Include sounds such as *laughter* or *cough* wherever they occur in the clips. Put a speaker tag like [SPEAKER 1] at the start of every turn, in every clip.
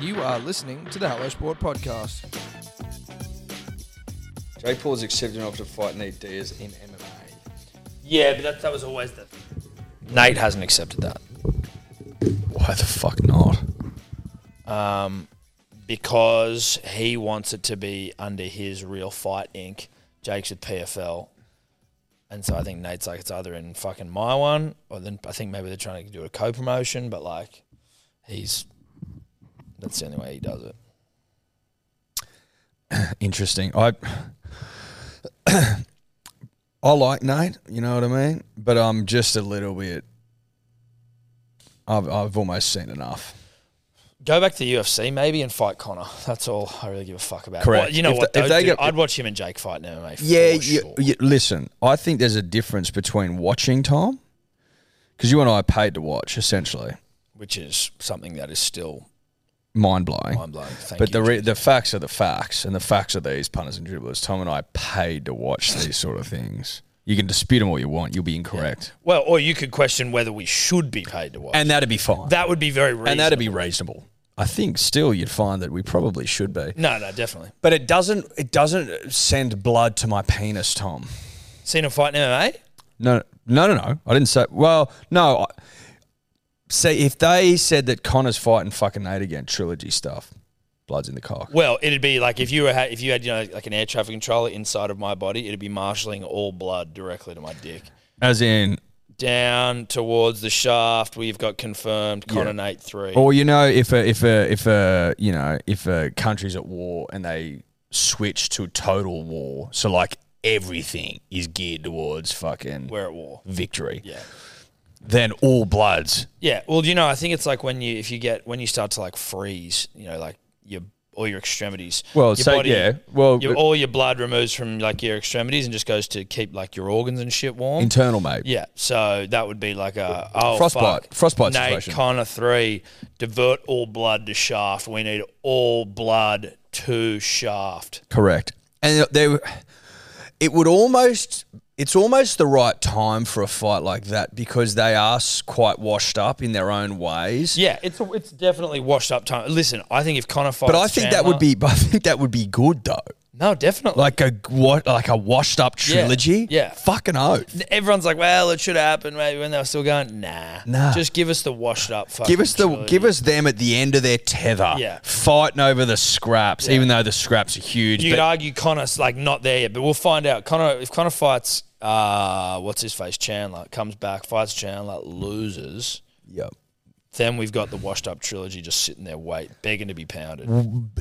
[SPEAKER 1] You are listening to the Hello Sport podcast.
[SPEAKER 2] Jake Paul's accepted an offer to fight Nate Diaz in MMA.
[SPEAKER 3] Yeah, but that, that was always the.
[SPEAKER 2] Nate hasn't accepted that.
[SPEAKER 4] Why the fuck not?
[SPEAKER 3] Um, because he wants it to be under his real fight inc. Jake's with PFL. And so I think Nate's like, it's either in fucking my one, or then I think maybe they're trying to do a co promotion, but like, he's. That's the only way he does it.
[SPEAKER 4] Interesting. I *coughs* I like Nate, you know what I mean? But I'm just a little bit I've I've almost seen enough.
[SPEAKER 3] Go back to the UFC maybe and fight Connor. *laughs* That's all I really give a fuck about.
[SPEAKER 4] Correct.
[SPEAKER 3] Well, you know
[SPEAKER 4] If
[SPEAKER 3] what?
[SPEAKER 4] the- if
[SPEAKER 3] though,
[SPEAKER 4] they
[SPEAKER 3] dude?
[SPEAKER 4] get-
[SPEAKER 3] I'd watch him and Jake fight in MMA. For
[SPEAKER 4] Yeah, you-
[SPEAKER 3] sure.
[SPEAKER 4] you- listen, I think there's a difference between watching Tom, because you and I paid to watch, essentially,
[SPEAKER 3] which is something that is still
[SPEAKER 4] mind blowing.
[SPEAKER 3] mind blowing. Thank
[SPEAKER 4] But
[SPEAKER 3] you,
[SPEAKER 4] the re- the facts are the facts, and the facts are these punters and dribblers. Tom and I paid to watch these sort of things. You can dispute them all you want; you'll be incorrect,
[SPEAKER 3] Well, or you could question whether we should be paid to watch.
[SPEAKER 4] and that'd be fine.
[SPEAKER 3] that would be very reasonable.
[SPEAKER 4] and that'd be reasonable. I think still you'd find that we probably should be,
[SPEAKER 3] no, no, definitely.
[SPEAKER 4] but it doesn't it doesn't send blood to my penis, Tom.
[SPEAKER 3] Seen him fight in MMA?
[SPEAKER 4] No, no, no, no. I didn't say. Well, no. I, see, if they said that Connor's fighting fucking Nate again, trilogy stuff, blood's in the cock.
[SPEAKER 3] Well, it'd be like if you were ha- if you had you know like an air traffic controller inside of my body, it'd be marshalling all blood directly to my dick.
[SPEAKER 4] As in,
[SPEAKER 3] Down towards the shaft, we've got confirmed Connor Nate three.
[SPEAKER 4] or you know, if a if a if a you know if a country's at war and they switch to total war, so like everything is geared towards fucking
[SPEAKER 3] We're at war.
[SPEAKER 4] victory.
[SPEAKER 3] Yeah.
[SPEAKER 4] Then all bloods.
[SPEAKER 3] Yeah, well, you know, I think it's like when you if you get when you start to like freeze, you know, like your all your extremities.
[SPEAKER 4] Well,
[SPEAKER 3] your
[SPEAKER 4] so yeah. Well,
[SPEAKER 3] your, all your blood removes from like your extremities and just goes to keep like your organs and shit warm.
[SPEAKER 4] internal mate.
[SPEAKER 3] yeah, so that would be like a oh
[SPEAKER 4] Frostbite.
[SPEAKER 3] fuck.
[SPEAKER 4] Frostbite
[SPEAKER 3] Nate
[SPEAKER 4] situation.
[SPEAKER 3] Connor three divert all blood to shaft. We need all blood to shaft.
[SPEAKER 4] Correct. And they, it would almost, it's almost the right time for a fight like that because they are s- quite washed up in their own ways.
[SPEAKER 3] Yeah, it's a, it's definitely washed up time. Listen, I think if Connor fights,
[SPEAKER 4] but I think that would
[SPEAKER 3] Chandler-
[SPEAKER 4] be, but *laughs* I think that would be good though.
[SPEAKER 3] no, definitely.
[SPEAKER 4] Like a what, like a washed up trilogy.
[SPEAKER 3] yeah.
[SPEAKER 4] Fucking oath.
[SPEAKER 3] Everyone's like, well, it should happen maybe when they were still going. Nah.
[SPEAKER 4] Nah.
[SPEAKER 3] Just give us the washed up fucking
[SPEAKER 4] Give us the,
[SPEAKER 3] trilogy.
[SPEAKER 4] give us them at the end of their tether.
[SPEAKER 3] Yeah.
[SPEAKER 4] Fighting over the scraps, even though the scraps are huge.
[SPEAKER 3] You
[SPEAKER 4] but
[SPEAKER 3] could argue Connor's like not there yet, but we'll find out. Connor if Connor fights uh what's his face? Chandler, comes back, fights Chandler, loses,
[SPEAKER 4] yeah.
[SPEAKER 3] then we've got the washed up trilogy just sitting there wait, begging to be pounded.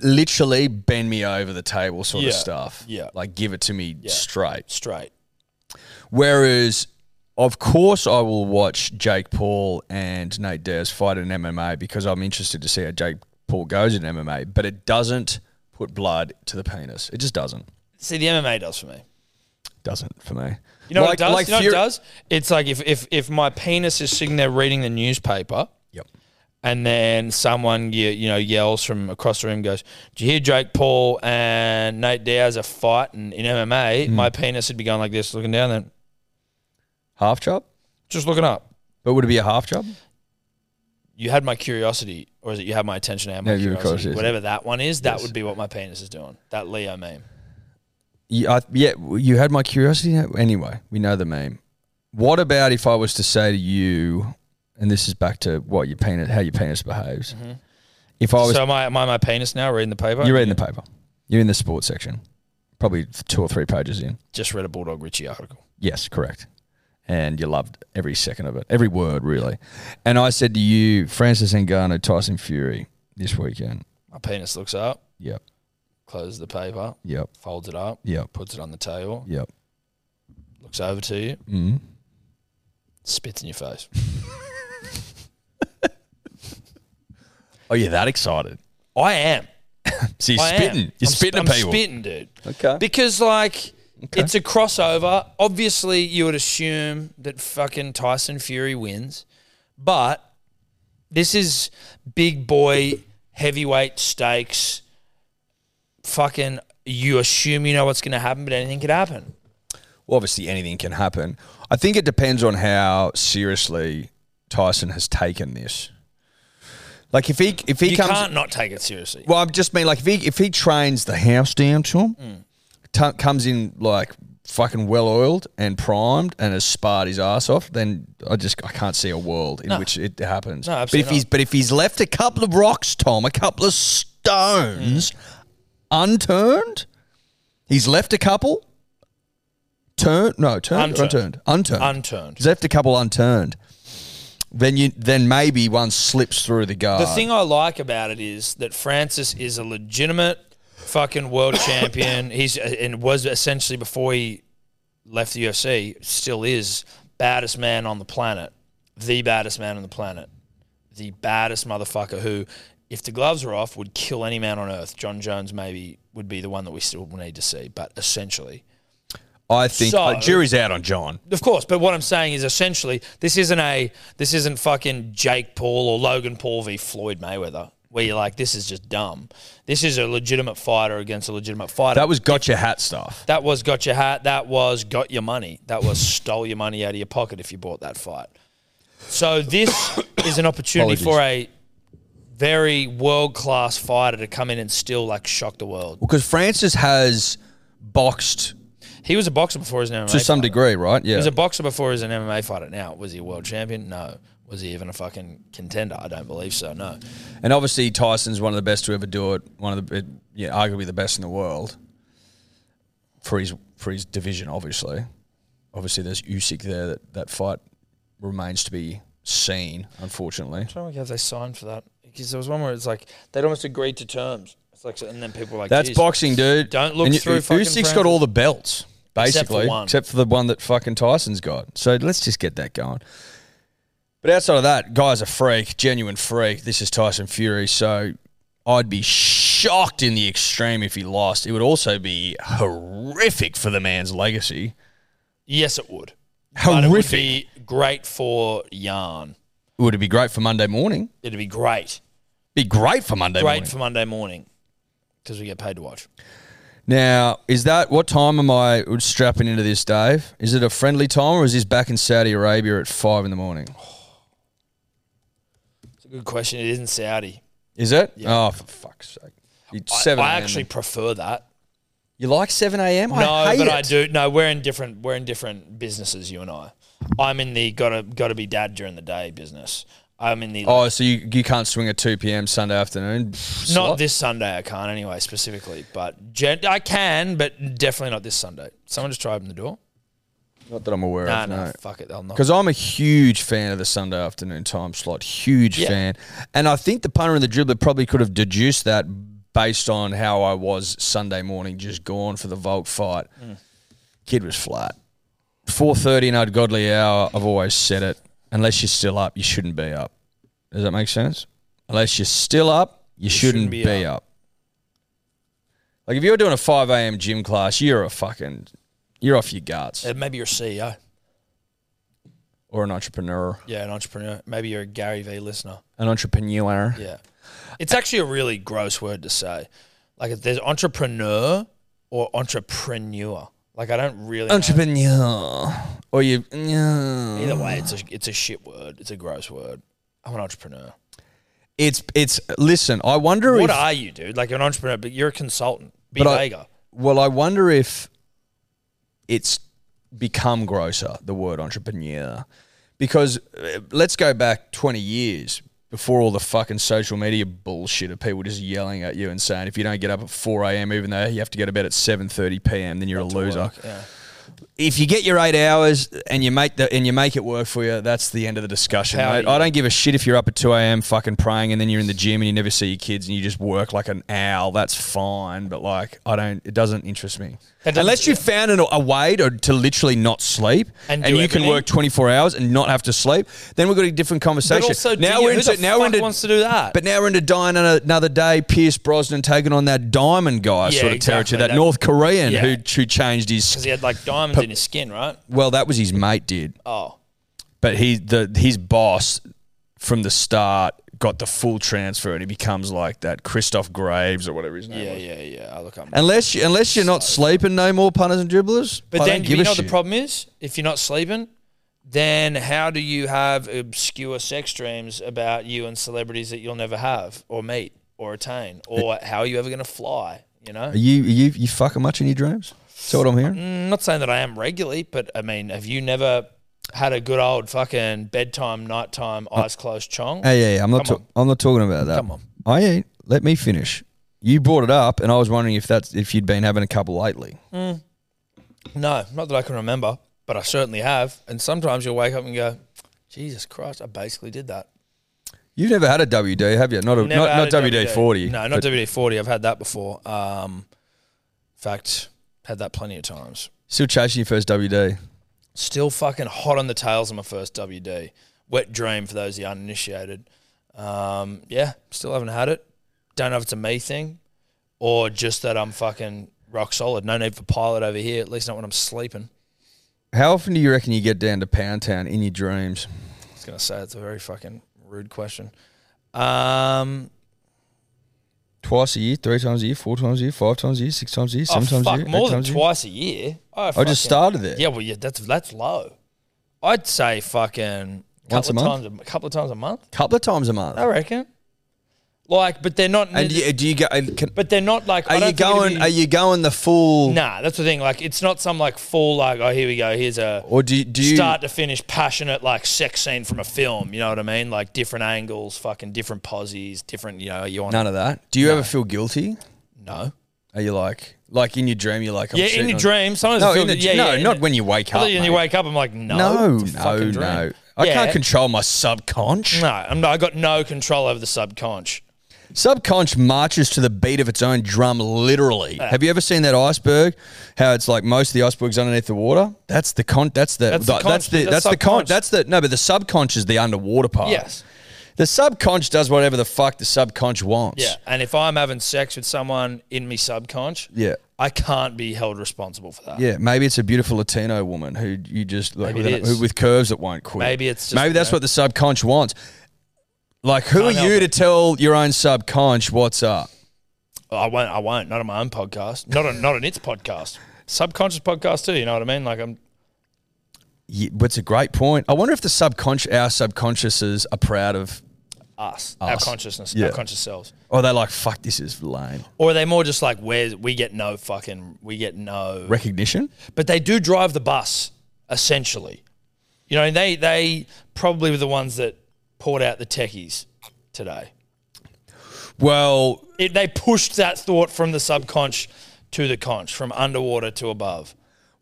[SPEAKER 4] Literally bend me over the table sort of
[SPEAKER 3] Yeah.
[SPEAKER 4] stuff.
[SPEAKER 3] Yeah.
[SPEAKER 4] Like give it to me straight.
[SPEAKER 3] Straight.
[SPEAKER 4] Whereas, of course, I will watch Jake Paul and Nate Diaz fight in MMA because I'm interested to see how Jake Paul goes in MMA. But it doesn't put blood to the penis. It just doesn't.
[SPEAKER 3] See, the MMA does for me.
[SPEAKER 4] Doesn't for me.
[SPEAKER 3] You know what it does? you know
[SPEAKER 4] Fury-
[SPEAKER 3] what it does? It's like if, if if my penis is sitting there reading the newspaper
[SPEAKER 4] Yep.
[SPEAKER 3] and then someone you, you know yells from across the room goes, "Do you hear Drake Paul and Nate Diaz are fighting in
[SPEAKER 4] Mm.
[SPEAKER 3] MMA?" My penis would be going like this, looking down, then
[SPEAKER 4] Half chop.
[SPEAKER 3] just looking up.
[SPEAKER 4] But would it be a half chop?
[SPEAKER 3] You had my curiosity, or is it you had my attention and my
[SPEAKER 4] Yeah, you were
[SPEAKER 3] curiosity?
[SPEAKER 4] curious.
[SPEAKER 3] Whatever that one is, that
[SPEAKER 4] Yes.
[SPEAKER 3] would be what my penis is doing. That Leo meme.
[SPEAKER 4] Yeah, I, yeah. You had my curiosity. Anyway, we know the meme. What about if I was to say to you, and this is back to what your penis, how your penis behaves. If I was
[SPEAKER 3] Mm-hmm. so am I, am I my penis now reading the paper?
[SPEAKER 4] You're reading the paper. You're in the sports section, probably two or three pages in.
[SPEAKER 3] Just read a Bulldog Richie article.
[SPEAKER 4] Yes, correct. And you loved every second of it, every word, really. And I said to you, Francis Ngannou, Tyson Fury this weekend.
[SPEAKER 3] My penis looks up,
[SPEAKER 4] Yep,
[SPEAKER 3] closes the paper,
[SPEAKER 4] yep,
[SPEAKER 3] folds it up,
[SPEAKER 4] yep,
[SPEAKER 3] puts it on the table,
[SPEAKER 4] yep.
[SPEAKER 3] looks over to you,
[SPEAKER 4] Mm.
[SPEAKER 3] spits in your face.
[SPEAKER 4] Oh, you're that excited?
[SPEAKER 3] I am.
[SPEAKER 4] So you're
[SPEAKER 3] I am.
[SPEAKER 4] spitting. You're
[SPEAKER 3] I'm sp-
[SPEAKER 4] spitting
[SPEAKER 3] I'm
[SPEAKER 4] at people.
[SPEAKER 3] spitting, dude.
[SPEAKER 4] Okay.
[SPEAKER 3] Because like it's a crossover. Obviously, you would assume that fucking Tyson Fury wins, but this is big boy heavyweight stakes. Fucking, you assume you know what's going to happen, but anything could happen.
[SPEAKER 4] Well, obviously, anything can happen. I think it depends on how seriously Tyson has taken this. Like if he if he
[SPEAKER 3] You
[SPEAKER 4] comes,
[SPEAKER 3] can't not take it seriously.
[SPEAKER 4] well, I just mean like if he if he trains the house down to him,
[SPEAKER 3] Mm.
[SPEAKER 4] tu- comes in like fucking well oiled and primed and has sparred his ass off, then I just I can't see a world in which it happens.
[SPEAKER 3] No,
[SPEAKER 4] but if
[SPEAKER 3] absolutely
[SPEAKER 4] he's but if he's left a couple of rocks, Tom, a couple of
[SPEAKER 3] Mm.
[SPEAKER 4] stones unturned, he's left a couple turned no turned or
[SPEAKER 3] Unturned.
[SPEAKER 4] unturned unturned
[SPEAKER 3] Unturned.
[SPEAKER 4] He's left a couple unturned. Then you then maybe one slips through the guard.
[SPEAKER 3] The thing I like about it is that Francis is a legitimate fucking world champion. He's uh, and was essentially before he left the UFC, still is baddest man on the planet, the baddest man on the planet, the baddest motherfucker who, if the gloves were off, would kill any man on earth. John Jones maybe would be the one that we still need to see, but essentially.
[SPEAKER 4] I think
[SPEAKER 3] So-
[SPEAKER 4] uh, jury's out on John.
[SPEAKER 3] Of course, but what I'm saying is essentially this isn't a this isn't fucking Jake Paul or Logan Paul v Floyd Mayweather where you're like this is just dumb. This is a legitimate fighter against a legitimate fighter.
[SPEAKER 4] That was gotcha hat stuff.
[SPEAKER 3] That was got your hat. That was got your money. That
[SPEAKER 4] *laughs*
[SPEAKER 3] was stole your money out of your pocket if you bought that fight.
[SPEAKER 4] *coughs*
[SPEAKER 3] So this is an opportunity for a very world class fighter to come in and still like shock the world.
[SPEAKER 4] Because Francis has boxed
[SPEAKER 3] He was a boxer before his name.
[SPEAKER 4] to some degree, right?
[SPEAKER 3] He
[SPEAKER 4] Yeah.
[SPEAKER 3] was a boxer before he was an MMA fighter. Now, was he a world champion? No. Was he even a fucking contender? I don't believe so. No.
[SPEAKER 4] and obviously Tyson's one of the best to ever do it. One of the yeah, arguably the best in the world for his for his division. Obviously, obviously there's Usyk there. That that fight remains to be seen. Unfortunately,
[SPEAKER 3] I don't know if they signed for that because there was one where it's like they'd almost agreed to terms. It's like, and then people were like,
[SPEAKER 4] that's
[SPEAKER 3] "Geez."
[SPEAKER 4] boxing, dude.
[SPEAKER 3] Don't look
[SPEAKER 4] you-
[SPEAKER 3] through fucking
[SPEAKER 4] Usyk's got
[SPEAKER 3] Francis.
[SPEAKER 4] all the belts
[SPEAKER 3] Except for
[SPEAKER 4] basically,
[SPEAKER 3] one.
[SPEAKER 4] except for the one that fucking Tyson's got. So let's just get that going. But outside of that, guy's a freak, genuine freak. This is Tyson Fury, so I'd be shocked in the extreme if he lost. It would also be horrific for the man's legacy.
[SPEAKER 3] Yes, it would. But it would
[SPEAKER 4] Horrific. It
[SPEAKER 3] be great for yarn.
[SPEAKER 4] would, it be great for Monday morning?
[SPEAKER 3] It'd be great.
[SPEAKER 4] Be great for Monday
[SPEAKER 3] Great
[SPEAKER 4] morning.
[SPEAKER 3] for Monday morning because we get paid to watch.
[SPEAKER 4] now, is that what time am I strapping into this, Dave? Is it a friendly time, or is this back in Saudi Arabia at five in the morning?
[SPEAKER 3] It's a good question. It isn't Saudi.
[SPEAKER 4] Is it? Oh, for fuck's sake! You-
[SPEAKER 3] I-
[SPEAKER 4] seven.
[SPEAKER 3] I,
[SPEAKER 4] a.m.
[SPEAKER 3] actually prefer that.
[SPEAKER 4] You like seven a.m.?
[SPEAKER 3] No,
[SPEAKER 4] I hate
[SPEAKER 3] but
[SPEAKER 4] it.
[SPEAKER 3] I do. No, we're in different. We're in different businesses. You and I. I'm in the gotta gotta be dad during the day business. I'm in the
[SPEAKER 4] Oh, so you, you can't swing a two p.m. Sunday afternoon?
[SPEAKER 3] not
[SPEAKER 4] slot?
[SPEAKER 3] this Sunday. I can't anyway specifically, but gen- I can, but definitely not this Sunday. Someone just try open the door.
[SPEAKER 4] Not that I'm aware
[SPEAKER 3] Nah,
[SPEAKER 4] of.
[SPEAKER 3] no,
[SPEAKER 4] No.
[SPEAKER 3] fuck it. They'll knock.
[SPEAKER 4] Because I'm a huge fan of the Sunday afternoon time slot. Huge
[SPEAKER 3] Yeah.
[SPEAKER 4] fan, and I think the punter and the dribbler probably could have deduced that based on how I was Sunday morning, just gone for the Volk fight. Kid was flat. Four thirty in our godly hour. I've always said it. Unless you're still up, you shouldn't be up. Does that make sense? Unless you're still up, you, shouldn't,
[SPEAKER 3] shouldn't
[SPEAKER 4] be,
[SPEAKER 3] be
[SPEAKER 4] up. Like if you're doing a five a.m. gym class, you're a fucking, you're off your guts
[SPEAKER 3] Uh, maybe you're a CEO.
[SPEAKER 4] or an entrepreneur,
[SPEAKER 3] Yeah, an entrepreneur. Maybe you're a Gary Vee listener.
[SPEAKER 4] an entrepreneur.
[SPEAKER 3] Yeah. It's actually a really gross word to say. Like if there's entrepreneur or entrepreneur. Like I don't really know.
[SPEAKER 4] Entrepreneur. Or you.
[SPEAKER 3] either
[SPEAKER 4] Mm.
[SPEAKER 3] way, it's a it's a shit word. It's a gross word. I'm an entrepreneur.
[SPEAKER 4] It's it's. Listen, I wonder
[SPEAKER 3] What
[SPEAKER 4] if.
[SPEAKER 3] are you, dude? Like you're an entrepreneur, but you're a consultant. Be
[SPEAKER 4] But I-
[SPEAKER 3] vaguer.
[SPEAKER 4] well, I wonder if it's become grosser the word entrepreneur, because uh, let's go back twenty years before all the fucking social media bullshit of people just yelling at you and saying if you don't get up at four a.m. even though you have to go to bed at seven thirty p.m. then you're a loser.
[SPEAKER 3] Yeah.
[SPEAKER 4] if you get your eight hours and you make the and you make it work for you, that's the end of the discussion.
[SPEAKER 3] How
[SPEAKER 4] mate.
[SPEAKER 3] do you-
[SPEAKER 4] I don't give a shit if you're up at two a.m. fucking praying and then you're in the gym and you never see your kids and you just work like an owl. That's fine, but like I don't, it doesn't interest me.
[SPEAKER 3] That doesn't-
[SPEAKER 4] Unless you found an, a way to, to literally not sleep
[SPEAKER 3] And
[SPEAKER 4] and,
[SPEAKER 3] do
[SPEAKER 4] you can
[SPEAKER 3] everything.
[SPEAKER 4] work twenty four hours and not have to sleep, then we've got a different conversation.
[SPEAKER 3] But also,
[SPEAKER 4] now we're into now we're into
[SPEAKER 3] wants to do that.
[SPEAKER 4] but now we're into dying on another day. Pierce Brosnan taking on that diamond guy
[SPEAKER 3] Yeah,
[SPEAKER 4] sort of
[SPEAKER 3] exactly.
[SPEAKER 4] territory, that,
[SPEAKER 3] That-
[SPEAKER 4] North Korean
[SPEAKER 3] Yeah.
[SPEAKER 4] who who changed his
[SPEAKER 3] because he had like diamonds in his skin, right?
[SPEAKER 4] well, that was his mate did,
[SPEAKER 3] Oh,
[SPEAKER 4] but he the his boss from the start got the full transfer, and he becomes like that Christoph Graves or whatever his name
[SPEAKER 3] yeah,
[SPEAKER 4] was.
[SPEAKER 3] yeah, yeah. I look up.
[SPEAKER 4] Unless you, unless you're not sleeping no more punters and dribblers,
[SPEAKER 3] But
[SPEAKER 4] I
[SPEAKER 3] then
[SPEAKER 4] don't
[SPEAKER 3] you
[SPEAKER 4] give a
[SPEAKER 3] know what
[SPEAKER 4] shit.
[SPEAKER 3] the problem is? If you're not sleeping, then how do you have obscure sex dreams about you and celebrities that you'll never have or meet or attain? Or how are you ever going to fly? You know?
[SPEAKER 4] Are you are you you fucking much in your dreams? Is that what I'm hearing?
[SPEAKER 3] Mm, not saying that I am regularly, but I mean, have you never had a good old fucking bedtime, nighttime,
[SPEAKER 4] Uh,
[SPEAKER 3] eyes closed chong?
[SPEAKER 4] Hey, yeah, yeah, I'm not.
[SPEAKER 3] Come
[SPEAKER 4] Ta- I'm not talking about that.
[SPEAKER 3] Come on.
[SPEAKER 4] I ain't. Let me finish. You brought it up, and I was wondering if that's if you'd been having a couple lately.
[SPEAKER 3] No, not that I can remember, but I certainly have. And sometimes you'll wake up and go, Jesus Christ, I basically did that.
[SPEAKER 4] You've never had a WD, have you? Not a,
[SPEAKER 3] Never
[SPEAKER 4] not, not
[SPEAKER 3] had a
[SPEAKER 4] WD forty.
[SPEAKER 3] No, not WD forty. I've had that before. Um, in fact, had that plenty of times.
[SPEAKER 4] Still chasing your first WD.
[SPEAKER 3] Still fucking hot on the tails of my first WD. Wet dream for those of the uninitiated. Um, yeah, still haven't had it. Don't know if it's a me thing or just that I'm fucking rock solid. No need for pilot over here. At least not when I'm sleeping.
[SPEAKER 4] How often do you reckon you get down to Pound Town in your dreams?
[SPEAKER 3] I was gonna say it's a very fucking rude question. Um,
[SPEAKER 4] Twice a year, three times a year, four times a year, five times a year, six times a year,
[SPEAKER 3] oh,
[SPEAKER 4] sometimes
[SPEAKER 3] fuck,
[SPEAKER 4] a year,
[SPEAKER 3] more
[SPEAKER 4] eight
[SPEAKER 3] than
[SPEAKER 4] times a year?
[SPEAKER 3] twice a year. I,
[SPEAKER 4] I just started there.
[SPEAKER 3] Yeah, well, yeah, that's that's low. I'd say fucking
[SPEAKER 4] Once
[SPEAKER 3] couple
[SPEAKER 4] a
[SPEAKER 3] of
[SPEAKER 4] month?
[SPEAKER 3] times, a couple of times a month.
[SPEAKER 4] couple of times a month.
[SPEAKER 3] I reckon. Like, but they're not.
[SPEAKER 4] And you, do you go? and Can,
[SPEAKER 3] but they're not like. I
[SPEAKER 4] are you
[SPEAKER 3] don't think it'd
[SPEAKER 4] going?
[SPEAKER 3] be-
[SPEAKER 4] are you going the full?
[SPEAKER 3] nah, that's the thing. Like, it's not some like full like. Oh, here we go. Here's a
[SPEAKER 4] Or do you, do you
[SPEAKER 3] start to finish passionate like sex scene from a film. You know what I mean? Like different angles, fucking different poses, different. You know, you want
[SPEAKER 4] none of that? Do you ever feel guilty?
[SPEAKER 3] no.
[SPEAKER 4] Are you like like in your dream? You're like I'm
[SPEAKER 3] Yeah,
[SPEAKER 4] cheating
[SPEAKER 3] in your
[SPEAKER 4] on-
[SPEAKER 3] dream, sometimes I
[SPEAKER 4] No,
[SPEAKER 3] feel
[SPEAKER 4] in the,
[SPEAKER 3] good. yeah,
[SPEAKER 4] no,
[SPEAKER 3] yeah,
[SPEAKER 4] not
[SPEAKER 3] in-
[SPEAKER 4] when you wake up.
[SPEAKER 3] Other than you
[SPEAKER 4] mate.
[SPEAKER 3] wake up, I'm like, no,
[SPEAKER 4] no,
[SPEAKER 3] it's a fucking
[SPEAKER 4] no,
[SPEAKER 3] dream.
[SPEAKER 4] no. I
[SPEAKER 3] Yeah.
[SPEAKER 4] can't control my subconscious.
[SPEAKER 3] No, I'm not, I got no control over the subconscious.
[SPEAKER 4] Subconscious marches to the beat of its own drum, literally. Have you ever seen that iceberg? How it's like most of the icebergs underneath the water. That's the con. That's the. the-
[SPEAKER 3] That's the
[SPEAKER 4] that's
[SPEAKER 3] conscious-
[SPEAKER 4] the.
[SPEAKER 3] that's
[SPEAKER 4] That's, the con.
[SPEAKER 3] subconscious.
[SPEAKER 4] That's the. No, but the subconscious is the underwater part.
[SPEAKER 3] Yes.
[SPEAKER 4] The subconscious does whatever the fuck the subconscious wants.
[SPEAKER 3] Yeah. And if I'm having sex with someone in me subconscious,
[SPEAKER 4] Yeah.
[SPEAKER 3] I can't be held responsible for that.
[SPEAKER 4] Yeah, maybe it's a beautiful Latino woman who you just like
[SPEAKER 3] Maybe it
[SPEAKER 4] with,
[SPEAKER 3] is.
[SPEAKER 4] who, with curves that won't quit.
[SPEAKER 3] Maybe it's just,
[SPEAKER 4] maybe that's
[SPEAKER 3] you know.
[SPEAKER 4] what the subconscious wants. Like, who
[SPEAKER 3] Can't
[SPEAKER 4] are you
[SPEAKER 3] help
[SPEAKER 4] to tell your own subconscious what's up?
[SPEAKER 3] I won't. I won't. Not on my own podcast. Not on. not on its podcast. Subconscious podcast too. You know what I mean? Like I'm.
[SPEAKER 4] Yeah, but it's a great point. I wonder if the subconscious, our subconsciouses, are proud of.
[SPEAKER 3] Us, our
[SPEAKER 4] Us.
[SPEAKER 3] consciousness,
[SPEAKER 4] Yeah.
[SPEAKER 3] our conscious selves,
[SPEAKER 4] Oh, they're like, fuck, this is lame.
[SPEAKER 3] or are they more just like where we get no fucking, we get no
[SPEAKER 4] Recognition?
[SPEAKER 3] but they do drive the bus essentially. You know, they they probably were the ones that poured out the techies today.
[SPEAKER 4] Well,
[SPEAKER 3] It, they pushed that thought from the subconscious to the conch, from underwater to above.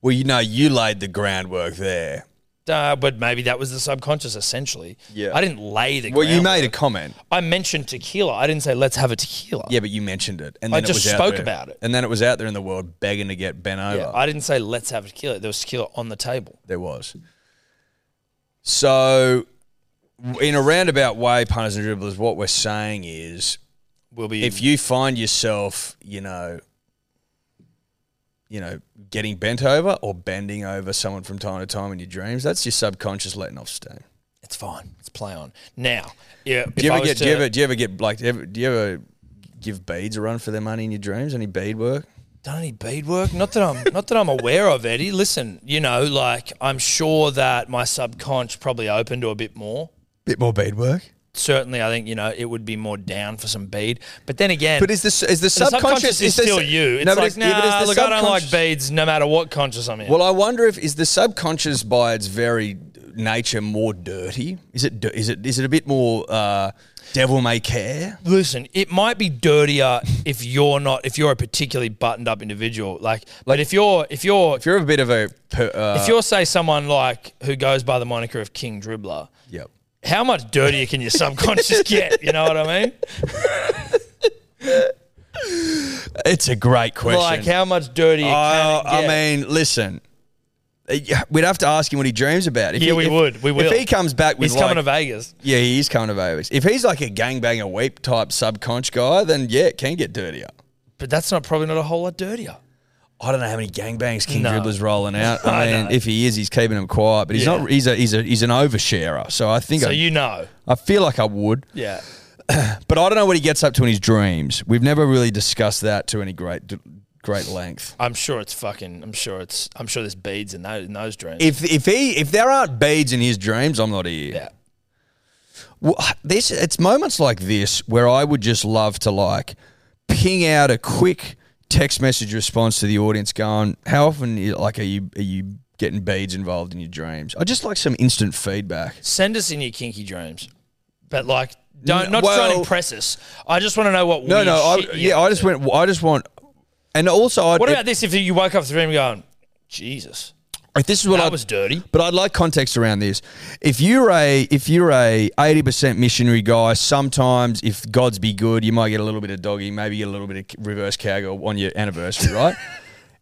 [SPEAKER 4] well, you know, you laid the groundwork there.
[SPEAKER 3] Uh, but maybe that was the subconscious essentially.
[SPEAKER 4] Yeah.
[SPEAKER 3] I didn't lay the.
[SPEAKER 4] Well, you
[SPEAKER 3] groundwork.
[SPEAKER 4] made a comment.
[SPEAKER 3] I mentioned tequila. I didn't say let's have a tequila.
[SPEAKER 4] Yeah, but you mentioned it, and then it
[SPEAKER 3] just
[SPEAKER 4] was out
[SPEAKER 3] spoke
[SPEAKER 4] there.
[SPEAKER 3] about it.
[SPEAKER 4] and then it was out there in the world begging to get bent over.
[SPEAKER 3] Yeah, I didn't say let's have a tequila. There was tequila on the table.
[SPEAKER 4] there was. So, in a roundabout way, punters and dribblers, what we're saying is,
[SPEAKER 3] We'll be
[SPEAKER 4] if you find yourself, you know, you know, getting bent over or bending over someone from time to time in your dreams, that's your subconscious letting off steam.
[SPEAKER 3] it's fine. It's play on now. Yeah.
[SPEAKER 4] Do you ever get? Do you ever? Do you ever get like? Ever, do you ever give beads a run for their money in your dreams? Any bead work?
[SPEAKER 3] done any beadwork? Not that I'm not that I'm aware of, Eddie. Listen, you know, like I'm sure that my subconscious probably open to a bit more.
[SPEAKER 4] Bit more bead work.
[SPEAKER 3] Certainly, I think you know it would be more down for some bead. But then again,
[SPEAKER 4] But is this is the
[SPEAKER 3] the
[SPEAKER 4] subconscious,
[SPEAKER 3] subconscious is
[SPEAKER 4] the-
[SPEAKER 3] still you. It's
[SPEAKER 4] No, but
[SPEAKER 3] like,
[SPEAKER 4] yeah, but is
[SPEAKER 3] nah,
[SPEAKER 4] the
[SPEAKER 3] look, I don't like
[SPEAKER 4] subconscious-
[SPEAKER 3] beads, no matter what conscious I'm in.
[SPEAKER 4] Well, I wonder if is the subconscious by its very nature more dirty? Is it di- is it is it a bit more uh, devil may care?
[SPEAKER 3] Listen, it might be dirtier if you're not if you're a particularly buttoned up individual. Like, but if you're if you're
[SPEAKER 4] If you're a bit of a per, uh,
[SPEAKER 3] if you're say someone like who goes by the moniker of King Dribbler,
[SPEAKER 4] yep.
[SPEAKER 3] how much dirtier can your subconscious get? You know what I mean?
[SPEAKER 4] It's a great question. Uh,
[SPEAKER 3] Like how much dirtier?
[SPEAKER 4] I,
[SPEAKER 3] can it get?
[SPEAKER 4] I mean, listen. Uh, yeah, We'd have to ask him what he dreams about. If
[SPEAKER 3] Yeah,
[SPEAKER 4] he-
[SPEAKER 3] we
[SPEAKER 4] if-
[SPEAKER 3] would. We will.
[SPEAKER 4] If he comes back with
[SPEAKER 3] he's
[SPEAKER 4] like,
[SPEAKER 3] coming to Vegas.
[SPEAKER 4] yeah, he is coming to Vegas. If he's like a gangbanger weep type subconscious guy, then yeah, it can get dirtier.
[SPEAKER 3] But that's not probably not a whole lot dirtier.
[SPEAKER 4] I don't know how many gangbangs King
[SPEAKER 3] No.
[SPEAKER 4] Dribbler's
[SPEAKER 3] *laughs*
[SPEAKER 4] rolling out. I
[SPEAKER 3] I
[SPEAKER 4] mean,
[SPEAKER 3] know.
[SPEAKER 4] if he is, he's keeping them quiet. But he's
[SPEAKER 3] Yeah.
[SPEAKER 4] not. He's a he's a he's an oversharer. So I think
[SPEAKER 3] So
[SPEAKER 4] I,
[SPEAKER 3] you know.
[SPEAKER 4] I feel like I would.
[SPEAKER 3] Yeah.
[SPEAKER 4] But I don't know what he gets up to in his dreams. We've never really discussed that to any great d- great length.
[SPEAKER 3] I'm sure it's fucking. I'm sure it's. I'm sure there's beads in those in those dreams.
[SPEAKER 4] If if he if there aren't beads in his dreams, I'm not here.
[SPEAKER 3] yeah.
[SPEAKER 4] Well, this it's moments like this where I would just love to like ping out a quick text message response to the audience, going, "How often like are you are you getting beads involved in your dreams?" I just like some instant feedback.
[SPEAKER 3] Send us in your kinky dreams, but like, don't
[SPEAKER 4] N-
[SPEAKER 3] not try
[SPEAKER 4] well-
[SPEAKER 3] and impress us. I just want to know what.
[SPEAKER 4] No,
[SPEAKER 3] weird
[SPEAKER 4] no, I,
[SPEAKER 3] shit you-
[SPEAKER 4] yeah, I just went. I just want, and also, I'd,
[SPEAKER 3] What about this? If you woke up from the dream going, Jesus,
[SPEAKER 4] if this is what
[SPEAKER 3] that
[SPEAKER 4] I
[SPEAKER 3] was dirty.
[SPEAKER 4] But I'd like context around this. If you're a if you're a eighty percent missionary guy, sometimes if God's be good, you might get a little bit of doggy, maybe get a little bit of reverse cowgirl on your anniversary,
[SPEAKER 3] *laughs*
[SPEAKER 4] right?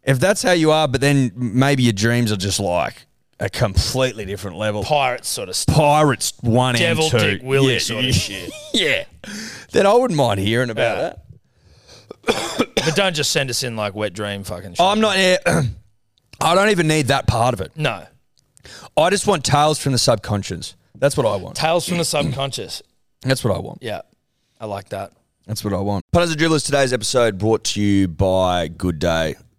[SPEAKER 4] if that's how you are, but then maybe your dreams are just like a completely different level.
[SPEAKER 3] Pirate sort of stuff.
[SPEAKER 4] Pirates one
[SPEAKER 3] Devil
[SPEAKER 4] and two,
[SPEAKER 3] Dick Willie
[SPEAKER 4] yeah,
[SPEAKER 3] sort of shit.
[SPEAKER 4] *laughs* yeah. Then I wouldn't mind hearing about
[SPEAKER 3] Yeah.
[SPEAKER 4] that.
[SPEAKER 3] But don't just send us in like wet dream fucking shit.
[SPEAKER 4] I'm not. eh, *clears throat* I don't even need that part of it.
[SPEAKER 3] no.
[SPEAKER 4] I just want tales from the subconscious. That's what I want.
[SPEAKER 3] Tales from the subconscious.
[SPEAKER 4] That's what I want.
[SPEAKER 3] Yeah. I like that.
[SPEAKER 4] That's what I want. Punters and Dribblers, today's episode brought to you by Good Day,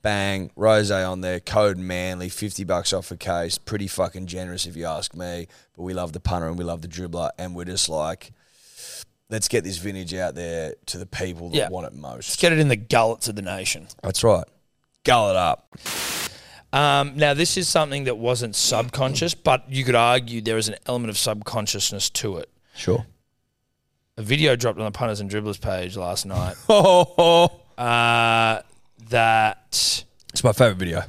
[SPEAKER 4] bang, rose on there, code manly, 50 bucks off a case. Pretty fucking generous if you ask me. But we love the punter and we love the dribbler. And we're just like, let's get this vintage out there to the people that
[SPEAKER 3] Yeah.
[SPEAKER 4] want it most.
[SPEAKER 3] Let's get it in the gullets of the nation.
[SPEAKER 4] That's right. Gull it up.
[SPEAKER 3] Um, now, this is something that wasn't subconscious, but you could argue there is an element of subconsciousness to it.
[SPEAKER 4] Sure.
[SPEAKER 3] a video dropped on the punters and dribblers page last night *laughs* uh, that
[SPEAKER 4] It's my favorite video.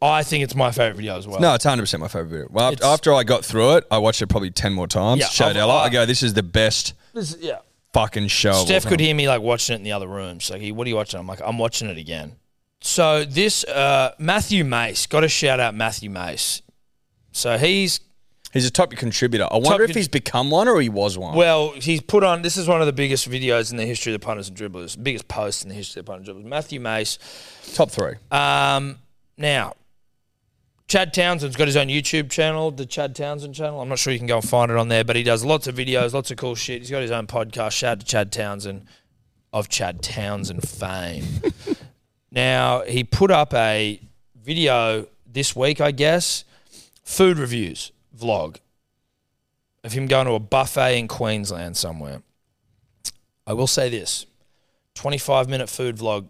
[SPEAKER 3] I think it's my favorite video as well.
[SPEAKER 4] No, it's hundred percent my favorite video. Well, af-
[SPEAKER 3] It's-
[SPEAKER 4] after I got through it, I watched it probably ten more times.
[SPEAKER 3] Yeah,
[SPEAKER 4] Showed
[SPEAKER 3] I've-
[SPEAKER 4] Ella, I
[SPEAKER 3] I-
[SPEAKER 4] go, "This is the best
[SPEAKER 3] This- yeah.
[SPEAKER 4] fucking show." of
[SPEAKER 3] Steph
[SPEAKER 4] all
[SPEAKER 3] could
[SPEAKER 4] time."
[SPEAKER 3] hear me like watching it in the other room. So he, what are you watching? I'm like, I'm watching it again. So this uh, Matthew Mace got a shout out, Matthew Mace. So he's
[SPEAKER 4] He's a top contributor. I wonder if
[SPEAKER 3] con-
[SPEAKER 4] he's become one or he was one.
[SPEAKER 3] Well, he's put on. This is one of the biggest videos in the history of the punters and dribblers, biggest post in the history of the punters and dribblers. Matthew Mace.
[SPEAKER 4] top three.
[SPEAKER 3] Um, now, Um, Chad Townsend's got his own YouTube channel, the Chad Townsend channel. I'm not sure you can go and find it on there, but he does lots of videos, lots of cool shit. He's got his own podcast. Shout out to Chad Townsend of Chad Townsend fame. now, he put up a video this week, I guess, food reviews vlog of him going to a buffet in Queensland somewhere. I will say this 25 minute food vlog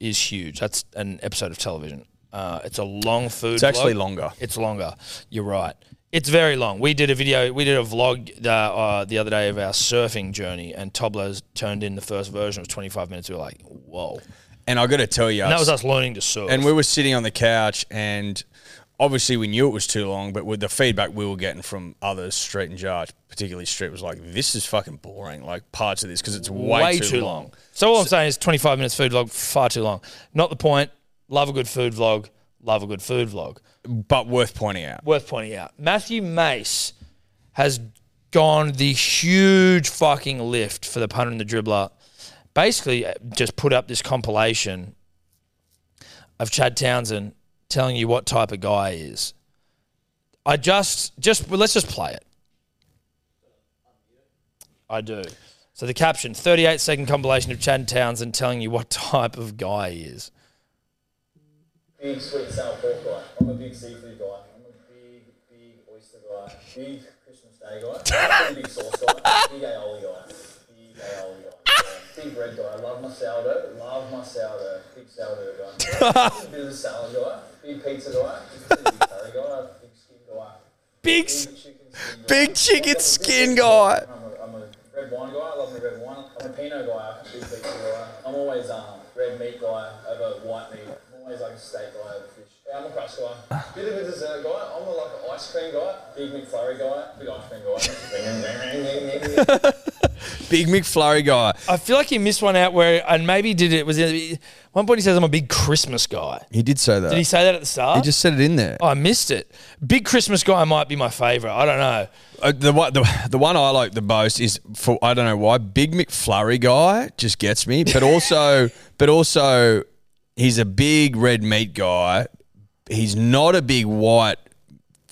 [SPEAKER 3] is huge. That's an episode of television. Uh, it's a long food
[SPEAKER 4] It's actually
[SPEAKER 3] vlog.
[SPEAKER 4] longer.
[SPEAKER 3] It's longer. You're right. It's very long. We did a video, we did a vlog uh, uh, the other day of our surfing journey, and Tobler's turned in the first version. It was 25 minutes. We were like, whoa.
[SPEAKER 4] And I got to tell you,
[SPEAKER 3] And that was us learning to surf.
[SPEAKER 4] and we were sitting on the couch, and obviously we knew it was too long, but with the feedback we were getting from others, Street and Jarge, particularly Street, was like, "This is fucking boring." Like parts of this because it's way, too, long.
[SPEAKER 3] So all I'm saying is 25 minutes food vlog, far too long. Not the point. Love a good food vlog. Love a good food vlog.
[SPEAKER 4] but worth pointing out.
[SPEAKER 3] Worth pointing out. Matthew Mace has gone the huge fucking lift for the punter and the dribbler. Basically, uh, just put up this compilation of Chad Townsend telling you what type of guy he is. I just, just well, let's just play it. I do. So the caption: 38 second compilation of Chad Townsend telling you what type of guy he is.
[SPEAKER 5] big sweet sour pork guy. I'm a big seafood guy. I'm a big, big oyster guy. Big Christmas Day guy. I'm a big sauce guy. Big aioli guy. Big aioli guy. Big bread guy. I love my sourdough. Love my sourdough. Big sourdough guy. a bit of a salad guy. Big pizza guy. Big curry guy. Big skin guy.
[SPEAKER 3] Big,
[SPEAKER 5] Big
[SPEAKER 3] s-
[SPEAKER 5] chicken skin guy.
[SPEAKER 4] Big chicken skin guy.
[SPEAKER 5] I'm a, I'm a red wine guy. I love my red wine. I'm a Pinot guy. I'm a big pizza guy. I'm always um, red meat guy over white meat. I'm always like a steak guy over fish. Yeah, I'm a crust guy. Bit of a dessert guy. I'm a, like an ice cream guy. Big McFlurry guy. *laughs* Big ice cream guy.
[SPEAKER 4] Big McFlurry guy.
[SPEAKER 3] I feel like he missed one out where, and maybe he did it was at one point he says I'm a big Christmas guy.
[SPEAKER 4] He did say that.
[SPEAKER 3] Did he say that at the start?
[SPEAKER 4] He just said it in there.
[SPEAKER 3] Oh, I missed it. Big Christmas guy might be my favorite. I don't know.
[SPEAKER 4] Uh, the one, the, the one I like the most is for I don't know why Big McFlurry guy just gets me, but also, *laughs* but also, he's a big red meat guy. He's not a big white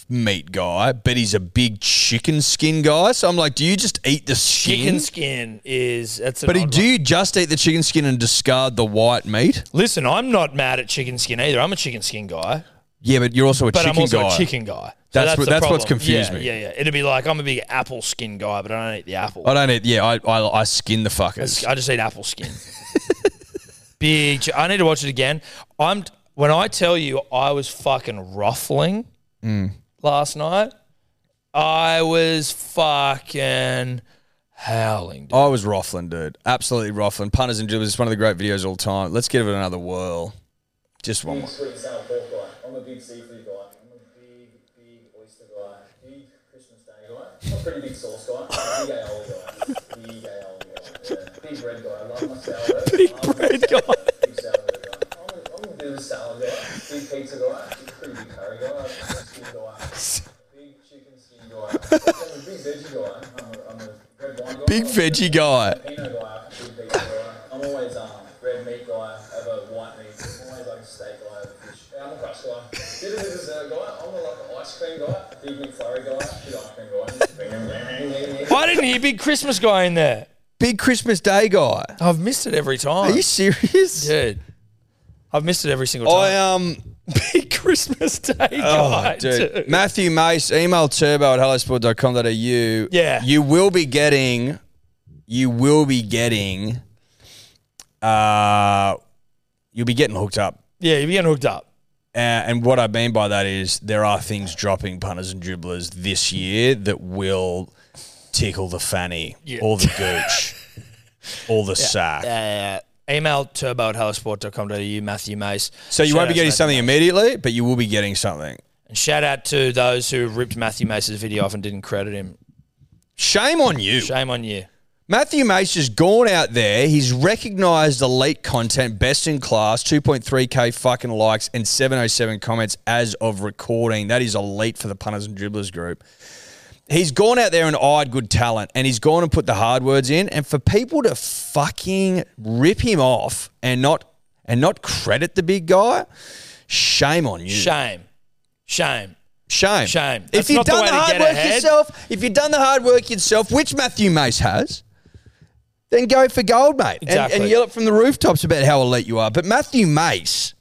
[SPEAKER 4] meat guy, but he's a big chicken skin guy. So I'm like, do you just eat the skin?
[SPEAKER 3] Chicken skin is that's. An
[SPEAKER 4] but he-
[SPEAKER 3] odd
[SPEAKER 4] do
[SPEAKER 3] one.
[SPEAKER 4] you just eat the chicken skin and discard the white meat?
[SPEAKER 3] Listen, I'm not mad at chicken skin either. I'm a chicken skin guy,
[SPEAKER 4] Yeah, but you're also a
[SPEAKER 3] but
[SPEAKER 4] chicken
[SPEAKER 3] I'm also
[SPEAKER 4] guy.
[SPEAKER 3] a chicken guy. So
[SPEAKER 4] That's what-
[SPEAKER 3] the
[SPEAKER 4] that's what's
[SPEAKER 3] problem.
[SPEAKER 4] confused
[SPEAKER 3] yeah,
[SPEAKER 4] me.
[SPEAKER 3] Yeah, yeah. It'd be like I'm a big apple skin guy, but I don't eat the apple.
[SPEAKER 4] I don't eat. Yeah, I, I, I skin the fuckers.
[SPEAKER 3] I just eat apple skin. *laughs* Big. ch- I need to watch it again. I'm when I tell you I was fucking ruffling
[SPEAKER 4] Mm.
[SPEAKER 3] last night. I was fucking howling. dude.
[SPEAKER 4] I was Rofflin, dude. Absolutely Rofflin. Punters and dribblers. It's one of the great videos of all time. Let's give it another whirl. Just one
[SPEAKER 5] big
[SPEAKER 4] more.
[SPEAKER 5] sweet sour pork guy. I'm a big seafood guy. I'm a big, big oyster guy. Big Christmas Day guy. I'm a pretty big sauce guy. I'm a Big aioli guy. Big aioli guy. Yeah. Big bread guy. I love
[SPEAKER 4] *laughs*
[SPEAKER 5] my sourdough. Love
[SPEAKER 4] Oh,
[SPEAKER 5] my
[SPEAKER 3] Bread guy.
[SPEAKER 5] Big salad guy. I'm a- I'm a bit of a salad guy. Big pizza guy. Big pretty big curry guy. Big skin guy. Big chicken skin guy. I'm a big veggie guy. I'm a, I'm a red wine guy.
[SPEAKER 4] Big veggie guy.
[SPEAKER 5] Pinot guy. Big pizza guy. I'm always um, red meat guy over white meat. I'm always like a steak guy over fish. Yeah, I'm a crust guy. Bit of a dessert guy. I'm a, like an ice cream guy. Big McFlurry guy. Big ice cream guy.
[SPEAKER 3] I didn't hear big Christmas guy in there.
[SPEAKER 4] Big Christmas Day guy.
[SPEAKER 3] I've missed it every
[SPEAKER 4] Are
[SPEAKER 3] time,
[SPEAKER 4] you serious?
[SPEAKER 3] dude. I've missed it every single
[SPEAKER 4] I
[SPEAKER 3] time.
[SPEAKER 4] um.
[SPEAKER 3] *laughs* big Christmas Day guy,
[SPEAKER 4] Oh, dude.
[SPEAKER 3] dude.
[SPEAKER 4] Matthew Mace, email turbo at hellosport.com.au. Yeah. You will be getting, you will be getting, uh, you'll be getting hooked up.
[SPEAKER 3] Yeah, you're getting hooked up.
[SPEAKER 4] Uh, and what I mean by that is there are things dropping punters and dribblers this year that will tickle the fanny,
[SPEAKER 3] Yeah.
[SPEAKER 4] all the gooch, all
[SPEAKER 3] *laughs*
[SPEAKER 4] the sack.
[SPEAKER 3] Uh, email turbo at hellosport.com.au, Matthew Mace.
[SPEAKER 4] So you
[SPEAKER 3] Shout
[SPEAKER 4] won't be
[SPEAKER 3] out to
[SPEAKER 4] getting
[SPEAKER 3] Matthew
[SPEAKER 4] something immediately, but you will be getting something.
[SPEAKER 3] And shout out to those who ripped Matthew Mace's video off and didn't credit him.
[SPEAKER 4] Shame on you.
[SPEAKER 3] Shame on you.
[SPEAKER 4] Matthew Mace has gone out there. He's recognised elite content, best in class, 2.3k fucking likes and 707 comments as of recording. That is elite for the punters and dribblers group. He's gone out there and eyed good talent, and he's gone and put the hard words in. And for people to fucking rip him off and not and not credit the big guy, shame on you.
[SPEAKER 3] Shame. Shame.
[SPEAKER 4] Shame.
[SPEAKER 3] Shame.
[SPEAKER 4] If
[SPEAKER 3] That's
[SPEAKER 4] you've
[SPEAKER 3] not the
[SPEAKER 4] done
[SPEAKER 3] way
[SPEAKER 4] the,
[SPEAKER 3] to
[SPEAKER 4] hard
[SPEAKER 3] get
[SPEAKER 4] work
[SPEAKER 3] ahead.
[SPEAKER 4] yourself, if you've done the hard work yourself, which Matthew Mace has, then go for gold, mate. And- And,
[SPEAKER 3] Exactly.
[SPEAKER 4] yell it from the rooftops about how elite you are. But Matthew Mace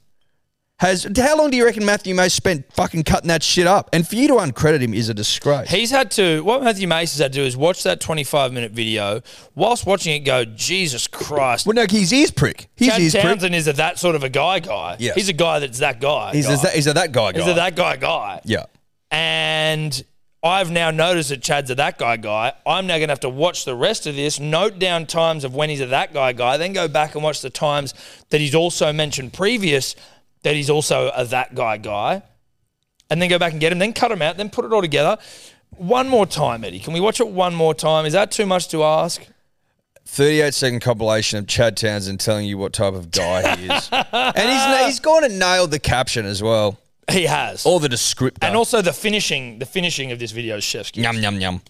[SPEAKER 4] has. How long do you reckon Matthew Mace spent fucking cutting that shit up? And for you to uncredit him is a disgrace.
[SPEAKER 3] He's had to. What Matthew Mace has had to do is watch that 25 minute video whilst watching it. Go, Jesus Christ!
[SPEAKER 4] well, no, he's his prick. He's
[SPEAKER 3] Chad
[SPEAKER 4] his prick.
[SPEAKER 3] Townsend is a that sort of a guy. Guy.
[SPEAKER 4] Yes.
[SPEAKER 3] He's a guy that's that guy.
[SPEAKER 4] He's,
[SPEAKER 3] guy.
[SPEAKER 4] a that, he's a that guy guy.
[SPEAKER 3] He's a that guy. Guy.
[SPEAKER 4] yeah.
[SPEAKER 3] And I've now noticed that Chad's a that guy. Guy. I'm now going to have to watch the rest of this, note down times of when he's a that guy. Guy. Then go back and watch the times that he's also mentioned previous that he's also a that guy. Guy. and then go back and get him, then cut him out, then put it all together. One more time, Eddie. Can we watch it one more time? Is that too much to ask?
[SPEAKER 4] 38 second compilation of Chad Townsend telling you what type of guy he
[SPEAKER 3] *laughs*
[SPEAKER 4] is. and he's, he's gone and nailed the caption as well,
[SPEAKER 3] He has.
[SPEAKER 4] or the descriptor.
[SPEAKER 3] and also the finishing, the finishing of this video is chef's kiss.
[SPEAKER 4] Yum, yum, yum.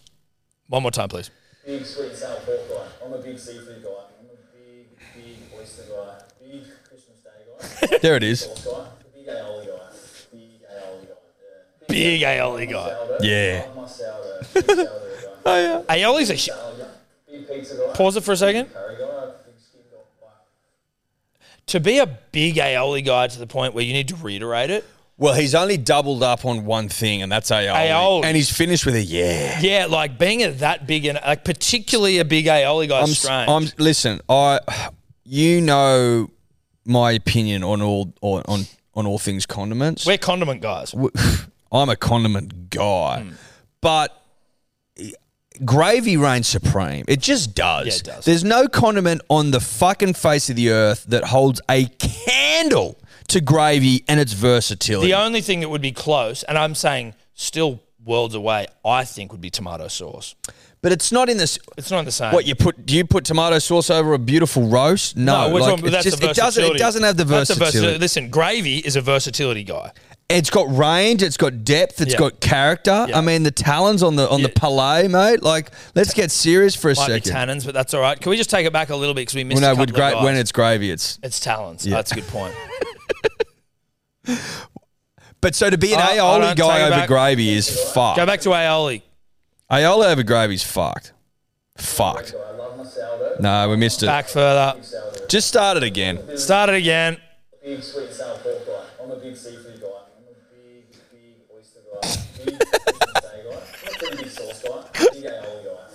[SPEAKER 3] One more time, please.
[SPEAKER 5] Big sweet sour pork guy. I'm a big seafood guy. I'm a big, big oyster guy. Big Christmas Day guy.
[SPEAKER 4] There it is.
[SPEAKER 5] sauce guy. Big aioli guy. Big
[SPEAKER 3] Big aioli
[SPEAKER 5] aioli guy. Yeah.
[SPEAKER 3] guy.
[SPEAKER 5] Sourdough.
[SPEAKER 4] Yeah.
[SPEAKER 5] I'm a sourdough. Big sourdough guy.
[SPEAKER 3] Aioli's a. hu-
[SPEAKER 5] Sourdough guy. Big pizza guy.
[SPEAKER 3] Pause it for a second.
[SPEAKER 5] Curry guy. Big skin guy.
[SPEAKER 3] To be a big aioli guy to the point where you need to reiterate it.
[SPEAKER 4] Well, he's only doubled up on one thing, and that's aioli.
[SPEAKER 3] Aioli.
[SPEAKER 4] And he's finished with a yeah.
[SPEAKER 3] Yeah, like being a that big and like particularly a big aioli guy is
[SPEAKER 4] s-
[SPEAKER 3] strange.
[SPEAKER 4] I'm listen. I, you know, my opinion on all on on, on all things condiments.
[SPEAKER 3] We're condiment guys.
[SPEAKER 4] *sighs* I'm a condiment guy,
[SPEAKER 3] Hmm.
[SPEAKER 4] but gravy reigns supreme. It just does.
[SPEAKER 3] Yeah, it does.
[SPEAKER 4] There's no condiment on the fucking face of the earth that holds a candle to gravy and its versatility.
[SPEAKER 3] The only thing that would be close, and I'm saying still worlds away, I think would be tomato sauce.
[SPEAKER 4] but it's not in this.
[SPEAKER 3] It's not the same.
[SPEAKER 4] What you put? Do you put tomato sauce over a beautiful roast? No,
[SPEAKER 3] we're
[SPEAKER 4] like,
[SPEAKER 3] talking-
[SPEAKER 4] it's
[SPEAKER 3] that's
[SPEAKER 4] just,
[SPEAKER 3] the
[SPEAKER 4] it doesn't. It
[SPEAKER 3] versatility.
[SPEAKER 4] doesn't have the
[SPEAKER 3] That's the
[SPEAKER 4] versatility.
[SPEAKER 3] versatility. Listen, gravy is a versatility guy.
[SPEAKER 4] it's got range. It's got depth. It's
[SPEAKER 3] Yeah.
[SPEAKER 4] got character.
[SPEAKER 3] Yeah.
[SPEAKER 4] I mean, the talons on the on the
[SPEAKER 3] Yeah.
[SPEAKER 4] palais, mate. Like, let's get serious for a
[SPEAKER 3] Might
[SPEAKER 4] second.
[SPEAKER 3] be tannins, but that's all right. Can we just take it back a little bit because we
[SPEAKER 4] Well,
[SPEAKER 3] missed
[SPEAKER 4] no,
[SPEAKER 3] a
[SPEAKER 4] with
[SPEAKER 3] couple of
[SPEAKER 4] gra-
[SPEAKER 3] guys.
[SPEAKER 4] when it's gravy, it's.
[SPEAKER 3] it's talons. That's a good point.
[SPEAKER 4] But so to be an
[SPEAKER 3] I- I
[SPEAKER 4] aioli
[SPEAKER 3] don't take
[SPEAKER 4] guy
[SPEAKER 3] it
[SPEAKER 4] over
[SPEAKER 3] back.
[SPEAKER 4] gravy is fucked.
[SPEAKER 3] Go back to aioli.
[SPEAKER 4] Aioli over gravy is fucked. Fucked.
[SPEAKER 5] I love my sourdough.
[SPEAKER 4] No, we missed it.
[SPEAKER 3] Back further.
[SPEAKER 5] Sourdough.
[SPEAKER 4] Just start it again.
[SPEAKER 3] Start it again.
[SPEAKER 5] Big sweet sour pork guy. I'm a big seafood guy. I'm a big, big oyster guy. Big Christmas Day guy. I'm a pretty big sauce guy. Big aioli guy.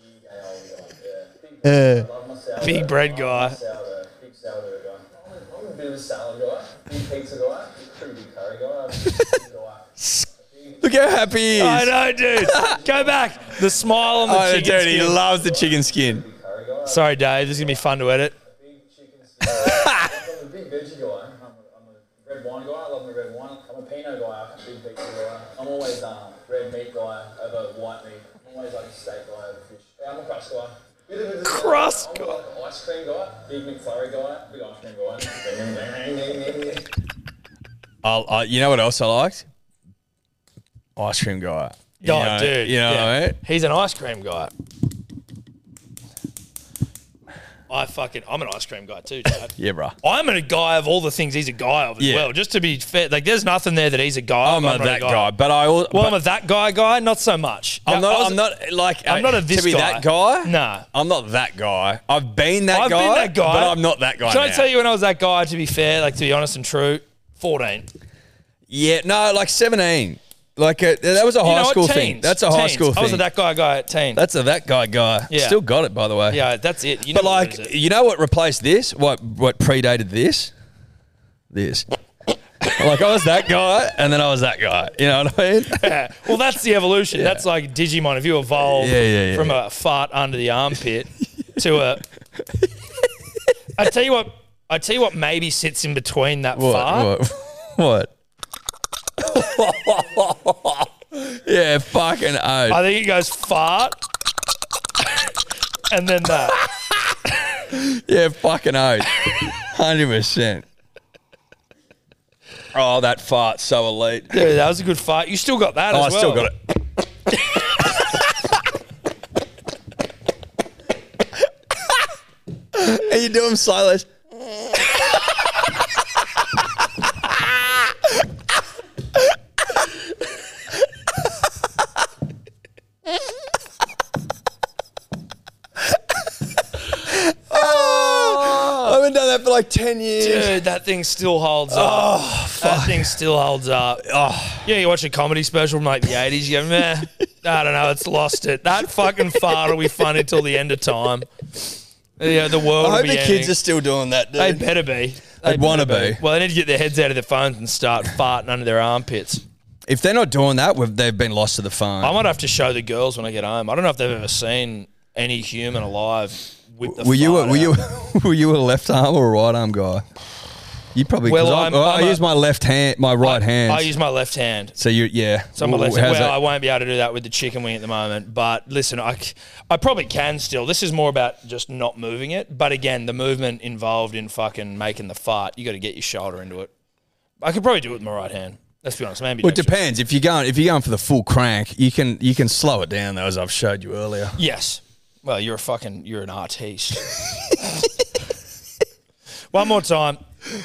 [SPEAKER 5] Big aioli guy. Yeah. Big, I love my sourdough.
[SPEAKER 3] Big bread
[SPEAKER 5] I love
[SPEAKER 3] guy.
[SPEAKER 5] my sourdough. Big sourdough guy. I'm a, I'm a bit of a salad guy. Big pizza guy. Pretty big curry guy. I'm a big chicken guy.
[SPEAKER 4] Look how happy he is.
[SPEAKER 3] I know, dude. Go back. The smile on the
[SPEAKER 4] Oh,
[SPEAKER 3] chicken
[SPEAKER 4] dude, he
[SPEAKER 3] skin.
[SPEAKER 4] loves the chicken skin.
[SPEAKER 5] Big curry guy.
[SPEAKER 3] Sorry, Dave. This is gonna be fun to edit.
[SPEAKER 5] Big chicken skin. I'm a big veggie guy. I'm a, I'm a red wine guy. I love my red wine. I'm a Pinot guy. I'm a big pizza guy. I'm always um, red meat guy over white meat. I'm always like a steak guy over fish. Yeah, I'm a crust guy. Bit of a-
[SPEAKER 3] Crust
[SPEAKER 5] I'm like an ice cream guy. Big McFlurry guy. Big ice cream guy.
[SPEAKER 4] *laughs* I'll, I, you know what else I liked? Ice cream guy. You
[SPEAKER 3] Oh,
[SPEAKER 4] know-
[SPEAKER 3] dude.
[SPEAKER 4] You know
[SPEAKER 3] yeah.
[SPEAKER 4] what I mean?
[SPEAKER 3] He's an ice cream guy. I fucking I'm an ice cream guy too,
[SPEAKER 4] *laughs*
[SPEAKER 3] Chad.
[SPEAKER 4] Yeah, bro.
[SPEAKER 3] I'm a guy of all the things he's a guy of as
[SPEAKER 4] Yeah.
[SPEAKER 3] well. Just to be fair, like there's nothing there that he's a guy.
[SPEAKER 4] I'm
[SPEAKER 3] of.
[SPEAKER 4] not
[SPEAKER 3] not
[SPEAKER 4] that guy, but I also.
[SPEAKER 3] Well, I'm a that guy guy, not so much.
[SPEAKER 4] I'm
[SPEAKER 3] Yeah, I
[SPEAKER 4] not.
[SPEAKER 3] was-
[SPEAKER 4] I'm not like.
[SPEAKER 3] I'm not a
[SPEAKER 4] to
[SPEAKER 3] this
[SPEAKER 4] be
[SPEAKER 3] guy.
[SPEAKER 4] that guy.
[SPEAKER 3] Nah.
[SPEAKER 4] I'm not that guy. I've been that
[SPEAKER 3] I've
[SPEAKER 4] guy.
[SPEAKER 3] been that guy.
[SPEAKER 4] but I'm not that guy.
[SPEAKER 3] Can I
[SPEAKER 4] now.
[SPEAKER 3] tell you when I was that guy? To be fair, like to be honest and true, 14.
[SPEAKER 4] Yeah, no, like 17. Like uh that was a
[SPEAKER 3] you
[SPEAKER 4] high
[SPEAKER 3] know
[SPEAKER 4] school
[SPEAKER 3] what?
[SPEAKER 4] thing.
[SPEAKER 3] Teens.
[SPEAKER 4] That's a high
[SPEAKER 3] Teens.
[SPEAKER 4] school
[SPEAKER 3] I was a
[SPEAKER 4] thing.
[SPEAKER 3] that guy guy at teens.
[SPEAKER 4] That's a that guy guy.
[SPEAKER 3] Yeah.
[SPEAKER 4] Still got it by the way.
[SPEAKER 3] yeah, that's it. You
[SPEAKER 4] But
[SPEAKER 3] never
[SPEAKER 4] like,
[SPEAKER 3] lose it.
[SPEAKER 4] you know what replaced this? What what predated this? This. like I was that guy, and then I was that guy. You know what I mean?
[SPEAKER 3] Yeah. Uh, Well, that's the evolution. That's like Digimon. If you evolve
[SPEAKER 4] Yeah, yeah, yeah,
[SPEAKER 3] from a fart under
[SPEAKER 4] *laughs*
[SPEAKER 3] the armpit to a, I tell you what, I tell you what, maybe sits in between that fart.
[SPEAKER 4] what? What? what? yeah, fucking
[SPEAKER 3] I
[SPEAKER 4] oh.
[SPEAKER 3] think it goes fart, and
[SPEAKER 4] *laughs*
[SPEAKER 3] then that.
[SPEAKER 4] Yeah, fucking oh. Hundred percent. Oh, that fart's so elite.
[SPEAKER 3] Dude, that was a good fart. You still got that
[SPEAKER 4] Oh,
[SPEAKER 3] as
[SPEAKER 4] I
[SPEAKER 3] well.
[SPEAKER 4] still got it. and you do them silas. Oh. like 10 years. Oh,
[SPEAKER 3] Dude, that thing still holds up. That thing still holds up. Oh. Yeah, you watch a comedy special from like the 80s, you go, meh, I don't know, it's lost it. That fucking fart will be funny till the end of time. Yeah, the world
[SPEAKER 2] I
[SPEAKER 3] will
[SPEAKER 2] hope
[SPEAKER 3] be
[SPEAKER 2] the kids
[SPEAKER 3] ending.
[SPEAKER 2] are still doing that, dude.
[SPEAKER 3] They better be. They
[SPEAKER 4] They'd wanna
[SPEAKER 3] better
[SPEAKER 4] be.
[SPEAKER 3] Well, they need to get their heads out of their phones and start farting under their armpits.
[SPEAKER 4] If they're not doing that, we've, they've been lost to the
[SPEAKER 3] I
[SPEAKER 4] farm.
[SPEAKER 3] might have to show the girls when I get home. I don't know if they've ever seen any human alive with the
[SPEAKER 4] Were you, a,
[SPEAKER 3] fart
[SPEAKER 4] were, you, *laughs*
[SPEAKER 3] out.
[SPEAKER 4] were you a left arm or a right arm guy? You probably,
[SPEAKER 3] Well,
[SPEAKER 4] well, i
[SPEAKER 3] I'm-
[SPEAKER 4] well, i
[SPEAKER 3] I'm a-
[SPEAKER 4] use my left hand, my right hand.
[SPEAKER 3] I use my left hand.
[SPEAKER 4] so you, yeah.
[SPEAKER 3] So I'm a
[SPEAKER 4] Ooh,
[SPEAKER 3] left.
[SPEAKER 4] how's
[SPEAKER 3] Well,
[SPEAKER 4] that?
[SPEAKER 3] I won't be able to do that with the chicken wing at the moment. But listen, I, c- I probably can still. This is more about just not moving it. But again, the movement involved in fucking making the fart, you got to get your shoulder into it. I could probably do it with my right hand. Let's be honest, maybe.
[SPEAKER 4] Well, it depends. If you're going, if you're going for the full crank, you can you can slow it down though, as I've showed you earlier.
[SPEAKER 3] Yes. Well, you're a fucking you're an artiste. *laughs* one more time.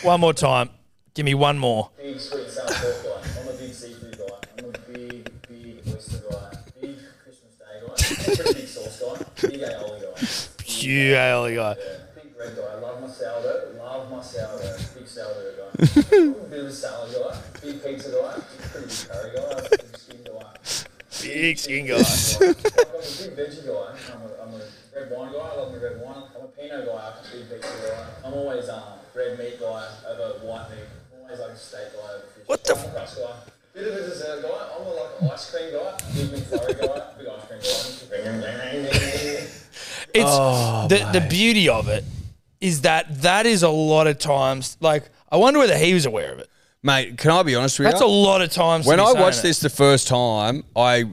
[SPEAKER 3] One more time. Give me one more.
[SPEAKER 5] Big sweet and sour pork guy. I'm a big seafood guy. I'm a big, big oyster guy. Big Christmas Day guy. Pretty big sauce guy. Big aioli guy.
[SPEAKER 3] You alley guy.
[SPEAKER 5] Big bread guy. Love my sourdough. Love my sourdough. Big sourdough guy. I'm a bit of a salad guy. Big pizza guy. Pretty big curry guy. Big skin guy.
[SPEAKER 3] Big skin guy.
[SPEAKER 6] *laughs*
[SPEAKER 5] I'm a big veggie guy. I'm a, I'm a red wine guy. I love my red wine. I'm a Pinot guy. I'm a big veggie guy. I'm always um, red meat guy over white meat. I'm always like a steak guy over fish. What the? I'm a crust guy. Bit of a dessert guy. I'm a, like an ice cream guy. Big McFlurry guy. Big ice cream guy.
[SPEAKER 3] It's
[SPEAKER 4] Oh,
[SPEAKER 3] the the beauty of it is that that is a lot of times. Like I wonder whether he was aware of it.
[SPEAKER 4] Mate, can I be honest with
[SPEAKER 3] That's
[SPEAKER 4] you?
[SPEAKER 3] a lot of times. to
[SPEAKER 4] when
[SPEAKER 3] be
[SPEAKER 4] I
[SPEAKER 3] saying
[SPEAKER 4] watched
[SPEAKER 3] it.
[SPEAKER 4] this the first time, I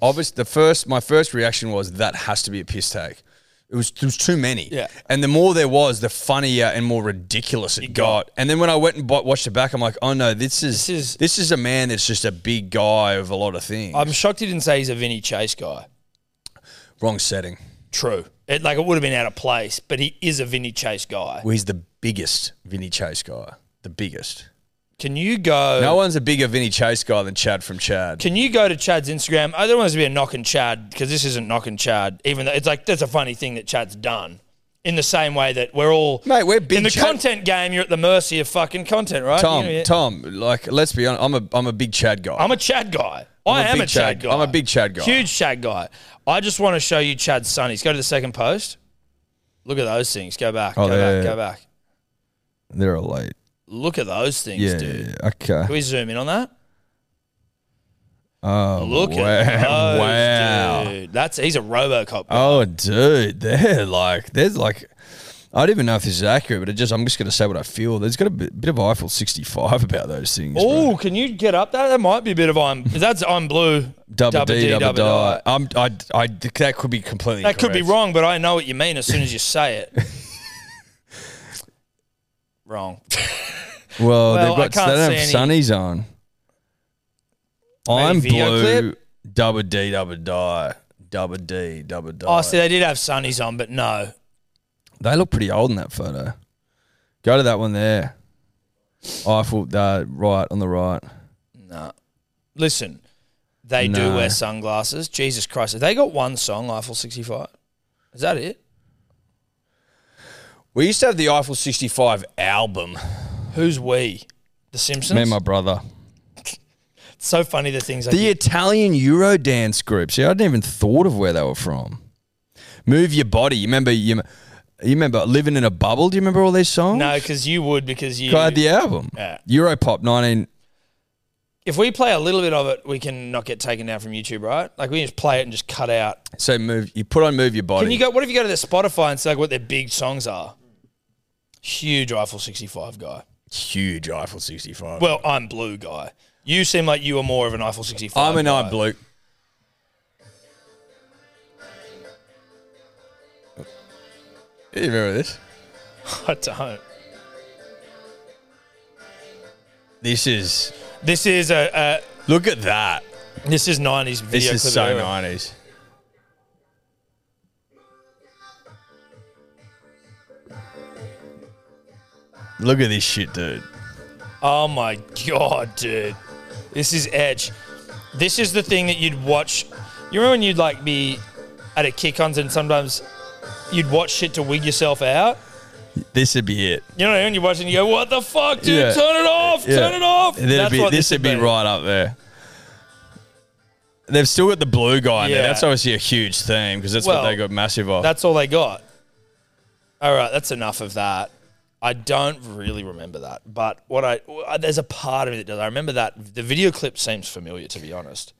[SPEAKER 4] obviously the first my first reaction was that has to be a piss take. It was there was too many.
[SPEAKER 3] Yeah.
[SPEAKER 4] And the more there was, the funnier and more ridiculous it, got. And then when I went and bought, watched it back, I'm like, oh no, this is this
[SPEAKER 3] is-
[SPEAKER 4] is, a man that's just a big guy of a lot of things.
[SPEAKER 3] I'm shocked he didn't say he's a Vinny Chase guy.
[SPEAKER 4] Wrong setting.
[SPEAKER 3] True. It, like it would have been out of place, but he is a Vinny Chase guy.
[SPEAKER 4] Well, he's the biggest Vinny Chase guy. The biggest.
[SPEAKER 3] Can you go?
[SPEAKER 4] No one's a bigger Vinny Chase guy than Chad from Chad.
[SPEAKER 3] Can you go to Chad's Instagram? I don't want this to be a knocking Chad because this isn't knocking Chad. Even though it's like that's a funny thing that Chad's done. In the same way that we're all
[SPEAKER 4] Mate, we're big
[SPEAKER 3] in the
[SPEAKER 4] Chad-
[SPEAKER 3] content game. You're at the mercy of fucking content, right?
[SPEAKER 4] Tom,
[SPEAKER 3] You know,
[SPEAKER 4] Tom, like, let's be honest. I'm a, I'm a big Chad guy.
[SPEAKER 3] I'm a Chad guy. I
[SPEAKER 4] I'm a
[SPEAKER 3] am
[SPEAKER 4] big
[SPEAKER 3] a Chad
[SPEAKER 4] Chad-
[SPEAKER 3] guy.
[SPEAKER 4] I'm a big Chad guy.
[SPEAKER 3] Huge Chad guy. I just want to show you Chad's sunnies. Go to the second post. Look at those things. Go back.
[SPEAKER 4] Oh,
[SPEAKER 3] go
[SPEAKER 4] yeah,
[SPEAKER 3] back.
[SPEAKER 4] yeah,
[SPEAKER 3] Go
[SPEAKER 4] yeah.
[SPEAKER 3] back.
[SPEAKER 4] They're all late.
[SPEAKER 3] Look at those things,
[SPEAKER 4] Yeah,
[SPEAKER 3] dude.
[SPEAKER 4] yeah, okay.
[SPEAKER 3] Can we zoom in on that?
[SPEAKER 4] Oh,
[SPEAKER 3] Look
[SPEAKER 4] wow.
[SPEAKER 3] at
[SPEAKER 4] *laughs*
[SPEAKER 3] those,
[SPEAKER 4] wow.
[SPEAKER 3] dude. That's he's a RoboCop.
[SPEAKER 4] Oh, dude, *laughs* they're like, there's like, I don't even know if this is accurate, but it just, I'm just going to say what I feel. There's got a bit, bit of Eiffel 65 about those things. bro.
[SPEAKER 3] Oh, can you get up that? That might be a bit of I'm. That's I'm blue.
[SPEAKER 4] *laughs* double D, double
[SPEAKER 3] di.
[SPEAKER 4] die. I'm, I, I, that could be completely.
[SPEAKER 3] That could be
[SPEAKER 4] correct.
[SPEAKER 3] wrong, but I know what you mean as soon as you
[SPEAKER 4] *laughs*
[SPEAKER 3] say it. wrong.
[SPEAKER 4] Well,
[SPEAKER 3] Well, I
[SPEAKER 4] they've got
[SPEAKER 3] can't
[SPEAKER 4] they don't have
[SPEAKER 3] see any-
[SPEAKER 4] sunnies on. I'm
[SPEAKER 3] video
[SPEAKER 4] blue.
[SPEAKER 3] clip?
[SPEAKER 4] Double D, double die. Double D, double die.
[SPEAKER 3] Oh, see, they did have sunnies on, but no.
[SPEAKER 4] They look pretty old in that photo. Go to that one there. Eiffel, uh, right on the right.
[SPEAKER 3] Listen, they do
[SPEAKER 4] No.
[SPEAKER 3] wear sunglasses. Jesus Christ, have they got one song, Eiffel 65? Is that it?
[SPEAKER 4] We used to have the Eiffel 65 album.
[SPEAKER 3] Who's we? The Simpsons.
[SPEAKER 4] Me and my brother.
[SPEAKER 3] It's so funny the things. They
[SPEAKER 4] The
[SPEAKER 3] do.
[SPEAKER 4] Italian Eurodance group. See, I didn't even thought of where they were from. Move your body. You remember you, you remember living in a bubble? Do you remember all these songs?
[SPEAKER 3] No, because you would because you.
[SPEAKER 4] I had the album.
[SPEAKER 3] Yeah.
[SPEAKER 4] Europop 19
[SPEAKER 3] if we play a little bit of it, we can not get taken down from YouTube, right? Like we can just play it and just cut out
[SPEAKER 4] So move. You put on move your body.
[SPEAKER 3] Can you go? What if you go to their Spotify and see like what their big songs are? Huge Eiffel 65 guy.
[SPEAKER 4] huge Eiffel 65?
[SPEAKER 3] Well, I'm blue guy. You seem like you are more of an Eiffel 65.
[SPEAKER 4] I'm an
[SPEAKER 3] guy.
[SPEAKER 4] eye blue. You remember this?
[SPEAKER 3] *laughs* I don't.
[SPEAKER 4] This is.
[SPEAKER 3] This is a,
[SPEAKER 4] Look at that.
[SPEAKER 3] a this is 90s
[SPEAKER 4] This
[SPEAKER 3] video.
[SPEAKER 4] is
[SPEAKER 3] clip
[SPEAKER 4] so
[SPEAKER 3] era.
[SPEAKER 4] 90s. Look at this shit, dude.
[SPEAKER 3] Oh my god, dude. This is edge. This is the thing that you'd watch. You remember when you'd like be at a kick ons and sometimes you'd watch shit to wig yourself out?
[SPEAKER 4] this would be it.
[SPEAKER 3] You know what I mean? You're watching, you go, what the fuck, dude?
[SPEAKER 4] Yeah.
[SPEAKER 3] Turn it off, turn
[SPEAKER 4] Yeah.
[SPEAKER 3] it off.
[SPEAKER 4] That'd be-
[SPEAKER 3] what
[SPEAKER 4] this would be right up there. They've still got the blue guy in there.
[SPEAKER 3] Yeah.
[SPEAKER 4] That's obviously a huge theme because that's
[SPEAKER 3] Well,
[SPEAKER 4] what they got massive off.
[SPEAKER 3] That's all they got. All right, that's enough of that. I don't really remember that, but what I uh, there's a part of it that does. I remember that the video clip seems familiar, to be honest.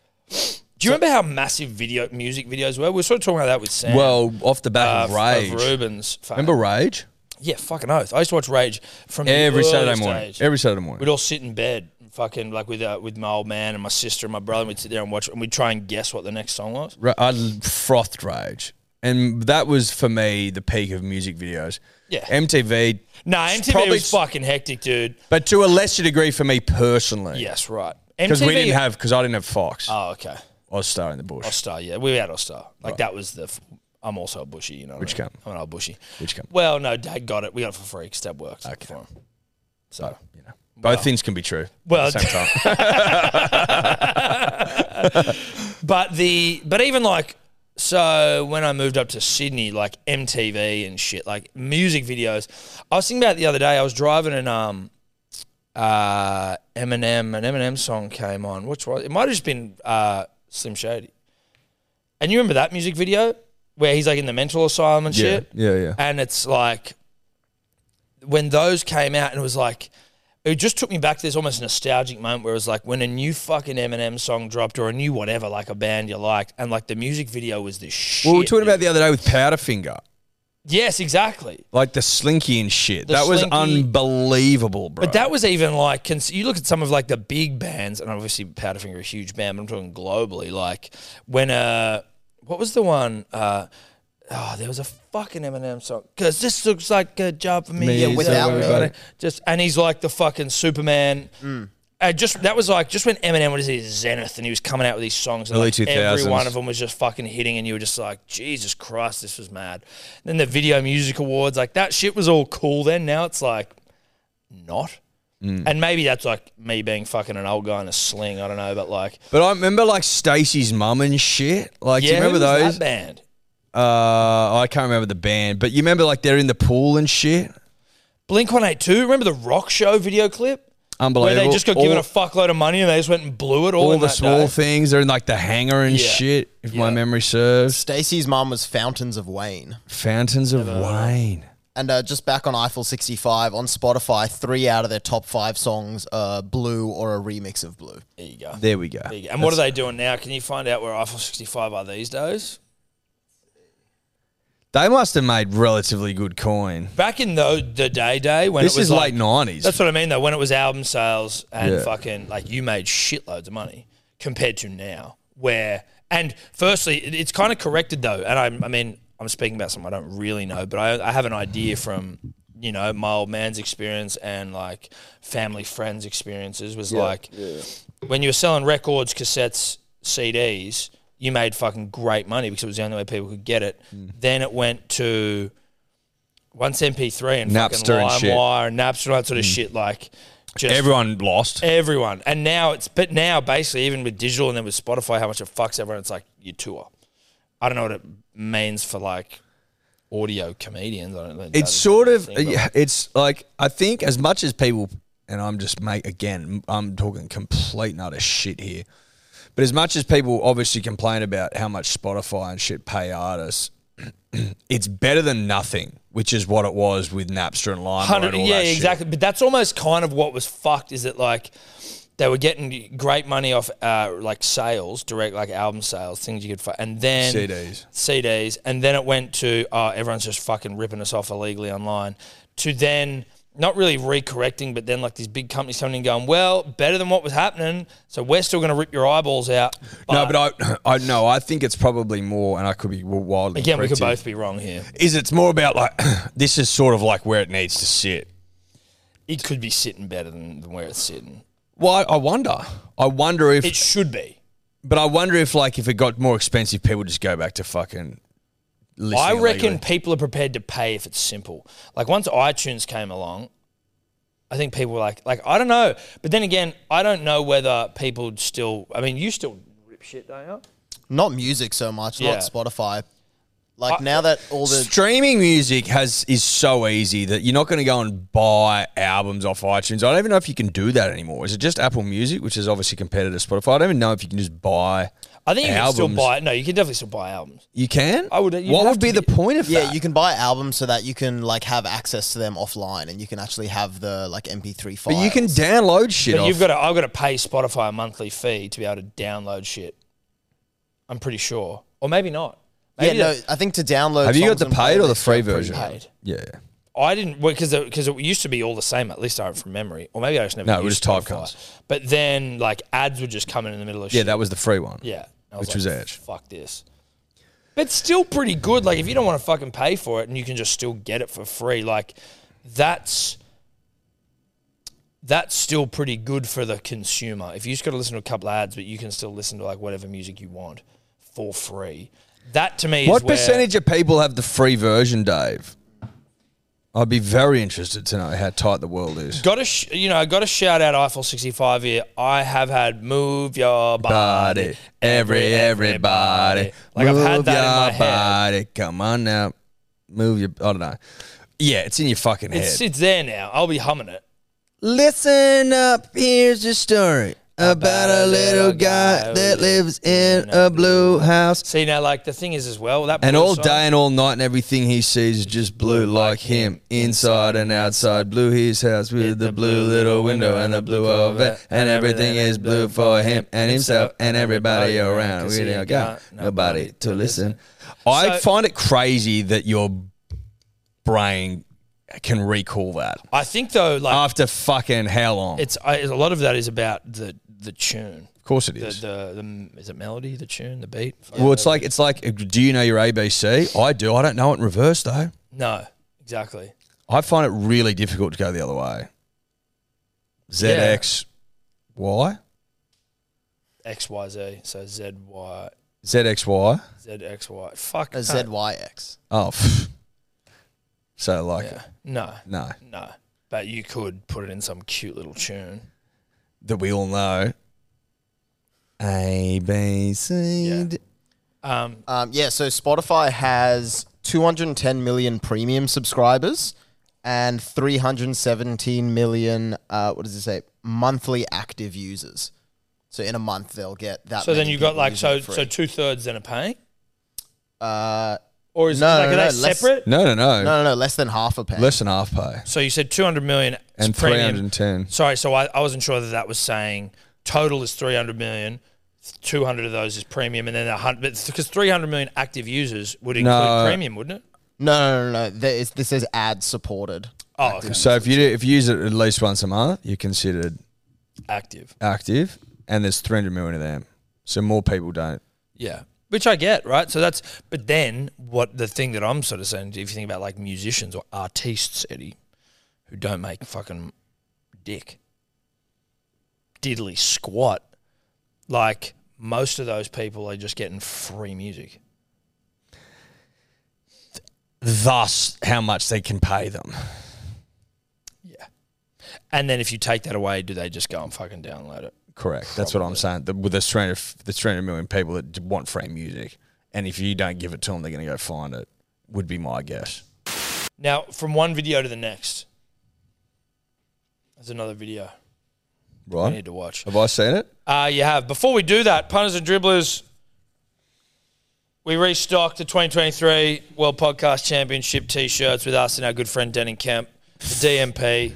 [SPEAKER 3] Do you remember how massive video music videos were? We were sort of talking about that with Sam.
[SPEAKER 4] well, off the
[SPEAKER 3] uh,
[SPEAKER 4] back
[SPEAKER 3] f-
[SPEAKER 4] of Rage.
[SPEAKER 3] of Rubens. fame.
[SPEAKER 4] Remember Rage?
[SPEAKER 3] Yeah, fucking oath. I used to watch Rage from the
[SPEAKER 4] Every
[SPEAKER 3] early
[SPEAKER 4] Saturday morning.
[SPEAKER 3] stage.
[SPEAKER 4] Every Saturday morning.
[SPEAKER 3] We'd all sit in bed, fucking like with uh, with my old man and my sister and my brother. and We'd sit there and watch, it, and we'd try and guess what the next song was.
[SPEAKER 4] Ra- I l- frothed Rage. And that was for me the peak of music videos.
[SPEAKER 3] Yeah.
[SPEAKER 4] MTV.
[SPEAKER 3] No, MTV
[SPEAKER 4] probably
[SPEAKER 3] was
[SPEAKER 4] s-
[SPEAKER 3] fucking hectic, dude.
[SPEAKER 4] But to a lesser degree for me personally.
[SPEAKER 3] Yes, right.
[SPEAKER 4] Because we
[SPEAKER 3] MTV
[SPEAKER 4] didn't have, because I didn't have Fox.
[SPEAKER 3] Oh, okay.
[SPEAKER 4] I was star in the bush.
[SPEAKER 3] Ostar, yeah, we had Ostar. Like that was the. F- I'm also a bushy, you know. what
[SPEAKER 4] Which
[SPEAKER 3] I mean?
[SPEAKER 4] camp?
[SPEAKER 3] I'm an old bushy.
[SPEAKER 4] Which camp?
[SPEAKER 3] Well, no, Dad got it. We got it for free. Stab works. Okay. For him. So
[SPEAKER 4] you know, both things can be true.
[SPEAKER 3] Well-
[SPEAKER 4] at the
[SPEAKER 3] *laughs*
[SPEAKER 4] same time.
[SPEAKER 3] But the but even like so when I moved up to Sydney, like MTV and shit, like music videos. I was thinking about it the other day. I was driving and um uh Eminem an Eminem song came on. Which was it might have just been uh Slim Shady. And you remember that music video where he's like in the mental asylum and
[SPEAKER 4] yeah,
[SPEAKER 3] shit?
[SPEAKER 4] yeah, yeah.
[SPEAKER 3] And it's like when those came out, and it was like it just took me back to this almost nostalgic moment where it was like when a new fucking Eminem song dropped or a new whatever, like a band you liked, and like the music video was this shit.
[SPEAKER 4] Well, we were talking about the other day with Powderfinger,
[SPEAKER 3] yes, exactly.
[SPEAKER 4] like the slinky and shit.
[SPEAKER 3] The
[SPEAKER 4] that was
[SPEAKER 3] Slinky-
[SPEAKER 4] unbelievable, bro.
[SPEAKER 3] But that was even like cons- you look at some of like the big bands, and obviously Powderfinger are a huge band, but I'm talking globally. Like when uh, what was the one? Uh, oh, there was a fucking Eminem song because this looks like a job for me.
[SPEAKER 4] Me,
[SPEAKER 3] yeah, without
[SPEAKER 4] so
[SPEAKER 3] me.
[SPEAKER 4] everybody-
[SPEAKER 3] just and he's like the fucking Superman.
[SPEAKER 4] Mm.
[SPEAKER 3] And just that was like just when Eminem was at his zenith, and he was coming out with these songs. And
[SPEAKER 4] Early
[SPEAKER 3] like, every
[SPEAKER 4] 2000s.
[SPEAKER 3] one of them was just fucking hitting, and you were just like, Jesus Christ, this was mad. then the Video Music Awards, like that shit was all cool then. Now it's like not.
[SPEAKER 4] Mm.
[SPEAKER 3] And maybe that's like me being fucking an old guy in a sling. I don't know, but like,
[SPEAKER 4] But I remember like Stacy's mum and shit. Like, do
[SPEAKER 3] yeah,
[SPEAKER 4] you remember
[SPEAKER 3] who
[SPEAKER 4] those?
[SPEAKER 3] was that band?
[SPEAKER 4] Uh, I can't remember the band, but you remember like they're in the pool and shit.
[SPEAKER 3] Blink One Eight Two. Remember the rock show video clip where
[SPEAKER 4] Unbelievable.
[SPEAKER 3] they just got given
[SPEAKER 4] all,
[SPEAKER 3] a fuckload of money and they just went and blew it all.
[SPEAKER 4] all
[SPEAKER 3] in
[SPEAKER 4] the
[SPEAKER 3] that
[SPEAKER 4] small
[SPEAKER 3] day?
[SPEAKER 4] things. They're in like the hangar and
[SPEAKER 3] Yeah.
[SPEAKER 4] shit. If my
[SPEAKER 3] Yeah.
[SPEAKER 4] memory serves,
[SPEAKER 6] Stacy's mum was Fountains of Wayne.
[SPEAKER 4] Fountains of Wayne.
[SPEAKER 6] And uh, just back on Eiffel 65 on Spotify, three out of their top five songs are Blue or a remix of Blue.
[SPEAKER 3] There you go.
[SPEAKER 4] There we go.
[SPEAKER 3] There you go. And what are they doing now? Can you find out where Eiffel 65 are these days?
[SPEAKER 4] They must have made relatively good coin.
[SPEAKER 3] Back in the, the day, day when
[SPEAKER 4] This
[SPEAKER 3] it was
[SPEAKER 4] is
[SPEAKER 3] like,
[SPEAKER 4] late nineties.
[SPEAKER 3] That's what I mean though. When it was album sales and
[SPEAKER 4] Yeah.
[SPEAKER 3] fucking like you made shitloads of money compared to now, where and firstly it, it's kind of corrected though. And I'm, I mean I'm speaking about something I don't really know, but I, I have an idea from you know my old man's experience and like family friends experiences was like when you were selling records, cassettes, CDs, you made fucking great money because it was the only way people could get it.
[SPEAKER 4] Mm.
[SPEAKER 3] Then it went to once MP3 and
[SPEAKER 4] Napster and
[SPEAKER 3] fucking
[SPEAKER 4] shit.
[SPEAKER 3] LimeWire and Napster and that sort of shit. Like just
[SPEAKER 4] Mm. Everyone lost.
[SPEAKER 3] everyone. And now it's but now basically even with digital and then with Spotify, how much it fucks everyone. It's like you tour. I don't know what it means for like audio comedians. I don't know.
[SPEAKER 4] it's sort of yeah, it's like I think as much as people and I'm just mate again I'm talking complete and utter shit here, but as much as people obviously complain about how much Spotify and shit pay artists, *clears throat* it's better than nothing, which is what it was with Napster and LimeWire.
[SPEAKER 3] hundred.
[SPEAKER 4] and all
[SPEAKER 3] Yeah,
[SPEAKER 4] that shit.
[SPEAKER 3] exactly. But that's almost kind of what was fucked. Is that like they were getting great money off uh, like sales, direct like album sales, things you could find, and then
[SPEAKER 4] CDs.
[SPEAKER 3] CDs, and then it went to oh, everyone's just fucking ripping us off illegally online. To then not really recorrecting, but then like these big companies coming in going, well, better than what was happening, so we're still going to rip your eyeballs out.
[SPEAKER 4] No, but I, *clears throat* I no, I think it's probably more, and I could be wildly
[SPEAKER 3] again, we could
[SPEAKER 4] corrected,
[SPEAKER 3] both be wrong here.
[SPEAKER 4] Is it's more about like *clears throat* this is sort of like where it needs to sit.
[SPEAKER 3] It could be sitting better than, than where it's sitting.
[SPEAKER 4] Well, I, I wonder. I wonder if
[SPEAKER 3] It should be.
[SPEAKER 4] But I wonder if, like, if it got more expensive, people just go back to fucking. listening
[SPEAKER 3] I reckon
[SPEAKER 4] illegally.
[SPEAKER 3] people are prepared to pay if it's simple. Like once iTunes came along, I think people were like, like I don't know. But then again, I don't know whether people still. I mean, you still rip shit, don't you?
[SPEAKER 6] Not music so much,
[SPEAKER 3] Yeah.
[SPEAKER 6] not Spotify. Like now that all the
[SPEAKER 4] Streaming music has is so easy that you're not going to go and buy albums off iTunes. I don't even know if you can do that anymore. Is it just Apple Music, which is obviously competitive to Spotify? I don't even know if you can just buy.
[SPEAKER 3] I think you
[SPEAKER 4] albums.
[SPEAKER 3] can still buy. No, you can definitely still buy albums.
[SPEAKER 4] You can.
[SPEAKER 3] I would- you'd
[SPEAKER 4] What
[SPEAKER 3] have
[SPEAKER 4] would
[SPEAKER 3] to
[SPEAKER 4] be, the
[SPEAKER 3] be-
[SPEAKER 4] point of
[SPEAKER 6] yeah,
[SPEAKER 4] that?
[SPEAKER 6] you can buy albums so that you can like have access to them offline, and you can actually have the like MP3 file.
[SPEAKER 4] but you can download shit.
[SPEAKER 3] But
[SPEAKER 4] off.
[SPEAKER 3] you've got to. I've got to pay Spotify a monthly fee to be able to download shit. I'm pretty sure, or maybe not.
[SPEAKER 6] yeah,
[SPEAKER 3] Maybe
[SPEAKER 6] no,
[SPEAKER 3] that-
[SPEAKER 6] I think to download.
[SPEAKER 4] Have you got
[SPEAKER 6] songs
[SPEAKER 4] the
[SPEAKER 6] and
[SPEAKER 4] paid or the
[SPEAKER 6] playlists,
[SPEAKER 4] free
[SPEAKER 6] you're pretty
[SPEAKER 4] version?
[SPEAKER 6] paid.
[SPEAKER 3] paid.
[SPEAKER 4] yeah, yeah.
[SPEAKER 3] I didn't because because it used to be all the same. At least I from memory, or maybe I just never.
[SPEAKER 4] No, it
[SPEAKER 3] used
[SPEAKER 4] was
[SPEAKER 3] Spotify.
[SPEAKER 4] typecast.
[SPEAKER 3] But then like ads would just come in in the middle of
[SPEAKER 4] yeah.
[SPEAKER 3] shit.
[SPEAKER 4] That was the free one.
[SPEAKER 3] yeah, I
[SPEAKER 4] which was Edge.
[SPEAKER 3] Fuck this. But still pretty good. Like if you don't want to fucking pay for it and you can just still get it for free, like that's that's still pretty good for the consumer. If you just got to listen to a couple ads, but you can still listen to like whatever music you want for free. That to me is
[SPEAKER 4] What
[SPEAKER 3] where-
[SPEAKER 4] percentage of people have the free version, Dave? I'd be very interested to know how tight the world is.
[SPEAKER 3] Got to, sh- you know, I got to shout out Eiffel 65 here. I have had move your body,
[SPEAKER 4] Body, every everybody.
[SPEAKER 3] Like I've had
[SPEAKER 4] Move
[SPEAKER 3] that
[SPEAKER 4] your
[SPEAKER 3] in my head.
[SPEAKER 4] body. Come on now, move your. I don't know. Yeah, it's in your fucking head.
[SPEAKER 3] It's, it's there now. I'll be humming it.
[SPEAKER 4] Listen up, here's a story about a little guy that lives in a blue house.
[SPEAKER 3] See now, like the thing is as well that
[SPEAKER 4] And
[SPEAKER 3] blue
[SPEAKER 4] all
[SPEAKER 3] song-
[SPEAKER 4] day and all night, and everything he sees is just blue like him, inside and outside. Blue his house with the blue little window and the blue over, and everything is blue for him and himself and everybody around. We don't got nobody to listen. I
[SPEAKER 3] So-
[SPEAKER 4] find it crazy that your brain can recall that
[SPEAKER 3] I think though, like
[SPEAKER 4] after fucking how long?
[SPEAKER 3] it's I, a lot of that is about the the tune,
[SPEAKER 4] Of course, it
[SPEAKER 3] the,
[SPEAKER 4] is.
[SPEAKER 3] the the is it melody, the tune, the beat.
[SPEAKER 4] Well, it's like it's like. Do you know your ABC? I do. I don't know it in reverse though.
[SPEAKER 3] No, exactly.
[SPEAKER 4] I find it really difficult to go the other way. ZX, Y,
[SPEAKER 3] X Y Z. So Z Y
[SPEAKER 4] ZXY.
[SPEAKER 3] Z X Y. Fuck.
[SPEAKER 6] A
[SPEAKER 3] no.
[SPEAKER 6] ZYX.
[SPEAKER 4] Oh, *laughs* pff. so like
[SPEAKER 3] Yeah. No.
[SPEAKER 4] no,
[SPEAKER 3] No. But you could put it in some cute little tune.
[SPEAKER 4] that we all know. A B C.
[SPEAKER 3] Yeah.
[SPEAKER 4] D-
[SPEAKER 3] Um,
[SPEAKER 6] Um, yeah, so Spotify has 210 million premium subscribers and 317 million, uh, what does it say, monthly active users. So in a month, they'll get that.
[SPEAKER 3] so then
[SPEAKER 6] many
[SPEAKER 3] you got
[SPEAKER 6] Ah, people
[SPEAKER 3] like
[SPEAKER 6] using
[SPEAKER 3] so
[SPEAKER 6] it free.
[SPEAKER 3] so two thirds then are paying,
[SPEAKER 6] Uh,
[SPEAKER 3] or is
[SPEAKER 6] No,
[SPEAKER 3] like
[SPEAKER 6] no,
[SPEAKER 3] are
[SPEAKER 6] no,
[SPEAKER 3] they
[SPEAKER 6] less-
[SPEAKER 3] separate?
[SPEAKER 4] No, no, no,
[SPEAKER 6] no, no, no, less than half a pay.
[SPEAKER 4] Less than half pay
[SPEAKER 3] So you said two hundred million
[SPEAKER 4] and
[SPEAKER 3] premium.
[SPEAKER 4] three hundred and ten.
[SPEAKER 3] Sorry, so I, I wasn't sure that that was saying total is 300 million, 200 of those is premium, and then 100, because 300 million active users would include
[SPEAKER 4] No.
[SPEAKER 3] premium, wouldn't it?
[SPEAKER 6] no, no, no, no. There is, this is ad supported.
[SPEAKER 3] Oh, okay.
[SPEAKER 4] So if you do, if you use it at least once a month, you're considered
[SPEAKER 3] Active.
[SPEAKER 4] active, and there's 300 million of them. So more people don't.
[SPEAKER 3] Yeah. Which I get, right? So that's, but then what the thing that I'm sort of saying, if you think about like musicians or artists, Eddie, who don't make fucking dick, diddly squat, like most of those people are just getting free music.
[SPEAKER 4] Thus, how much they can pay them.
[SPEAKER 3] Yeah. And then if you take that away, do they just go and fucking download it?
[SPEAKER 4] Correct. That's what I'm saying. The, with the 300, the 300 million people that d- want free music, and if you don't give it to them, they're going to go find it. Would be my guess.
[SPEAKER 3] Now, from one video to the next, there's another video I
[SPEAKER 4] Right?
[SPEAKER 3] need to watch.
[SPEAKER 4] Have I seen it?
[SPEAKER 3] Uh, you have. Before we do that, punters and dribblers, we restocked the 2023 World Podcast Championship t shirts with us and our good friend Denning Kemp, the DMP,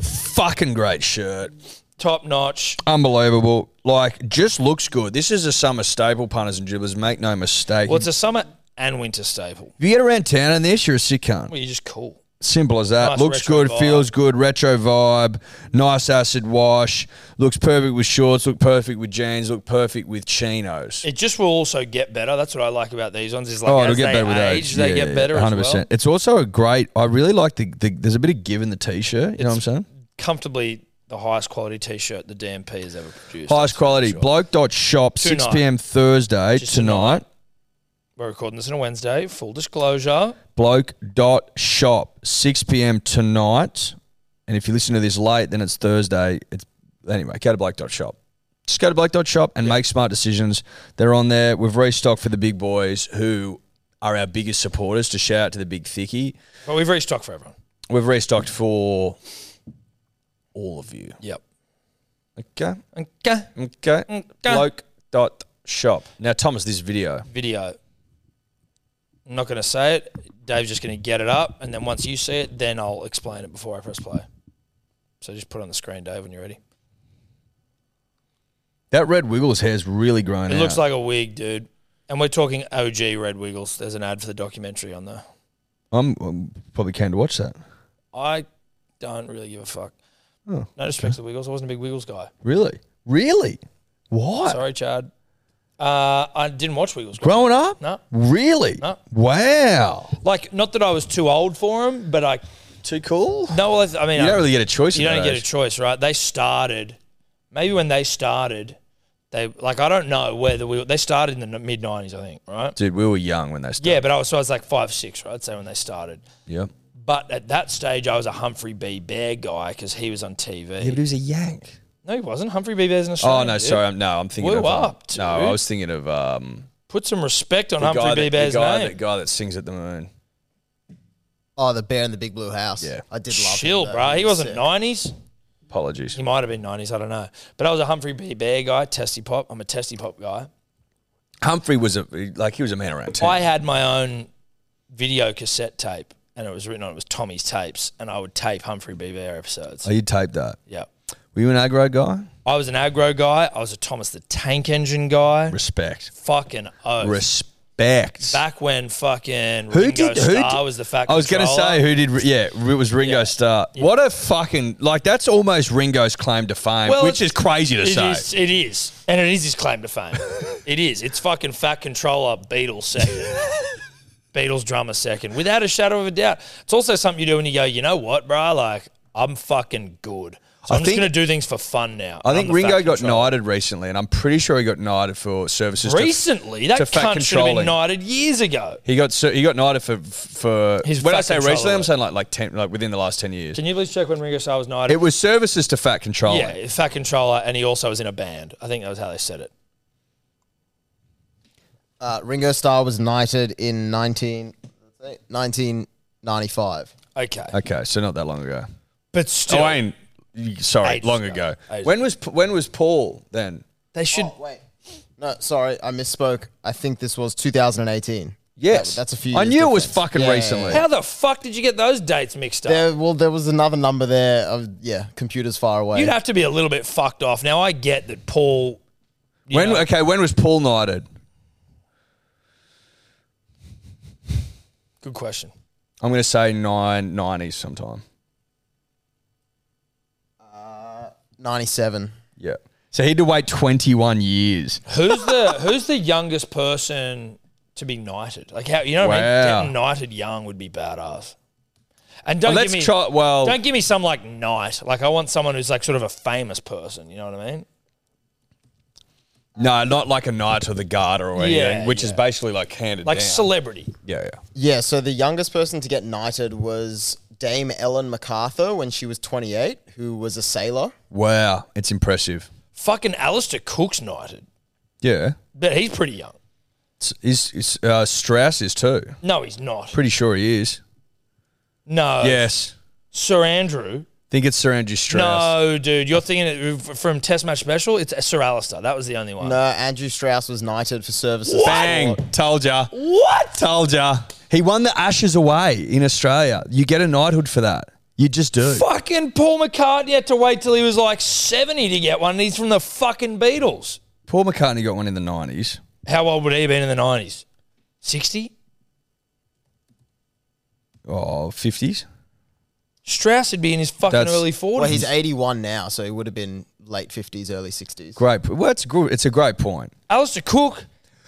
[SPEAKER 4] Fucking great shirt.
[SPEAKER 3] top notch.
[SPEAKER 4] Unbelievable. Like, just looks good. This is a summer staple, punters and dribblers. Make no mistake.
[SPEAKER 3] Well, it's a summer and winter staple.
[SPEAKER 4] if you get around town in this, you're a sick cunt.
[SPEAKER 3] Well, you're just cool.
[SPEAKER 4] Simple as that.
[SPEAKER 3] Nice
[SPEAKER 4] looks
[SPEAKER 3] retro
[SPEAKER 4] good,
[SPEAKER 3] vibe.
[SPEAKER 4] feels good, retro vibe, nice acid wash. Looks perfect with shorts, look perfect with jeans, look perfect with chinos.
[SPEAKER 3] It just will also get better. That's what I like about these ones. Is like
[SPEAKER 4] oh,
[SPEAKER 3] as
[SPEAKER 4] it'll get
[SPEAKER 3] they
[SPEAKER 4] better with
[SPEAKER 3] age, they
[SPEAKER 4] Yeah,
[SPEAKER 3] get better. 100%. As well.
[SPEAKER 4] It's also a great. I really like the. the there's a bit of give in the t-shirt. You know what I'm
[SPEAKER 3] It's
[SPEAKER 4] saying?
[SPEAKER 3] comfortably the highest quality t-shirt the DMP has ever produced.
[SPEAKER 4] Highest quality. Bloke dot shop.
[SPEAKER 3] Tonight.
[SPEAKER 4] Six p.m. Thursday
[SPEAKER 3] Just
[SPEAKER 4] tonight.
[SPEAKER 3] We're recording this on a Wednesday. Full disclosure.
[SPEAKER 4] Bloke dot shop. Six p.m. tonight. And if you listen to this late, then it's Thursday. It's anyway. Go to bloke dot shop. Just go to bloke dot shop and make smart decisions. They're on there. We've restocked for the big boys who are our biggest supporters. To shout out to the big thicky,
[SPEAKER 3] But we've restocked for everyone.
[SPEAKER 4] we've restocked for all of you.
[SPEAKER 3] Yep.
[SPEAKER 4] Okay,
[SPEAKER 3] Okay.
[SPEAKER 4] okay. Bloke dot shop. Now, Thomas, this video.
[SPEAKER 3] Video. I'm not going to say it. Dave's just going to get it up, and then once you see it, then I'll explain it before I press play. So just put it on the screen, Dave, when you're ready.
[SPEAKER 4] That red wiggles hair's really grown
[SPEAKER 3] It
[SPEAKER 4] out.
[SPEAKER 3] looks like a wig, dude. And we're talking OG Red Wiggles. There's an ad for the documentary on there.
[SPEAKER 4] I'm, I'm probably keen to watch that.
[SPEAKER 3] I don't really give a fuck.
[SPEAKER 4] Oh,
[SPEAKER 3] no disrespect to the Wiggles. I wasn't a big Wiggles guy.
[SPEAKER 4] Really, really. What?
[SPEAKER 3] *laughs* Sorry, Chad. Uh, I didn't watch Wiggles. growing
[SPEAKER 4] Growing up?
[SPEAKER 3] No.
[SPEAKER 4] Really?
[SPEAKER 3] No.
[SPEAKER 4] Wow.
[SPEAKER 3] Like, not that I was too old for them, but I
[SPEAKER 4] Too cool.
[SPEAKER 3] no. well, I, th- I mean,
[SPEAKER 4] You
[SPEAKER 3] I-
[SPEAKER 4] don't really get a choice.
[SPEAKER 3] you
[SPEAKER 4] in
[SPEAKER 3] don't
[SPEAKER 4] that
[SPEAKER 3] get a
[SPEAKER 4] age.
[SPEAKER 3] choice, right? They started. Maybe when they started, they like I don't know whether we they started in the mid '90s, I think, right?
[SPEAKER 4] Dude, we were young when they started.
[SPEAKER 3] Yeah, but I was so I was like five, six, right? So when they started,
[SPEAKER 4] Yep.
[SPEAKER 3] but at that stage, I was a Humphrey B. Bear guy because he was on TV.
[SPEAKER 4] was a yank.
[SPEAKER 3] no, he wasn't. Humphrey B. Bear's an Australian.
[SPEAKER 4] Oh no,
[SPEAKER 3] dude.
[SPEAKER 4] sorry. I'm, no, I'm thinking
[SPEAKER 3] We're
[SPEAKER 4] of. um,
[SPEAKER 3] up,
[SPEAKER 4] no, I
[SPEAKER 3] dude.
[SPEAKER 4] was thinking of um,
[SPEAKER 3] Put some respect on
[SPEAKER 4] the
[SPEAKER 3] Humphrey
[SPEAKER 4] guy,
[SPEAKER 3] B.
[SPEAKER 4] that, the
[SPEAKER 3] Bear's
[SPEAKER 4] guy,
[SPEAKER 3] name.
[SPEAKER 4] that guy that sings at the moon.
[SPEAKER 6] Oh, the bear in the big blue house.
[SPEAKER 4] Yeah.
[SPEAKER 6] I did love him,
[SPEAKER 3] Chill,
[SPEAKER 6] though.
[SPEAKER 3] bro. He wasn't
[SPEAKER 6] sick.
[SPEAKER 3] 90s.
[SPEAKER 4] Apologies.
[SPEAKER 3] He might have been 90s. I don't know. But I was a Humphrey B. Bear guy, Testy Pop. I'm a Testy Pop guy.
[SPEAKER 4] Humphrey was a like he was a man around town.
[SPEAKER 3] I had my own video cassette tape, and it was written on it was Tommy's tapes, and I would tape Humphrey B. Bear episodes.
[SPEAKER 4] oh, you taped that.
[SPEAKER 3] yeah.
[SPEAKER 4] Were you an aggro guy?
[SPEAKER 3] I was an aggro guy. I was a Thomas the Tank Engine guy.
[SPEAKER 4] Respect.
[SPEAKER 3] Fucking oath.
[SPEAKER 4] Respect.
[SPEAKER 3] Back when fucking
[SPEAKER 4] Who
[SPEAKER 3] Ringo
[SPEAKER 4] did? Who
[SPEAKER 3] Starr
[SPEAKER 4] did-
[SPEAKER 3] was the fact.
[SPEAKER 4] I was going to say who did. Yeah, it was Ringo
[SPEAKER 3] Yeah.
[SPEAKER 4] Starr. What a fucking like. That's almost Ringo's claim to fame,
[SPEAKER 3] Well,
[SPEAKER 4] which
[SPEAKER 3] it-
[SPEAKER 4] is crazy to
[SPEAKER 3] It
[SPEAKER 4] say.
[SPEAKER 3] is, it is, and it is his claim
[SPEAKER 4] *laughs*
[SPEAKER 3] to fame. it is. It's fucking Fat Controller
[SPEAKER 4] *laughs*
[SPEAKER 3] Beatles second, Beatles drummer second, without a shadow of a doubt. It's also something you do when you go, you know what, bruh? Like I'm fucking good. So
[SPEAKER 4] I
[SPEAKER 3] I'm just
[SPEAKER 4] think-
[SPEAKER 3] gonna do things for fun now.
[SPEAKER 4] I
[SPEAKER 3] I'm
[SPEAKER 4] think
[SPEAKER 3] the Fat
[SPEAKER 4] Ringo got
[SPEAKER 3] Controller.
[SPEAKER 4] knighted recently, and I'm pretty sure he got knighted for services. to-
[SPEAKER 3] recently. That
[SPEAKER 4] to Fat
[SPEAKER 3] cunt should have
[SPEAKER 4] Controlling.
[SPEAKER 3] been knighted years ago.
[SPEAKER 4] he got ser- he got knighted for for.
[SPEAKER 3] His
[SPEAKER 4] when I
[SPEAKER 3] fat
[SPEAKER 4] say
[SPEAKER 3] controller,
[SPEAKER 4] recently, I'm
[SPEAKER 3] though.
[SPEAKER 4] saying like like ten like within the last ten years.
[SPEAKER 3] Can you please check when Ringo Starr was knighted?
[SPEAKER 4] It was services to fat control.
[SPEAKER 3] yeah, Fat Controller, and he also was in a band. I think that was how they said it.
[SPEAKER 6] Uh, Ringo Starr was knighted in 19, 1995.
[SPEAKER 3] Okay,
[SPEAKER 4] Okay, so not that long ago.
[SPEAKER 3] but still,
[SPEAKER 4] oh, I mean, y- sorry,
[SPEAKER 3] Ages
[SPEAKER 4] long
[SPEAKER 3] ago.
[SPEAKER 4] ago.
[SPEAKER 3] Ages
[SPEAKER 4] When was P- when was Paul then?
[SPEAKER 3] they should.
[SPEAKER 6] Oh, wait. No, sorry, I misspoke. I think this was 2018.
[SPEAKER 4] Yes,
[SPEAKER 6] That- that's a few.
[SPEAKER 4] I
[SPEAKER 6] years
[SPEAKER 4] knew it was
[SPEAKER 6] difference.
[SPEAKER 4] fucking
[SPEAKER 6] Yeah, yeah,
[SPEAKER 4] recently.
[SPEAKER 3] How the fuck did you get those dates mixed up?
[SPEAKER 6] There, well, there was another number there. Of, yeah, computers far away.
[SPEAKER 3] You'd have to be a little bit fucked off. Now I get that Paul. you
[SPEAKER 4] When
[SPEAKER 3] know,
[SPEAKER 4] okay, when was Paul knighted?
[SPEAKER 3] good question.
[SPEAKER 4] I'm going to say nine nineties sometime.
[SPEAKER 6] 97.
[SPEAKER 4] Yeah. So he had to wait 21 years.
[SPEAKER 3] Who's
[SPEAKER 4] *laughs*
[SPEAKER 3] the Who's the youngest person to be knighted? Like how you know what I
[SPEAKER 4] Wow.
[SPEAKER 3] mean? Getting knighted young would be badass. And don't
[SPEAKER 4] Well, let's
[SPEAKER 3] give me
[SPEAKER 4] try. Well,
[SPEAKER 3] don't give me some like knight. Like I want someone who's like sort of a famous person. You know what I mean?
[SPEAKER 4] no, not like a knight or the guard or anything,
[SPEAKER 3] Yeah,
[SPEAKER 4] which is
[SPEAKER 3] yeah.
[SPEAKER 4] basically like handed
[SPEAKER 3] Like
[SPEAKER 4] down.
[SPEAKER 3] celebrity.
[SPEAKER 4] yeah, yeah.
[SPEAKER 6] Yeah, so the youngest person to get knighted was Dame Ellen MacArthur when she was 28, who was a sailor.
[SPEAKER 4] Wow, it's impressive.
[SPEAKER 3] Fucking Alistair Cook's knighted,
[SPEAKER 4] Yeah,
[SPEAKER 3] but he's pretty young.
[SPEAKER 4] it's, is is, uh, Strauss is too.
[SPEAKER 3] No, he's not.
[SPEAKER 4] Pretty sure he is.
[SPEAKER 3] no.
[SPEAKER 4] Yes,
[SPEAKER 3] Sir Andrew.
[SPEAKER 4] think it's Sir Andrew Strauss.
[SPEAKER 3] No, dude, you're thinking it from Test Match Special. It's Sir Alistair. That was the only one.
[SPEAKER 6] No, Uh, Andrew Strauss was knighted for services.
[SPEAKER 4] Bang! Told ya.
[SPEAKER 3] What?
[SPEAKER 4] Told ya. He won the Ashes away in Australia. You get a knighthood for that. You just do.
[SPEAKER 3] Fucking Paul McCartney had to wait till he was like 70 to get one. and He's from the fucking Beatles.
[SPEAKER 4] Paul McCartney got one in the 90s.
[SPEAKER 3] How old would he have been in the 90s? 60?
[SPEAKER 4] Oh, 50s.
[SPEAKER 3] Strauss would be in his fucking
[SPEAKER 4] That's-
[SPEAKER 3] early 40s.
[SPEAKER 6] Well, he's 81 now, so he would have been late 50s, early 60s.
[SPEAKER 4] Great. Well, it's, good. it's a great point.
[SPEAKER 3] Alistair Cook.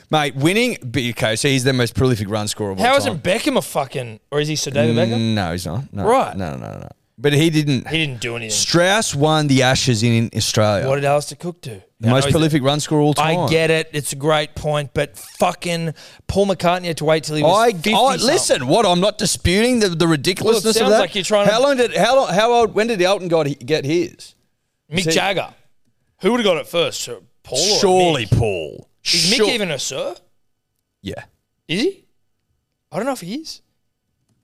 [SPEAKER 4] Mate, winning. but Okay, so he's the most prolific run scorer of all
[SPEAKER 3] How
[SPEAKER 4] time. Mm.
[SPEAKER 3] isn't Beckham a fucking. Or is he Sir David Beckham?
[SPEAKER 4] No, he's not. No.
[SPEAKER 3] Right.
[SPEAKER 4] No, no, no, no. But he didn't.
[SPEAKER 3] He didn't do anything.
[SPEAKER 4] Strauss won the Ashes in Australia.
[SPEAKER 3] What did Alistair Cook do?
[SPEAKER 4] the
[SPEAKER 3] I know
[SPEAKER 4] most
[SPEAKER 3] he's-
[SPEAKER 4] prolific run scorer of all time.
[SPEAKER 3] I get it. It's a great point, but fucking Paul McCartney had to wait till he was
[SPEAKER 4] I,
[SPEAKER 3] 50
[SPEAKER 4] I
[SPEAKER 3] something.
[SPEAKER 4] listen. What I'm not disputing the, the ridiculousness of
[SPEAKER 3] sounds
[SPEAKER 4] that.
[SPEAKER 3] like you're trying to-
[SPEAKER 4] how long did how long, how old when did Elton got get his?
[SPEAKER 3] Mick
[SPEAKER 4] See-
[SPEAKER 3] Jagger. Who would have got it first? Sir Paul or
[SPEAKER 4] Surely
[SPEAKER 3] Mick?
[SPEAKER 4] Paul.
[SPEAKER 3] Is Mick
[SPEAKER 4] Sure-
[SPEAKER 3] even a sir?
[SPEAKER 4] Yeah.
[SPEAKER 3] Is he? I don't know if he is.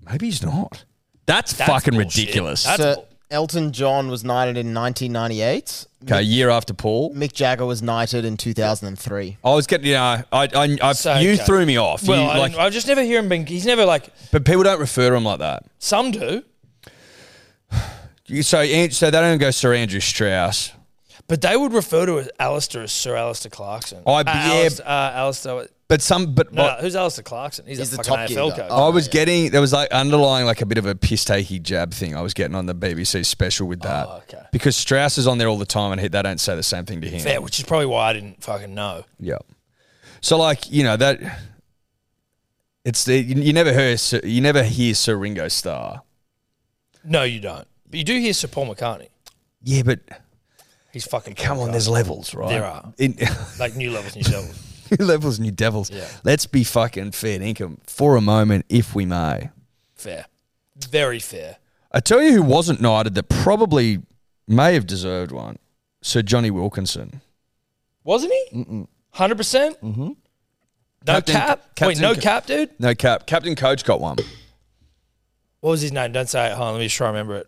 [SPEAKER 4] Maybe he's not. That's,
[SPEAKER 3] That's
[SPEAKER 4] fucking
[SPEAKER 3] bullshit.
[SPEAKER 4] ridiculous.
[SPEAKER 3] That's-
[SPEAKER 6] So Elton John was knighted in 1998.
[SPEAKER 4] okay, year after Paul.
[SPEAKER 6] Mick Jagger was knighted in 2003.
[SPEAKER 4] I was getting, you know, I, I, I
[SPEAKER 3] So,
[SPEAKER 4] you
[SPEAKER 3] okay.
[SPEAKER 4] threw me off.
[SPEAKER 3] Well,
[SPEAKER 4] You,
[SPEAKER 3] I
[SPEAKER 4] like,
[SPEAKER 3] didn't- I've just never hear him being. He's never like
[SPEAKER 4] but people don't refer to him like that.
[SPEAKER 3] some do,
[SPEAKER 4] You- So, An- so they don't go Sir Andrew Strauss.
[SPEAKER 3] but they would refer to as Alistair as Sir Alistair Clarkson.
[SPEAKER 4] I-
[SPEAKER 3] uh,
[SPEAKER 4] yeah.
[SPEAKER 3] Alistair, uh, Alistair-
[SPEAKER 4] But some, but
[SPEAKER 3] no,
[SPEAKER 4] what-
[SPEAKER 3] no, who's Alistair Clarkson? He's,
[SPEAKER 6] He's
[SPEAKER 3] a
[SPEAKER 6] the
[SPEAKER 3] fucking
[SPEAKER 6] Top Gear
[SPEAKER 3] AFL
[SPEAKER 6] guy.
[SPEAKER 3] coach.
[SPEAKER 6] Oh.
[SPEAKER 4] I was getting there was like underlying like a bit of a piss takey jab thing. I was getting on the BBC special with that
[SPEAKER 3] Oh, okay.
[SPEAKER 4] because Strauss is on there all the time and he, they don't say the same thing to him.
[SPEAKER 3] Fair, which is probably why I didn't fucking know.
[SPEAKER 4] Yeah. So like you know that it's the, you, you never hear Sir- you never hear Sir Ringo Starr.
[SPEAKER 3] No, you don't. But you do hear Sir Paul McCartney.
[SPEAKER 4] Yeah, but
[SPEAKER 3] He's fucking
[SPEAKER 4] come
[SPEAKER 3] Paul
[SPEAKER 4] on,
[SPEAKER 3] McCartney.
[SPEAKER 4] there's levels, right?
[SPEAKER 3] There are.
[SPEAKER 4] In, *laughs*
[SPEAKER 3] like new levels, new levels.
[SPEAKER 4] levels, new devils.
[SPEAKER 3] Yeah.
[SPEAKER 4] Let's be fucking fair income for a moment, if we may.
[SPEAKER 3] Fair, very fair.
[SPEAKER 4] I tell you who wasn't knighted that probably may have deserved one. Sir Johnny Wilkinson.
[SPEAKER 3] Wasn't he? Hundred percent. No
[SPEAKER 4] Mm-hmm. Captain-
[SPEAKER 3] cap. Wait,
[SPEAKER 4] Captain
[SPEAKER 3] no
[SPEAKER 4] Ca-
[SPEAKER 3] cap, dude.
[SPEAKER 4] No cap. Captain Coach got one.
[SPEAKER 3] What was his name? Don't say it. Hold on, let me just try and remember it.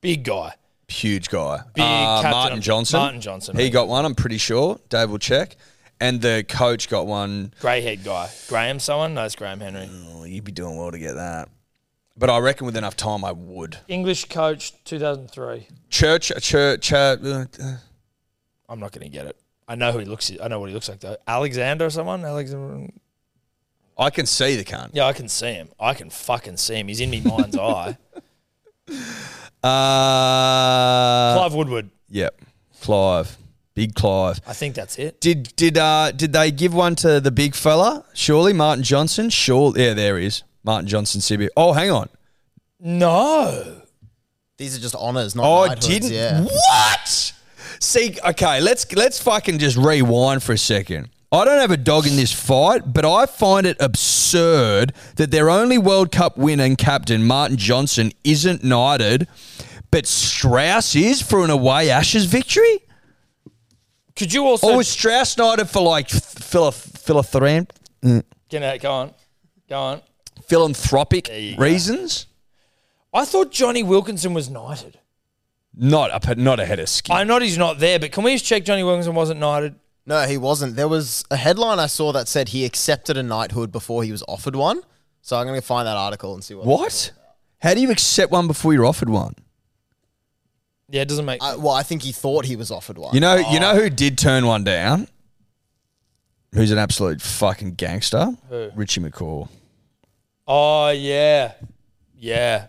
[SPEAKER 3] Big guy.
[SPEAKER 4] Huge guy.
[SPEAKER 3] Big
[SPEAKER 4] Uh,
[SPEAKER 3] captain
[SPEAKER 4] Martin
[SPEAKER 3] of-
[SPEAKER 4] Johnson.
[SPEAKER 3] Martin Johnson,
[SPEAKER 4] He
[SPEAKER 3] mate.
[SPEAKER 4] got one, I'm pretty sure. Dave will check. And the coach got one.
[SPEAKER 3] Grey haired guy. Graham someone? No, it's Graham Henry.
[SPEAKER 4] Oh, you'd be doing well to get that. But I reckon with enough time, I would.
[SPEAKER 3] English coach, 2003.
[SPEAKER 4] Church, church, church. uh, uh,
[SPEAKER 3] I'm not going to get it. I know who he looks. I know what he looks like though. Alexander or someone. Alexander.
[SPEAKER 4] I can see the cunt.
[SPEAKER 3] Yeah, I can see him. I can fucking see him. He's in me *laughs* mind's eye.
[SPEAKER 4] Uh,
[SPEAKER 3] Clive Woodward.
[SPEAKER 4] Yep. Clive. Big Clive.
[SPEAKER 3] I think that's it.
[SPEAKER 4] Did did uh did they give one to the big fella? Surely Martin Johnson. Sure, yeah, there he is Martin Johnson. CB. Oh, hang on.
[SPEAKER 3] No.
[SPEAKER 6] These are just honors, not
[SPEAKER 4] Oh, I
[SPEAKER 6] knighthoods,
[SPEAKER 4] didn't.
[SPEAKER 6] Yeah.
[SPEAKER 4] What? See, okay, let's let's fucking just rewind for a second. I don't have a dog in this fight, but I find it absurd that their only World Cup winner and captain, Martin Johnson, isn't knighted, but Strauss is for an away Ashes victory.
[SPEAKER 3] Could you also?
[SPEAKER 4] Or was Strauss knighted for like phil- philanthropic
[SPEAKER 3] Can I- go on. Go on.
[SPEAKER 4] philanthropic
[SPEAKER 3] you go.
[SPEAKER 4] reasons?
[SPEAKER 3] I thought Johnny Wilkinson was knighted.
[SPEAKER 4] Not up, not ahead of skin.
[SPEAKER 3] I know he's not there, but can we just check Johnny Wilkinson wasn't knighted?
[SPEAKER 6] No, he wasn't. There was a headline I saw that said he accepted a knighthood before he was offered one. So I'm going to find that article and see what.
[SPEAKER 4] what? How do you accept one before you're offered one?
[SPEAKER 3] Yeah, it doesn't make.
[SPEAKER 6] I, well, I think he thought he was offered one.
[SPEAKER 4] You know, you
[SPEAKER 3] Oh.
[SPEAKER 4] know who did turn one down? Who's an absolute fucking gangster? Richie McCaw.
[SPEAKER 3] oh yeah, yeah.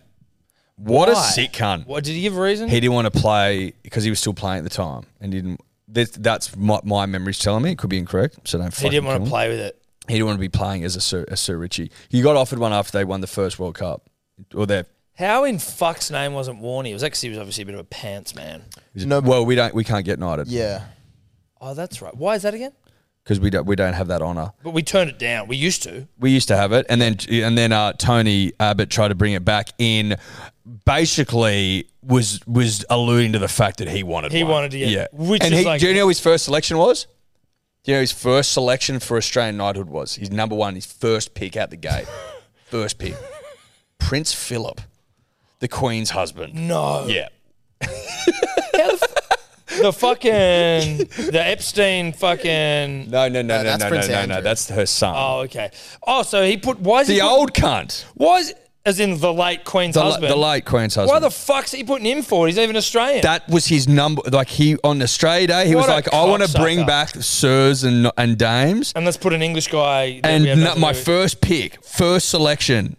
[SPEAKER 4] What a
[SPEAKER 3] Why?
[SPEAKER 4] sick cunt.
[SPEAKER 3] What did he give a reason?
[SPEAKER 4] He didn't want to play because he was still playing at the time and didn't. This, that's my, my memory's telling me. It could be incorrect, so don't.
[SPEAKER 3] He didn't want
[SPEAKER 4] fucking
[SPEAKER 3] to
[SPEAKER 4] kill me.
[SPEAKER 3] play with it.
[SPEAKER 4] He didn't want to be playing as a Sir, a Sir Richie. He got offered one after they won the first World Cup, or their
[SPEAKER 3] How in fuck's name wasn't Warney? It was because he was obviously a bit of a pants man.
[SPEAKER 4] No, well, we don't. We can't get knighted.
[SPEAKER 6] Yeah.
[SPEAKER 3] Oh, that's right. Why is that again?
[SPEAKER 4] because we don't. We don't have that honor.
[SPEAKER 3] But we turned it down. We used to.
[SPEAKER 4] We used to have it, and then and then uh, Tony Abbott tried to bring it back in. Basically, was was alluding to the fact that he wanted.
[SPEAKER 3] He
[SPEAKER 4] one.
[SPEAKER 3] wanted to get-
[SPEAKER 4] yeah.
[SPEAKER 3] which
[SPEAKER 4] and
[SPEAKER 3] is
[SPEAKER 4] he,
[SPEAKER 3] like-
[SPEAKER 4] do you know who his first selection was? Do you know who his first selection for Australian knighthood was? His number one, his first pick out the
[SPEAKER 3] *laughs*
[SPEAKER 4] gate, first pick, Prince Philip, the Queen's husband.
[SPEAKER 3] No.
[SPEAKER 4] Yeah,
[SPEAKER 3] The fucking the Epstein fucking.
[SPEAKER 4] no, no, no,
[SPEAKER 6] No,
[SPEAKER 4] no,
[SPEAKER 6] that's
[SPEAKER 4] no, no,
[SPEAKER 6] Prince
[SPEAKER 4] no, no.
[SPEAKER 6] Andrew.
[SPEAKER 4] That's her son.
[SPEAKER 3] Oh, okay. Oh, so he put. Why is he?
[SPEAKER 4] the
[SPEAKER 3] put-
[SPEAKER 4] old cunt,
[SPEAKER 3] Why is as in the late Queen's
[SPEAKER 4] the, la-
[SPEAKER 3] husband?
[SPEAKER 4] the late Queen's husband.
[SPEAKER 3] Why the fuck's he putting him forward? He's not even Australian.
[SPEAKER 4] that was his number. Like he on Australia Day, he
[SPEAKER 3] What
[SPEAKER 4] was
[SPEAKER 3] a
[SPEAKER 4] like, "I want to bring
[SPEAKER 3] cocksucker.
[SPEAKER 4] back sirs and and dames."
[SPEAKER 3] and let's put an English guy. that
[SPEAKER 4] And
[SPEAKER 3] we have
[SPEAKER 4] no-
[SPEAKER 3] nothing
[SPEAKER 4] my
[SPEAKER 3] to do-
[SPEAKER 4] first pick, first selection,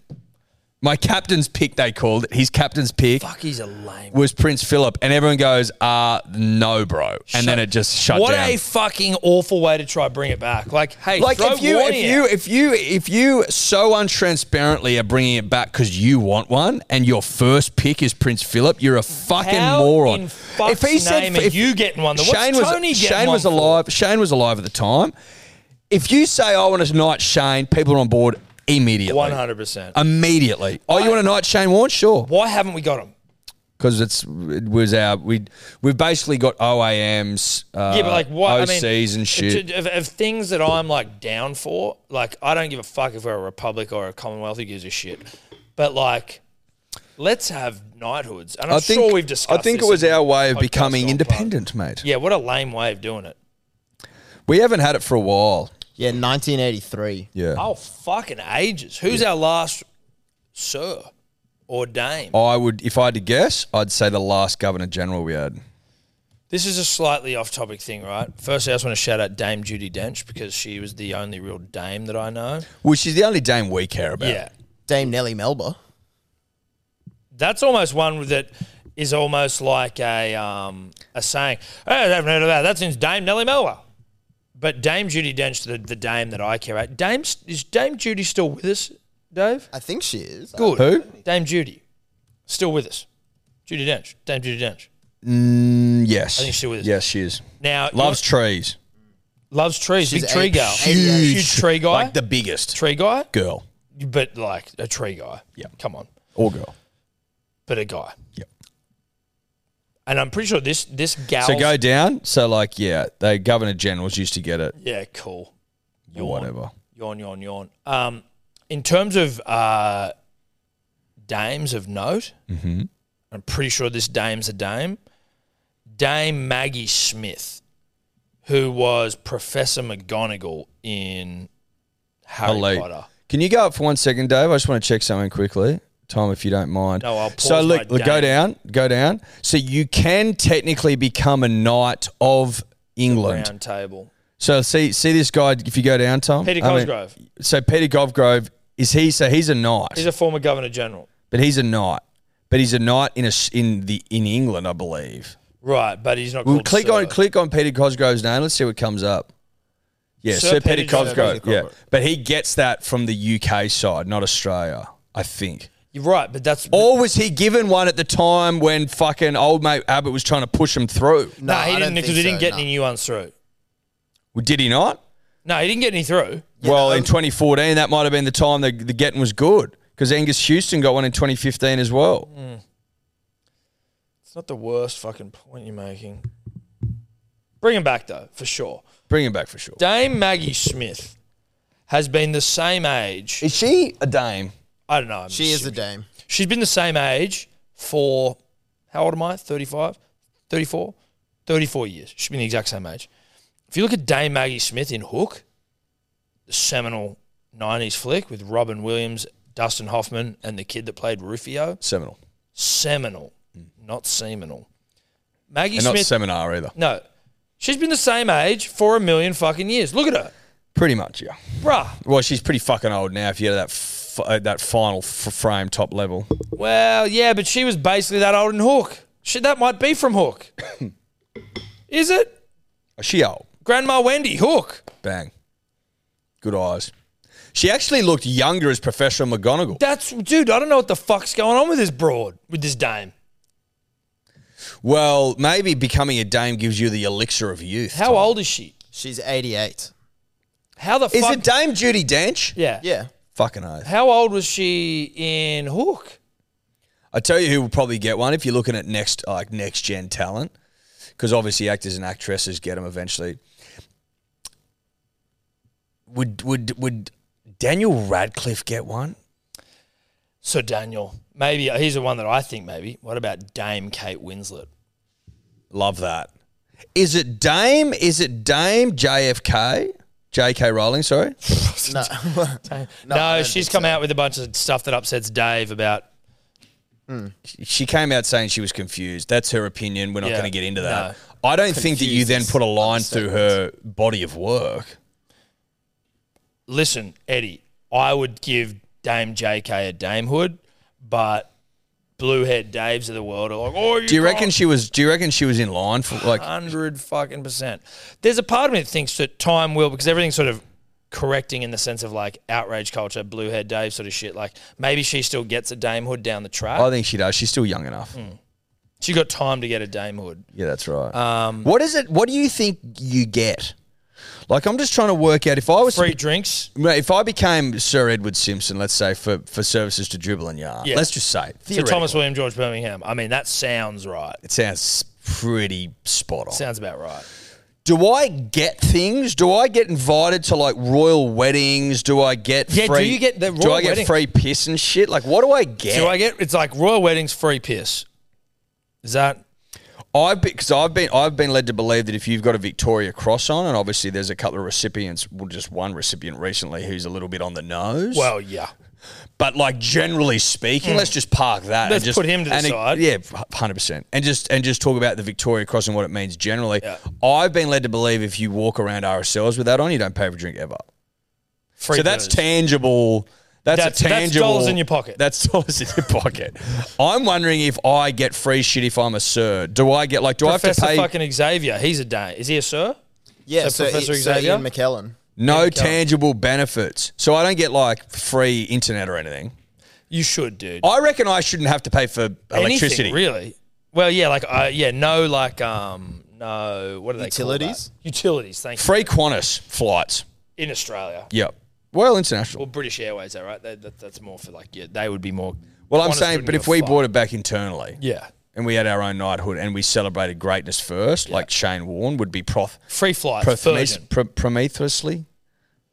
[SPEAKER 4] my captain's pick. They called it his captain's pick
[SPEAKER 3] fuck, he's a lame.
[SPEAKER 4] was Prince Philip, and everyone goes, "Ah, no, bro," and then it just shut
[SPEAKER 3] what
[SPEAKER 4] down.
[SPEAKER 3] a fucking awful way to try bring it back. Like, hey,
[SPEAKER 4] like
[SPEAKER 3] throw
[SPEAKER 4] if you
[SPEAKER 3] Warney
[SPEAKER 4] if you
[SPEAKER 3] out.
[SPEAKER 4] if you if you so untransparently are bringing it back because you want one and your first pick is Prince Philip, you're a fucking
[SPEAKER 3] How
[SPEAKER 4] moron.
[SPEAKER 3] in fuck's name are you getting one, then what's
[SPEAKER 4] Shane was
[SPEAKER 3] Tony getting
[SPEAKER 4] Shane
[SPEAKER 3] one
[SPEAKER 4] was
[SPEAKER 3] for?
[SPEAKER 4] alive. Shane was alive at the time. If you say I want to knight Shane, people are on board immediately.
[SPEAKER 3] one hundred percent.
[SPEAKER 4] Immediately. Oh, you want to knight Shane Warne? Sure.
[SPEAKER 3] Why haven't we got him?
[SPEAKER 4] because it's it was our we we've basically got OAMs, uh,
[SPEAKER 3] yeah, but like what
[SPEAKER 4] OCs
[SPEAKER 3] I mean,
[SPEAKER 4] and shit.
[SPEAKER 3] to- of, of things that I'm like down for, like I don't give a fuck if we're a republic or a commonwealth. Who gives a shit? But like, let's have knighthoods, and I'm
[SPEAKER 4] I think
[SPEAKER 3] sure we've discussed.
[SPEAKER 4] I think
[SPEAKER 3] this
[SPEAKER 4] it was
[SPEAKER 3] in
[SPEAKER 4] our way of
[SPEAKER 3] podcasts
[SPEAKER 4] becoming
[SPEAKER 3] on
[SPEAKER 4] independent, mate.
[SPEAKER 3] part. Yeah, what a lame way of doing it.
[SPEAKER 4] We haven't had it for a while.
[SPEAKER 6] Yeah, 1983.
[SPEAKER 4] Yeah,
[SPEAKER 3] Oh fucking ages! Who's our last sir or dame?
[SPEAKER 4] I would if I had to guess, I'd say the last Governor General we had.
[SPEAKER 3] This is a slightly off topic thing, right? Firstly, I just want to shout out Dame Judy Dench because she was the only real dame that I know.
[SPEAKER 4] Well, she's the only dame we care about.
[SPEAKER 3] Yeah.
[SPEAKER 6] Dame Nellie Melba.
[SPEAKER 3] That's almost one that is almost like a um, a saying. Oh, I haven't heard of that. That's since Dame Nellie Melba. But Dame Judy Dench, the, the dame that I care about, Dame is Dame Judy still with us, Dave?
[SPEAKER 6] I think she is.
[SPEAKER 3] Good.
[SPEAKER 4] Who?
[SPEAKER 3] Dame Judy, still with us. Judy Dench, Dame Judy Dench.
[SPEAKER 4] Mm, yes.
[SPEAKER 3] I think she was.
[SPEAKER 4] Yes, she is.
[SPEAKER 3] Now
[SPEAKER 4] Loves trees.
[SPEAKER 3] loves trees. Big
[SPEAKER 6] She's
[SPEAKER 3] tree
[SPEAKER 6] eight-
[SPEAKER 3] girl.
[SPEAKER 6] Huge.
[SPEAKER 3] huge tree guy.
[SPEAKER 4] Like the biggest
[SPEAKER 3] tree guy,
[SPEAKER 4] girl
[SPEAKER 3] but like a tree guy.
[SPEAKER 4] Yeah.
[SPEAKER 3] Come on,
[SPEAKER 4] or girl.
[SPEAKER 3] but a guy.
[SPEAKER 4] Yep.
[SPEAKER 3] And I'm pretty sure this this gal.
[SPEAKER 4] So go down. So like, yeah, the governor generals used to get it
[SPEAKER 3] Yeah, cool.
[SPEAKER 4] or whatever.
[SPEAKER 3] Yawn, yawn, yawn. Um, in terms of uh, dames of note, I'm pretty sure this dame's a dame. Dame Maggie Smith, who was Professor McGonagall in Harry
[SPEAKER 4] Elite.
[SPEAKER 3] Potter.
[SPEAKER 4] Can you go up for one second, Dave? I just want to check something quickly. Tom, if you don't mind.
[SPEAKER 3] No, I'll
[SPEAKER 4] So
[SPEAKER 3] pause my
[SPEAKER 4] look, look, go
[SPEAKER 3] game.
[SPEAKER 4] down, go down. So you can technically become a knight of England.
[SPEAKER 3] Round table.
[SPEAKER 4] So see, see this guy. If you go down, Tom.
[SPEAKER 3] Peter
[SPEAKER 4] I mean-
[SPEAKER 3] Cosgrove.
[SPEAKER 4] so Peter Cosgrove is he? So he's a knight,
[SPEAKER 3] He's a former Governor General.
[SPEAKER 4] but he's a knight, but he's a knight in a s- in the in England, I believe.
[SPEAKER 3] Right, but he's not
[SPEAKER 4] Well,
[SPEAKER 3] called
[SPEAKER 4] click
[SPEAKER 3] Sir.
[SPEAKER 4] on click on Peter Cosgrove's name. Let's see what comes up. Yeah,
[SPEAKER 3] Sir
[SPEAKER 4] Sir,
[SPEAKER 3] Peter
[SPEAKER 4] Peter,
[SPEAKER 3] Cosgrove.
[SPEAKER 4] Cosgrove. Yeah, but he gets that from the UK side, not Australia, I think.
[SPEAKER 3] You're right, but that's
[SPEAKER 4] Or was he given one at the time when fucking old mate Abbott was trying to push him through?
[SPEAKER 3] no,
[SPEAKER 6] No, I
[SPEAKER 3] he
[SPEAKER 6] don't
[SPEAKER 3] didn't
[SPEAKER 6] think
[SPEAKER 3] because he didn't
[SPEAKER 6] so,
[SPEAKER 3] get
[SPEAKER 6] no.
[SPEAKER 3] any new ones through.
[SPEAKER 4] Well, did he not?
[SPEAKER 3] No, he didn't get any through.
[SPEAKER 4] well,
[SPEAKER 6] no.
[SPEAKER 4] in 2014, that might have been the time the, the getting was good because Angus Houston got one in 2015 as well.
[SPEAKER 3] It's not the worst fucking point you're making. Bring him back though, for sure.
[SPEAKER 4] Bring him back for sure.
[SPEAKER 3] Dame Maggie Smith has been the same age.
[SPEAKER 4] Is she a dame?
[SPEAKER 3] I don't know. I'm
[SPEAKER 6] She is a
[SPEAKER 3] assuming-
[SPEAKER 6] dame.
[SPEAKER 3] She's been the same age for how old am I? 35, 34, 34 years. She's been the exact same age. If you look at Dame Maggie Smith in Hook, the seminal 90s flick with Robin Williams, Dustin Hoffman, and the kid that played Rufio,
[SPEAKER 4] Seminal.
[SPEAKER 3] seminal,
[SPEAKER 6] Hmm.
[SPEAKER 3] not seminal. Maggie
[SPEAKER 4] And not
[SPEAKER 3] Smith
[SPEAKER 4] seminar either.
[SPEAKER 3] No. She's been the same age for a million fucking years. Look at her.
[SPEAKER 4] Pretty much, yeah.
[SPEAKER 3] Bruh.
[SPEAKER 4] Well, she's pretty fucking old now if you had that, f- uh, that final f- frame top level.
[SPEAKER 3] Well, yeah, but she was basically that old in Hook. Shit, that might be from Hook. Is it?
[SPEAKER 4] Is she old?
[SPEAKER 3] Grandma Wendy, Hook.
[SPEAKER 4] Bang. Good eyes. She actually looked younger as Professor McGonagall.
[SPEAKER 3] That's, dude, I don't know what the fuck's going on with this broad, with this dame.
[SPEAKER 4] Well, maybe becoming a dame gives you the elixir of youth.
[SPEAKER 3] How old is she?
[SPEAKER 6] She's 88.
[SPEAKER 3] How the
[SPEAKER 4] Is
[SPEAKER 3] fuck?
[SPEAKER 4] it Dame Judy Dench?
[SPEAKER 3] yeah.
[SPEAKER 6] Yeah.
[SPEAKER 4] Fucking oath.
[SPEAKER 3] How old was she in Hook?
[SPEAKER 4] I tell you who will probably get one if you're looking at next like next gen talent, because obviously actors and actresses get them eventually. Would would would Daniel Radcliffe get one?
[SPEAKER 3] So Daniel, maybe here's the one that I think maybe. What about Dame Kate Winslet?
[SPEAKER 4] Love that. Is it Dame? Is it Dame JFK? JK Rowling, sorry.
[SPEAKER 3] *laughs*
[SPEAKER 6] No. *laughs*
[SPEAKER 3] No,
[SPEAKER 6] I don't
[SPEAKER 3] she's
[SPEAKER 6] think
[SPEAKER 3] come out with a bunch of stuff that upsets Dave about
[SPEAKER 4] She came out saying she was confused. That's her opinion. We're not
[SPEAKER 3] Yeah.
[SPEAKER 4] going to get into that. I don't think that you then put a line through her body of work.
[SPEAKER 3] listen, Eddie, I would give Dame JK a damehood, but blue head Daves of the world are like, oh, you
[SPEAKER 4] Do you reckon she was? Do you reckon she was in line for like?
[SPEAKER 3] hundred fucking percent? There's a part of me that thinks that time will because everything's sort of correcting in the sense of like outrage culture, blue head Dave sort of shit. Like maybe she still gets a damehood down the track.
[SPEAKER 4] I think she does. She's still young enough.
[SPEAKER 3] Mm. she got time to get a damehood.
[SPEAKER 4] Yeah, that's right. Um, what is it? What do you think you get? Like I'm just trying to work out if I was to
[SPEAKER 3] Free
[SPEAKER 4] be-
[SPEAKER 3] drinks.
[SPEAKER 4] Mate, if I became Sir Edward Simpson, let's say for, for services to Jubilant Yard,
[SPEAKER 3] Yeah.
[SPEAKER 4] let's just say
[SPEAKER 3] So
[SPEAKER 4] theoretically,
[SPEAKER 3] Thomas William George Birmingham. I mean, that sounds right.
[SPEAKER 4] it sounds pretty spot on.
[SPEAKER 3] Sounds about right.
[SPEAKER 4] do I get things? Do I get invited to like royal weddings? Do I get
[SPEAKER 3] Yeah, do
[SPEAKER 4] free,
[SPEAKER 3] you get the
[SPEAKER 4] do
[SPEAKER 3] royal
[SPEAKER 4] I get
[SPEAKER 3] wedding?
[SPEAKER 4] free piss and shit? Like, what do I get?
[SPEAKER 3] Do I get? It's like royal weddings, free piss. Is that?
[SPEAKER 4] I've because I've been I've been led to believe that if you've got a Victoria Cross on, and obviously there's a couple of recipients, well, just one recipient recently who's a little bit on the nose.
[SPEAKER 3] Well, yeah.
[SPEAKER 4] but like generally speaking, let's just park that. and
[SPEAKER 3] Let's
[SPEAKER 4] just,
[SPEAKER 3] put him to the
[SPEAKER 4] and it-
[SPEAKER 3] side.
[SPEAKER 4] yeah, hundred percent. And just and just talk about the Victoria Cross and what it means generally.
[SPEAKER 3] Yeah.
[SPEAKER 4] I've been led to believe if you walk around RSLs with that on, you don't pay for a drink ever.
[SPEAKER 3] Free
[SPEAKER 4] so that's
[SPEAKER 3] booze.
[SPEAKER 4] tangible. That's,
[SPEAKER 3] That's-
[SPEAKER 4] a
[SPEAKER 3] that's
[SPEAKER 4] tangible.
[SPEAKER 3] dollars in your pocket.
[SPEAKER 4] That's *laughs* dollars in your pocket. I'm wondering if I get free shit if I'm a sir. Do I get like? Do
[SPEAKER 3] Professor
[SPEAKER 4] I have to pay?
[SPEAKER 3] fucking Xavier. He's a Dane. Is he a sir?
[SPEAKER 6] Yeah,
[SPEAKER 3] So
[SPEAKER 6] so,
[SPEAKER 3] Professor
[SPEAKER 6] Professor Xavier
[SPEAKER 3] Xavier?
[SPEAKER 6] Ian McKellen.
[SPEAKER 4] No tangible benefits. So I don't get like free internet or anything.
[SPEAKER 3] You should, dude.
[SPEAKER 4] I reckon I shouldn't have to pay for Oh, electricity.
[SPEAKER 3] Anything, really? Well, yeah, like uh, yeah, no, like um, no. What are they call that?
[SPEAKER 6] Utilities?
[SPEAKER 3] Utilities. Thank you.
[SPEAKER 4] Free Qantas flights.
[SPEAKER 3] In Australia.
[SPEAKER 4] Yep. Well, international.
[SPEAKER 3] Well, British Airways, though, right? That, that, that's more for like, yeah, they would be more.
[SPEAKER 4] Well, I'm
[SPEAKER 3] Qantas
[SPEAKER 4] saying,
[SPEAKER 3] wouldn't
[SPEAKER 4] but
[SPEAKER 3] give
[SPEAKER 4] if
[SPEAKER 3] a
[SPEAKER 4] we
[SPEAKER 3] fuck.
[SPEAKER 4] brought it back internally
[SPEAKER 3] yeah,
[SPEAKER 4] and we had our own knighthood and we celebrated greatness first, like Shane Warne would be proth-
[SPEAKER 3] free flights,
[SPEAKER 4] prothemis-
[SPEAKER 3] Virgin.
[SPEAKER 4] pr- prometheusly,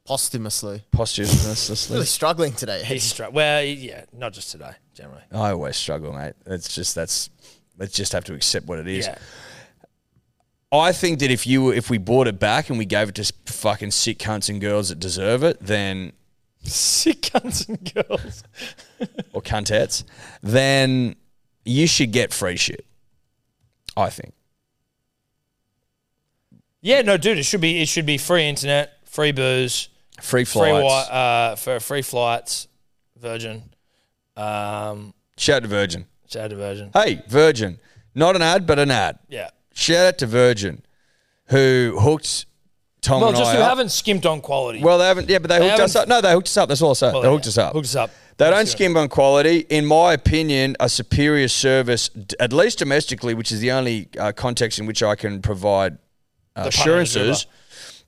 [SPEAKER 6] Posthumously. Really
[SPEAKER 4] posthumously.
[SPEAKER 6] struggling today.
[SPEAKER 3] He's stra- well, yeah, not just today, generally.
[SPEAKER 4] I always struggle, mate. It's just that's let's just have to accept what it is.
[SPEAKER 3] Yeah, *laughs*
[SPEAKER 4] I think that if you if we brought it back and we gave it to s- fucking sick cunts and girls that deserve it, then
[SPEAKER 3] sick guns and girls.
[SPEAKER 4] or cuntettes, then you should get free shit. I think.
[SPEAKER 3] Yeah, no, dude, it should be it should be free internet, free booze,
[SPEAKER 4] Free
[SPEAKER 3] free
[SPEAKER 4] flights.
[SPEAKER 3] wi- uh, for free flights, Virgin. Um,
[SPEAKER 4] Shout out to Virgin.
[SPEAKER 3] shout out to Virgin.
[SPEAKER 4] Hey, Virgin. Not an ad, but an ad.
[SPEAKER 3] Yeah.
[SPEAKER 4] Shout out to Virgin, who hooked Tom
[SPEAKER 3] Well,
[SPEAKER 4] and
[SPEAKER 3] just
[SPEAKER 4] I
[SPEAKER 3] who
[SPEAKER 4] up.
[SPEAKER 3] haven't skimped on quality.
[SPEAKER 4] well, they haven't. Yeah, but they, hooked us
[SPEAKER 3] haven't-
[SPEAKER 4] up. No, they hooked us up. That's all I say.
[SPEAKER 3] Well,
[SPEAKER 4] they
[SPEAKER 3] yeah,
[SPEAKER 4] hooked us up.
[SPEAKER 3] Hooked us up.
[SPEAKER 4] They don't
[SPEAKER 3] Let's do it.
[SPEAKER 4] skimp on quality. In my opinion, a superior service, d- at least domestically, which is the only uh, context in which I can provide uh,
[SPEAKER 3] The pun is
[SPEAKER 4] assurances.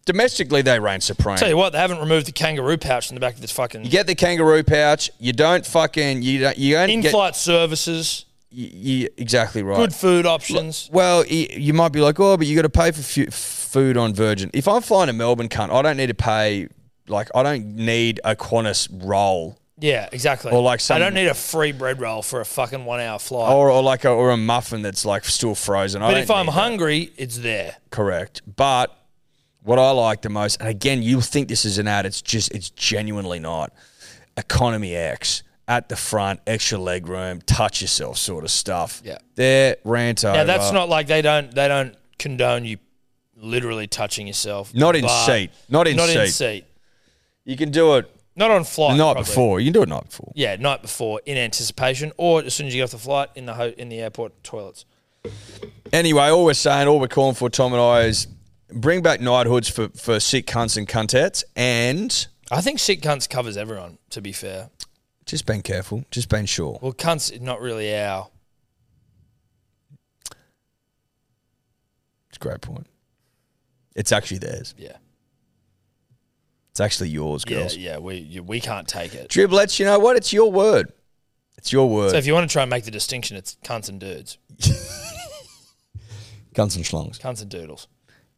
[SPEAKER 4] Domestically, they reign supreme.
[SPEAKER 3] Tell you what, they haven't removed the kangaroo pouch in the back of this fucking
[SPEAKER 4] You get the kangaroo pouch. You don't fucking. You don't. You don't get.
[SPEAKER 3] in-flight services,
[SPEAKER 4] You, you- exactly right.
[SPEAKER 3] good food options.
[SPEAKER 4] Well, y- you might be like, oh, but you got to pay for fu- food on Virgin. If I'm flying to Melbourne, cunt, I don't need to pay. Like, I don't need a Qantas roll
[SPEAKER 3] Yeah, exactly.
[SPEAKER 4] Or like some-
[SPEAKER 3] I don't need a free bread roll for a fucking one-hour flight.
[SPEAKER 4] or, or like a, or a muffin that's like still frozen. I
[SPEAKER 3] but
[SPEAKER 4] don't
[SPEAKER 3] if I'm
[SPEAKER 4] need
[SPEAKER 3] hungry, it's there.
[SPEAKER 4] that. correct, but what I like the most, and again, you think this is an ad, it's just it's genuinely not. Economy X at the front, extra leg room, touch yourself sort of stuff.
[SPEAKER 3] Yeah.
[SPEAKER 4] there rant over.
[SPEAKER 3] Now that's not like they don't they don't condone you literally touching yourself.
[SPEAKER 4] Not in
[SPEAKER 3] but-
[SPEAKER 4] seat. Not in
[SPEAKER 3] not in
[SPEAKER 4] seat.
[SPEAKER 3] seat.
[SPEAKER 4] You can do it
[SPEAKER 3] Not on
[SPEAKER 4] the
[SPEAKER 3] flight.
[SPEAKER 4] night
[SPEAKER 3] probably.
[SPEAKER 4] before. You can do it night before.
[SPEAKER 3] Yeah, night before in anticipation, or as soon as you get off the flight in the ho- in the airport toilets.
[SPEAKER 4] anyway, all we're saying, all we're calling for, Tom and I, is bring back knighthoods for, for sick cunts and cuntettes and
[SPEAKER 3] I think sick cunts covers everyone. To be fair,
[SPEAKER 4] just being careful, just being sure.
[SPEAKER 3] well, cunts is not really our.
[SPEAKER 4] It's a great point. It's actually theirs.
[SPEAKER 3] Yeah,
[SPEAKER 4] It's actually yours,
[SPEAKER 3] yeah,
[SPEAKER 4] girls.
[SPEAKER 3] yeah. We you, we can't take it.
[SPEAKER 4] Driblets, you know what? It's your word. It's your word.
[SPEAKER 3] So if you want to try and make the distinction, it's cunts and dudes,
[SPEAKER 4] cunts and schlongs.
[SPEAKER 3] cunts and doodles.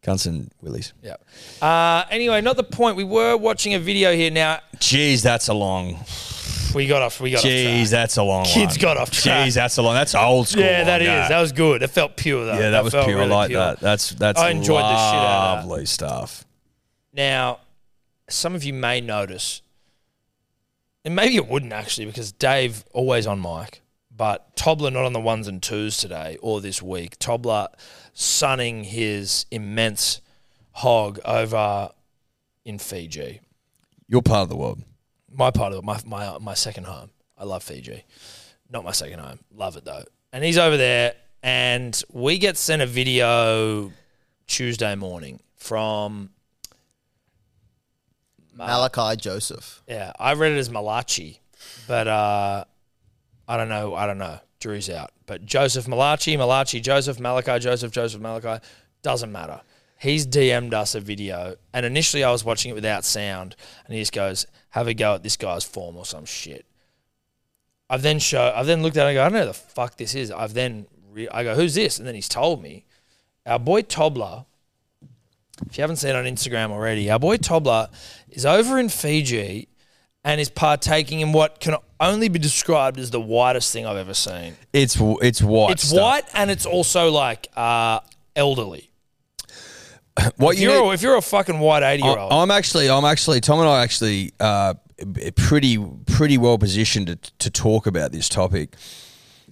[SPEAKER 4] Cunts and willies.
[SPEAKER 3] Yeah. Uh, anyway, not the point. We were watching a video here. Now
[SPEAKER 4] Jeez, that's a long.
[SPEAKER 3] we got off. We got
[SPEAKER 4] Jeez,
[SPEAKER 3] off. Track.
[SPEAKER 4] that's a long
[SPEAKER 3] Kids
[SPEAKER 4] one.
[SPEAKER 3] got off track.
[SPEAKER 4] Jeez, that's a long. That's old school.
[SPEAKER 3] Yeah, that
[SPEAKER 4] one,
[SPEAKER 3] is. That was good. It felt pure though.
[SPEAKER 4] yeah, that was
[SPEAKER 3] felt
[SPEAKER 4] pure. I
[SPEAKER 3] really
[SPEAKER 4] like
[SPEAKER 3] pure.
[SPEAKER 4] that. That's that's
[SPEAKER 3] I enjoyed the shit out of that.
[SPEAKER 4] lovely stuff.
[SPEAKER 3] Now, some of you may notice, and maybe it wouldn't actually, because Dave always on mic, but Tobler not on the ones and twos today or this week. Tobler sunning his immense hog over in Fiji.
[SPEAKER 4] You're part of the world.
[SPEAKER 3] my part of it, my, my my second home. I love Fiji. Not my second home. Love it though. And he's over there, and we get sent a video Tuesday morning from
[SPEAKER 6] Malachi Joseph.
[SPEAKER 3] yeah. I read it as Malachi, but uh, I don't know. I don't know. Drew's out. But Joseph Malachi, Malachi Joseph, Malachi Joseph, Joseph Malachi doesn't matter. he's DM'd us a video, and initially I was watching it without sound, and he just goes, "Have a go at this guy's form or some shit." I've then show, I've then looked at it and go, "I don't know who the fuck this is." I've then re- I go, "Who's this?" And then he's told me, our boy Tobler. If you haven't seen it on Instagram already, our boy Tobler is over in Fiji and is partaking in what can only be described as the whitest thing I've ever seen.
[SPEAKER 4] It's w- it's white.
[SPEAKER 3] It's
[SPEAKER 4] stuff.
[SPEAKER 3] white and it's also like uh, elderly.
[SPEAKER 4] What
[SPEAKER 3] If
[SPEAKER 4] you
[SPEAKER 3] you're,
[SPEAKER 4] need,
[SPEAKER 3] a, if you're a fucking white 80 year old,
[SPEAKER 4] I, am actually I'm actually Tom and I actually uh, b- pretty pretty well positioned to, to talk about this topic.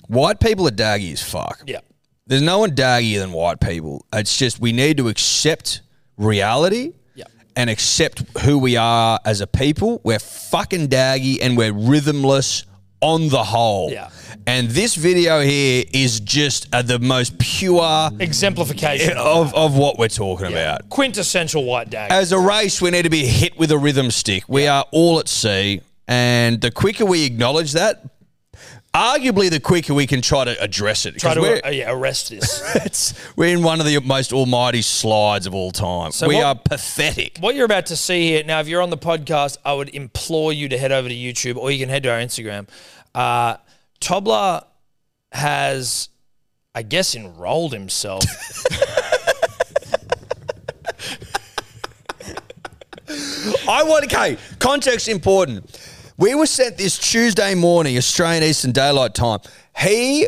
[SPEAKER 4] White people are daggy as fuck.
[SPEAKER 3] yeah.
[SPEAKER 4] There's no one daggier than white people. It's just we need to accept reality
[SPEAKER 3] Yeah.
[SPEAKER 4] and accept who we are as a people. We're fucking daggy and we're rhythmless on the whole.
[SPEAKER 3] Yeah.
[SPEAKER 4] And this video here is just uh, the most pure
[SPEAKER 3] Exemplification
[SPEAKER 4] of, of what we're talking about.
[SPEAKER 3] Quintessential white dagger.
[SPEAKER 4] As a race, we need to be hit with a rhythm stick. We are all at sea. And the quicker we acknowledge that, arguably the quicker we can try to address it.
[SPEAKER 3] Try
[SPEAKER 4] 'Cause
[SPEAKER 3] to
[SPEAKER 4] we're-
[SPEAKER 3] uh, yeah,
[SPEAKER 4] *laughs*
[SPEAKER 3] arrest this.
[SPEAKER 4] it's, we're in one of the most almighty slides of all time. we
[SPEAKER 3] what-
[SPEAKER 4] are pathetic.
[SPEAKER 3] what you're about to see here now, if you're on the podcast, I would implore you to head over to YouTube or you can head to our Instagram. Uh, Tobler has, I guess, enrolled
[SPEAKER 4] *laughs*
[SPEAKER 3] himself.
[SPEAKER 4] I want, okay, context important. We were sent this Tuesday morning, Australian Eastern Daylight Time. He,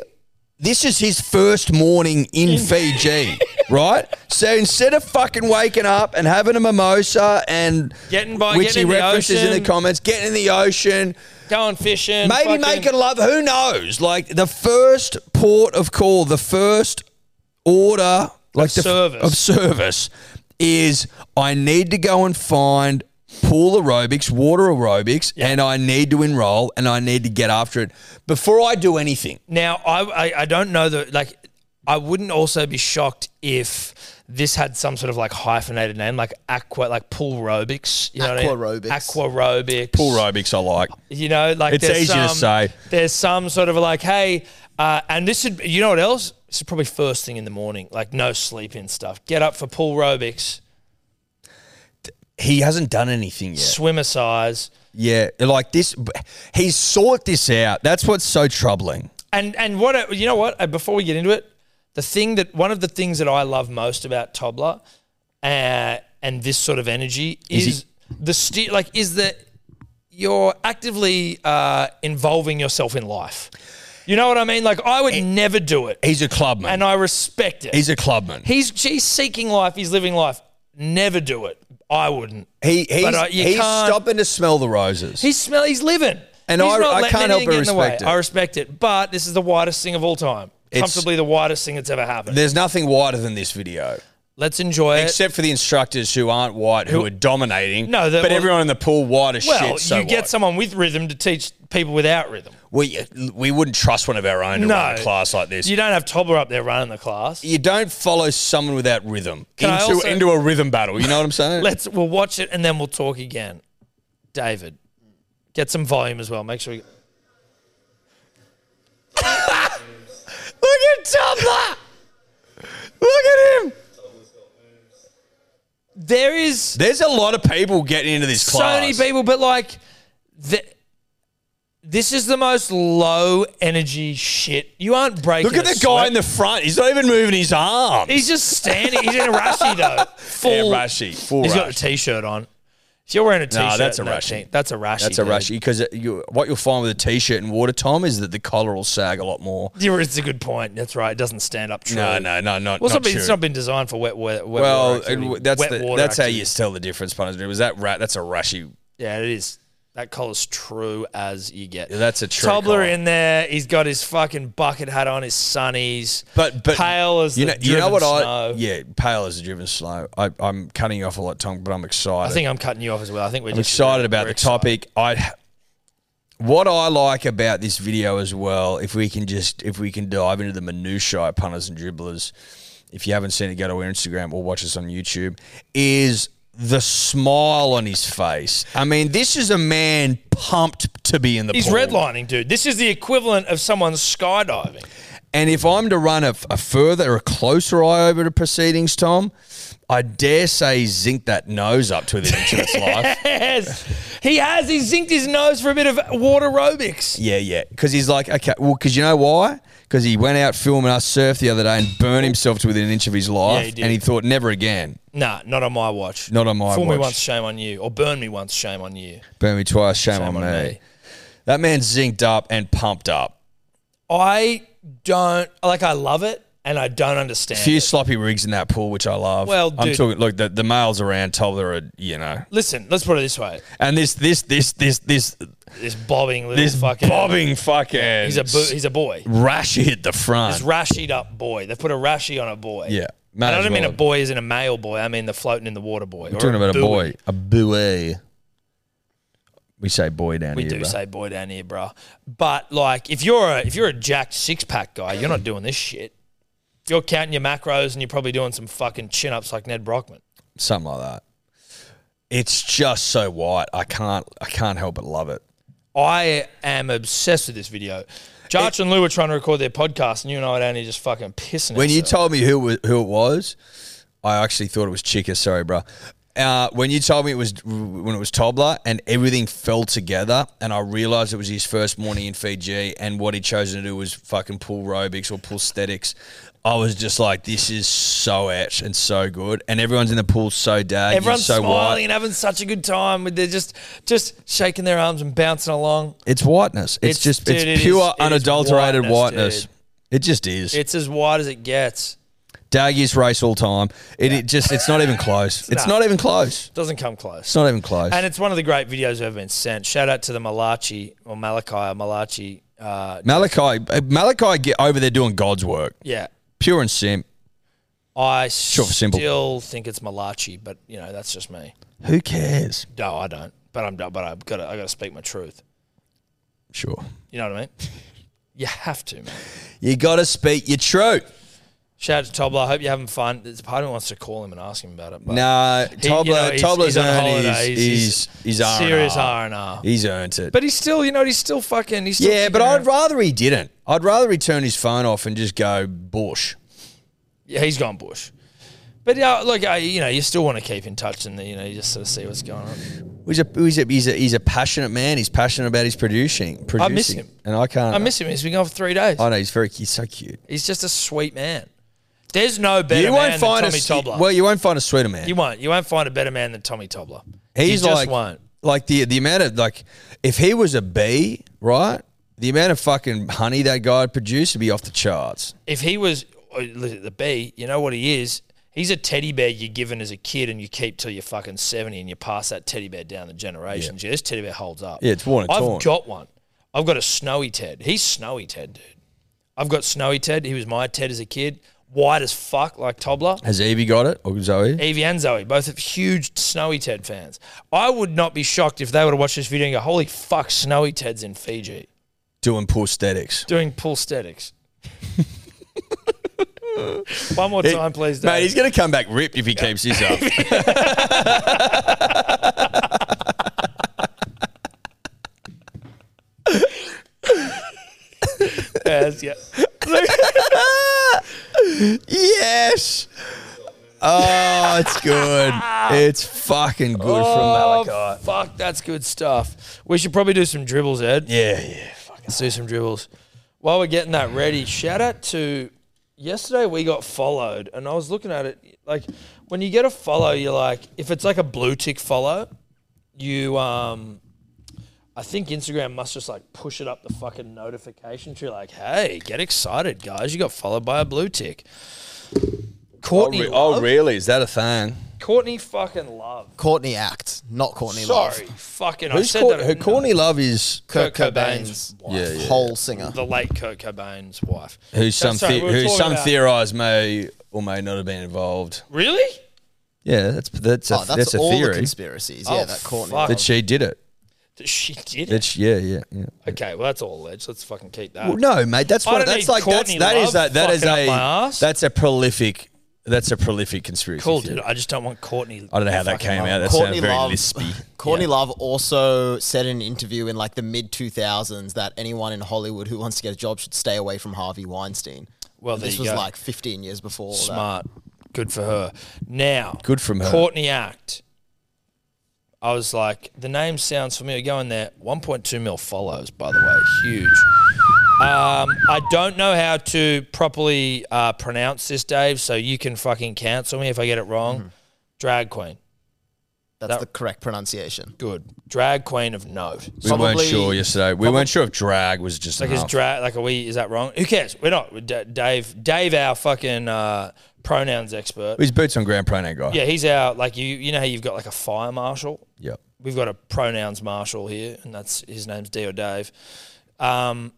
[SPEAKER 4] this is his first morning in Fiji, right? So instead of fucking waking up and having a mimosa and
[SPEAKER 3] Getting by-
[SPEAKER 4] which
[SPEAKER 3] getting
[SPEAKER 4] he
[SPEAKER 3] in the
[SPEAKER 4] references in
[SPEAKER 3] ocean.
[SPEAKER 4] the comments, getting in the ocean,
[SPEAKER 3] Going fishing.
[SPEAKER 4] maybe
[SPEAKER 3] fucking-
[SPEAKER 4] making love, who knows? Like the first port of call, the first order, like the f-
[SPEAKER 3] service.
[SPEAKER 4] of service is I need to go and find pool aerobics, water aerobics, and I need to enroll and I need to get after it before I do anything.
[SPEAKER 3] Now, I, I I don't know that like I wouldn't also be shocked if this had some sort of like hyphenated name, like aqua, like pool aerobics. You know
[SPEAKER 6] Aquarobics.
[SPEAKER 3] What I mean? Aquarobics.
[SPEAKER 4] Pool aerobics, I like.
[SPEAKER 3] You know, like
[SPEAKER 4] It's
[SPEAKER 3] there's
[SPEAKER 4] easy to
[SPEAKER 3] some-
[SPEAKER 4] say.
[SPEAKER 3] There's some sort of like, hey, uh, and this should, you know what else? This is probably first thing in the morning, like no sleep in stuff. Get up for pool aerobics,
[SPEAKER 4] He hasn't done anything yet.
[SPEAKER 3] swimmer size,
[SPEAKER 4] Yeah, like this. He's sought this out. That's what's so troubling.
[SPEAKER 3] and and what I- you know what? uh, Before we get into it, the thing that one of the things that I love most about Tobler, uh, and this sort of energy is, the sti like is that you're actively uh, involving yourself in life. You know what I mean? Like I would never do it,
[SPEAKER 4] He's a clubman.
[SPEAKER 3] and I respect it.
[SPEAKER 4] he's a clubman.
[SPEAKER 3] He's she's seeking life. He's living life. Never do it. I wouldn't.
[SPEAKER 4] He, he's
[SPEAKER 3] uh, you
[SPEAKER 4] he's
[SPEAKER 3] can't-
[SPEAKER 4] stopping to smell the roses.
[SPEAKER 3] He's smell. He's living.
[SPEAKER 4] And
[SPEAKER 3] He's
[SPEAKER 4] I- I
[SPEAKER 3] letting
[SPEAKER 4] can't help
[SPEAKER 3] anything
[SPEAKER 4] but
[SPEAKER 3] get in the way.
[SPEAKER 4] respect it.
[SPEAKER 3] I respect it, but this is the widest thing of all time.
[SPEAKER 4] It's-
[SPEAKER 3] Comfortably the widest thing that's ever happened.
[SPEAKER 4] There's nothing whiter than this video,
[SPEAKER 3] Let's enjoy it.
[SPEAKER 4] except for the instructors who aren't white, who, are dominating.
[SPEAKER 3] No,
[SPEAKER 4] but
[SPEAKER 3] that- well-
[SPEAKER 4] everyone in the pool white as
[SPEAKER 3] well,
[SPEAKER 4] shit. So
[SPEAKER 3] you
[SPEAKER 4] what?
[SPEAKER 3] get someone with rhythm to teach people without rhythm.
[SPEAKER 4] we we wouldn't trust one of our own to
[SPEAKER 3] No.
[SPEAKER 4] run a class like this.
[SPEAKER 3] You
[SPEAKER 4] You,
[SPEAKER 3] don't have Tobler up there running the class.
[SPEAKER 4] don't follow someone without rhythm
[SPEAKER 3] Can I
[SPEAKER 4] into
[SPEAKER 3] also-
[SPEAKER 4] into a rhythm battle. You know what I'm
[SPEAKER 3] *laughs*
[SPEAKER 4] saying?
[SPEAKER 3] Let's we'll watch it and then we'll talk again. David, get some volume as well. Make sure. We,
[SPEAKER 4] Look at Tumblr. Look at him.
[SPEAKER 3] there is.
[SPEAKER 4] There's a lot of people getting into this
[SPEAKER 3] so
[SPEAKER 4] class.
[SPEAKER 3] many people, but like, the, this is the most low energy shit. You aren't breaking.
[SPEAKER 4] Look at
[SPEAKER 3] a
[SPEAKER 4] the guy
[SPEAKER 3] sweat.
[SPEAKER 4] in the front. He's not even moving his arm.
[SPEAKER 3] He's just standing. He's in a rushy though.
[SPEAKER 4] *laughs*
[SPEAKER 3] Full.
[SPEAKER 4] yeah, rushy. Full
[SPEAKER 3] He's got a
[SPEAKER 4] rush.
[SPEAKER 3] t-shirt on. If you're wearing a t-shirt,
[SPEAKER 4] that's a
[SPEAKER 3] and that
[SPEAKER 4] rushy.
[SPEAKER 3] thing- That's a rushy.
[SPEAKER 4] That's a
[SPEAKER 3] dude.
[SPEAKER 4] rush because you, what you'll find with a t-shirt and water, Tom, is that the collar will sag a lot more.
[SPEAKER 3] You're- It's a good point. That's right. It doesn't stand up true.
[SPEAKER 4] No, no, no, not,
[SPEAKER 3] Well, it's
[SPEAKER 4] not
[SPEAKER 3] not, been,
[SPEAKER 4] true.
[SPEAKER 3] it's not been designed for wet, wet, wet
[SPEAKER 4] well,
[SPEAKER 3] water. activity.
[SPEAKER 4] it- that's
[SPEAKER 3] wet
[SPEAKER 4] the,
[SPEAKER 3] water
[SPEAKER 4] that's how
[SPEAKER 3] activity.
[SPEAKER 4] you tell the difference, punters. Was that rat? That's a rushy.
[SPEAKER 3] Yeah, it is. That collar's true as you get.
[SPEAKER 4] Yeah, that's a true
[SPEAKER 3] Tobler
[SPEAKER 4] collar.
[SPEAKER 3] in there. He's got his fucking bucket hat on, his sunnies.
[SPEAKER 4] But but
[SPEAKER 3] pale as
[SPEAKER 4] you know
[SPEAKER 3] the
[SPEAKER 4] you know
[SPEAKER 3] driven
[SPEAKER 4] what I
[SPEAKER 3] snow.
[SPEAKER 4] yeah pale as the driven snow. I, I'm cutting you off a lot, Tom, but I'm excited.
[SPEAKER 3] I think I'm cutting you off as well. I think we're
[SPEAKER 4] I'm
[SPEAKER 3] just
[SPEAKER 4] excited about the
[SPEAKER 3] we're excited.
[SPEAKER 4] topic. I what I like about this video as well, if we can just if we can dive into the minutiae of punters and dribblers, if you haven't seen it, go to our Instagram or watch us on YouTube, is the smile on his face. I mean, this is a man pumped to be in the
[SPEAKER 3] He's
[SPEAKER 4] pool.
[SPEAKER 3] redlining, dude. This is the equivalent of someone skydiving.
[SPEAKER 4] And if I'm to run a, a further, a closer eye over to proceedings, Tom, I dare say zinc that nose up to an inch of its life.
[SPEAKER 3] Yes, he has. He zinked his nose for a bit of water aerobics.
[SPEAKER 4] Yeah, yeah. Because he's like, okay, well, because you know why? Because he went out filming us surf the other day and burned himself to within an inch of his life,
[SPEAKER 3] Yeah, he did.
[SPEAKER 4] and he thought never again.
[SPEAKER 3] Nah, not on my watch.
[SPEAKER 4] Not on my
[SPEAKER 3] Fool me
[SPEAKER 4] watch.
[SPEAKER 3] once, shame on you. Or burn me once, shame on you.
[SPEAKER 4] Burn me twice, shame, on, me. That man's zinced up and pumped up.
[SPEAKER 3] I don't like. I love it, and I don't understand.
[SPEAKER 4] A few
[SPEAKER 3] it.
[SPEAKER 4] sloppy rigs in that pool, which I love.
[SPEAKER 3] Well,
[SPEAKER 4] I'm
[SPEAKER 3] dude-
[SPEAKER 4] talking. Look, the, the males around told her, you know,
[SPEAKER 3] Listen, let's put it this way:
[SPEAKER 4] and this, this, this, this, this,
[SPEAKER 3] this bobbing little
[SPEAKER 4] this
[SPEAKER 3] fucking
[SPEAKER 4] bobbing fucking.
[SPEAKER 3] He's a bo- he's a boy.
[SPEAKER 4] Rashi at the front.
[SPEAKER 3] This rashied up boy. They put a rashy on a boy.
[SPEAKER 4] Yeah,
[SPEAKER 3] And
[SPEAKER 4] might
[SPEAKER 3] I
[SPEAKER 4] as
[SPEAKER 3] don't mean
[SPEAKER 4] well.
[SPEAKER 3] a boy as in a male boy. I mean the floating in the water boy.
[SPEAKER 4] We're talking about a boy, a buoy. We say boy down
[SPEAKER 3] We
[SPEAKER 4] here.
[SPEAKER 3] do
[SPEAKER 4] bro.
[SPEAKER 3] say boy down here, bro. But like, if you're a if you're a jacked six pack guy, you're not doing this shit. If you're counting your macros and you're probably doing some fucking chin ups like Ned Brockman.
[SPEAKER 4] something like that. It's just so white. I can't. I can't help but love it.
[SPEAKER 3] I am obsessed with this video. Jarch and Lou were trying to record their podcast, and you and I were down here just fucking pissing.
[SPEAKER 4] When you
[SPEAKER 3] ourselves.
[SPEAKER 4] told me who wa- who it was, I actually thought it was Chica. Sorry, bro. Uh, when you told me it was when it was Tobler and everything fell together, and I realized it was his first morning in Fiji, and what he'd chosen to do was fucking pull aerobics or pull statics. I was just like, this is so etch and so good, and everyone's in the pool so dad,
[SPEAKER 3] everyone's
[SPEAKER 4] so
[SPEAKER 3] smiling
[SPEAKER 4] white.
[SPEAKER 3] and having such a good time, with they're just just shaking their arms and bouncing along.
[SPEAKER 4] It's whiteness. It's,
[SPEAKER 3] It's-
[SPEAKER 4] just
[SPEAKER 3] dude,
[SPEAKER 4] it's
[SPEAKER 3] it is-
[SPEAKER 4] pure
[SPEAKER 3] it is
[SPEAKER 4] unadulterated
[SPEAKER 3] whiteness,
[SPEAKER 4] whiteness.
[SPEAKER 3] dude.
[SPEAKER 4] It just is.
[SPEAKER 3] It's as wide as it gets.
[SPEAKER 4] daggiest race all time. It, it just it's not even close. it's
[SPEAKER 3] not.
[SPEAKER 4] not even close.
[SPEAKER 3] Doesn't come close.
[SPEAKER 4] It's not even close.
[SPEAKER 3] And it's one of the great videos that have been sent. Shout out to the Malachi or Malachi or Malachi. Uh,
[SPEAKER 4] Malachi uh, Malachi get over there doing God's work.
[SPEAKER 3] yeah,
[SPEAKER 4] Pure and simp.
[SPEAKER 3] I
[SPEAKER 4] for simple.
[SPEAKER 3] still think it's Malachi, but you know that's just me.
[SPEAKER 4] Who cares?
[SPEAKER 3] No, I don't. But I'm but I've got to, I got to speak my truth.
[SPEAKER 4] Sure.
[SPEAKER 3] You know what I
[SPEAKER 4] *laughs*
[SPEAKER 3] mean? You have to. Man.
[SPEAKER 4] You gotta speak your truth.
[SPEAKER 3] Shout out to Tobler. I hope you're having fun. There's a part of me wants to call him and ask him about it. But
[SPEAKER 4] No,
[SPEAKER 3] he- you know,
[SPEAKER 4] Tobler
[SPEAKER 3] he's-
[SPEAKER 4] Tobler's
[SPEAKER 3] he's on
[SPEAKER 4] earned
[SPEAKER 3] holiday.
[SPEAKER 4] his,
[SPEAKER 3] He's-
[SPEAKER 4] his, his R&R.
[SPEAKER 3] serious R and R.
[SPEAKER 4] He's earned it.
[SPEAKER 3] But he's still, you know, he's still fucking. He's still
[SPEAKER 4] yeah, but
[SPEAKER 3] kicking
[SPEAKER 4] I'd
[SPEAKER 3] around.
[SPEAKER 4] rather he didn't. I'd rather he turn his phone off and just go bush.
[SPEAKER 3] yeah, he's gone bush. But yeah, look, I, you know, you still want to keep in touch and you know, you just sort of see what's going on.
[SPEAKER 4] He's a, he's, a, he's, a, he's a passionate man. He's passionate about his producing. producing.
[SPEAKER 3] miss him.
[SPEAKER 4] And I can't.
[SPEAKER 3] I miss him. He's been gone for three days.
[SPEAKER 4] I know he's very. He's so cute.
[SPEAKER 3] He's just a sweet man. There's no better
[SPEAKER 4] you won't
[SPEAKER 3] man
[SPEAKER 4] find
[SPEAKER 3] than Tommy
[SPEAKER 4] a
[SPEAKER 3] Tobler.
[SPEAKER 4] well, you won't find a sweeter man.
[SPEAKER 3] you won't. You won't find a better man than Tommy Tobler.
[SPEAKER 4] He's
[SPEAKER 3] you just
[SPEAKER 4] like
[SPEAKER 3] won't.
[SPEAKER 4] like the the amount of like if he was a bee, right? The amount of fucking honey that guy would produce would be off the charts.
[SPEAKER 3] If he was oh, look at the B, you know what he is? He's a teddy bear you're given as a kid and you keep till you're fucking 70 and you pass that teddy bear down the generations. Yeah, this teddy bear holds up.
[SPEAKER 4] Yeah, it's worn and
[SPEAKER 3] I've
[SPEAKER 4] torn.
[SPEAKER 3] got one. I've got a snowy Ted. He's snowy Ted, dude. I've got snowy Ted. He was my Ted as a kid. White as fuck, like Tobler.
[SPEAKER 4] Has Evie got it or Zoe?
[SPEAKER 3] Evie and Zoe, both huge Snowy Ted fans. I would not be shocked if they were to watch this video and go, holy fuck, Snowy Ted's in Fiji
[SPEAKER 4] Doing poor statics.
[SPEAKER 3] doing pool *laughs* statics. One more time, please, Dave.
[SPEAKER 4] Mate, he's gonna come back ripped if he keeps
[SPEAKER 3] *laughs*
[SPEAKER 4] this up.
[SPEAKER 3] Yes, yeah.
[SPEAKER 4] yes. Oh, it's good.
[SPEAKER 3] *laughs*
[SPEAKER 4] It's fucking good from Malachi.
[SPEAKER 3] Oh, fuck, that's good stuff. We should probably do some dribbles, Ed.
[SPEAKER 4] Yeah, yeah.
[SPEAKER 3] Let's do some dribbles. While we're getting that ready, shout out to yesterday we got followed, and I was looking at it like when you get a follow, you're like, if it's like a blue tick follow, you um, I think Instagram must just like push it up the fucking notification tree, like, hey, get excited, guys, you got followed by a blue tick.
[SPEAKER 4] Oh,
[SPEAKER 3] Courtney, Love-
[SPEAKER 4] really? Is that a thing?
[SPEAKER 3] Courtney fucking love.
[SPEAKER 6] Courtney Act, not Courtney Love.
[SPEAKER 3] Sorry, fucking. I
[SPEAKER 4] Who's
[SPEAKER 3] said
[SPEAKER 4] Courtney,
[SPEAKER 3] that. uh,
[SPEAKER 4] who Courtney Love is?
[SPEAKER 6] Kurt
[SPEAKER 3] Kurt Cobain's
[SPEAKER 6] Cobain's wife,
[SPEAKER 4] Yeah, yeah.
[SPEAKER 6] whole singer.
[SPEAKER 3] the late Kurt Cobain's wife.
[SPEAKER 4] who some
[SPEAKER 3] sorry,
[SPEAKER 4] the-
[SPEAKER 3] we were
[SPEAKER 4] who
[SPEAKER 3] talking
[SPEAKER 4] some
[SPEAKER 3] about-
[SPEAKER 4] theorise may or may not have been involved.
[SPEAKER 3] Really?
[SPEAKER 4] Yeah, that's that's a,
[SPEAKER 6] Oh, that's,
[SPEAKER 4] that's, a
[SPEAKER 6] all the
[SPEAKER 4] theory
[SPEAKER 6] conspiracies.
[SPEAKER 3] Oh,
[SPEAKER 6] yeah, that Courtney.
[SPEAKER 3] fuck.
[SPEAKER 4] that she did it.
[SPEAKER 3] She did
[SPEAKER 4] That
[SPEAKER 3] it.
[SPEAKER 4] she, yeah, yeah, yeah.
[SPEAKER 3] Okay, well that's all alleged. Let's fucking keep that.
[SPEAKER 4] Well, no, mate, that's
[SPEAKER 3] I
[SPEAKER 4] what
[SPEAKER 3] don't
[SPEAKER 4] that's
[SPEAKER 3] need
[SPEAKER 4] like that's,
[SPEAKER 3] Courtney
[SPEAKER 4] that is that
[SPEAKER 3] Love
[SPEAKER 4] that is
[SPEAKER 3] fucking up my
[SPEAKER 4] a
[SPEAKER 3] ass.
[SPEAKER 4] that's a prolific That's a prolific conspiracy.
[SPEAKER 3] Cool,
[SPEAKER 4] theory.
[SPEAKER 3] dude. I just don't want Courtney.
[SPEAKER 4] I don't know how that
[SPEAKER 3] fucking
[SPEAKER 4] came
[SPEAKER 3] running.
[SPEAKER 4] out. That
[SPEAKER 6] Courtney
[SPEAKER 4] sounded very
[SPEAKER 6] Love,
[SPEAKER 4] lispy.
[SPEAKER 6] *laughs* Courtney Love also said in an interview in like the mid 2000s that anyone in Hollywood who wants to get a job should stay away from Harvey Weinstein.
[SPEAKER 3] Well, there
[SPEAKER 6] this
[SPEAKER 3] you
[SPEAKER 6] was
[SPEAKER 3] go.
[SPEAKER 6] like 15 years before. all that.
[SPEAKER 3] Smart. Good for her. Now,
[SPEAKER 4] Good from her.
[SPEAKER 3] Courtney Act. I was like, the name sounds familiar. Go in there. 1.2 mil follows, by the way. Huge. Um, I don't know how to properly uh, pronounce this, Dave, so you can fucking cancel me if I get it wrong.
[SPEAKER 4] Mm-hmm.
[SPEAKER 3] Drag queen.
[SPEAKER 6] That's
[SPEAKER 3] That-
[SPEAKER 6] the correct pronunciation.
[SPEAKER 3] Good. Drag queen of note.
[SPEAKER 4] We weren't
[SPEAKER 6] Probably-
[SPEAKER 4] sure yesterday. We weren't sure if drag was just
[SPEAKER 3] Like
[SPEAKER 4] an
[SPEAKER 3] is
[SPEAKER 4] half.
[SPEAKER 3] drag like are we is that wrong? Who cares? We're not D- Dave. Dave, our fucking uh, pronouns expert.
[SPEAKER 4] He's boots on ground pronoun guy.
[SPEAKER 3] Yeah, he's our like you. You know how you've got like a fire marshal.
[SPEAKER 4] Yep.
[SPEAKER 3] We've got a pronouns marshal here, and that's his name's D or Dave. Um,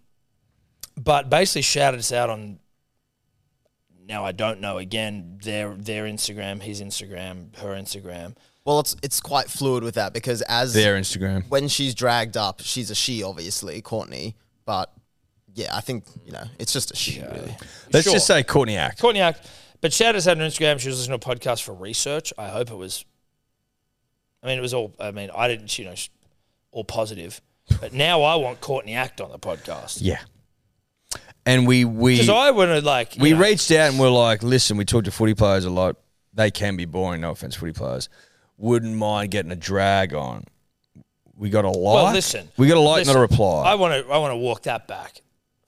[SPEAKER 3] but basically shouted us out on. Now I don't know again their their Instagram, his Instagram, her Instagram.
[SPEAKER 6] Well, it's it's quite fluid with that because as
[SPEAKER 4] Their Instagram.
[SPEAKER 6] when she's dragged up, she's a she, obviously, Courtney. But yeah, I think, you know, it's just a she, really.
[SPEAKER 4] Let's
[SPEAKER 3] Sure.
[SPEAKER 4] just say Courtney Act.
[SPEAKER 3] Courtney Act. But shout us out on Instagram. She was listening to a podcast for research. I hope it was. I mean, it was all. I mean, I didn't. You know, sh- all positive. But now I want Courtney Act on the podcast
[SPEAKER 4] Yeah. And we we
[SPEAKER 3] because I want to like. you
[SPEAKER 4] we
[SPEAKER 3] know,
[SPEAKER 4] reached out and we're like, listen, we talked to footy players a lot. They can be boring. No offense, footy players. Wouldn't mind getting a drag on. We got a like.
[SPEAKER 3] Well, listen.
[SPEAKER 4] we got a like, not a
[SPEAKER 3] listen, I
[SPEAKER 4] reply.
[SPEAKER 3] want to. I want to walk that back.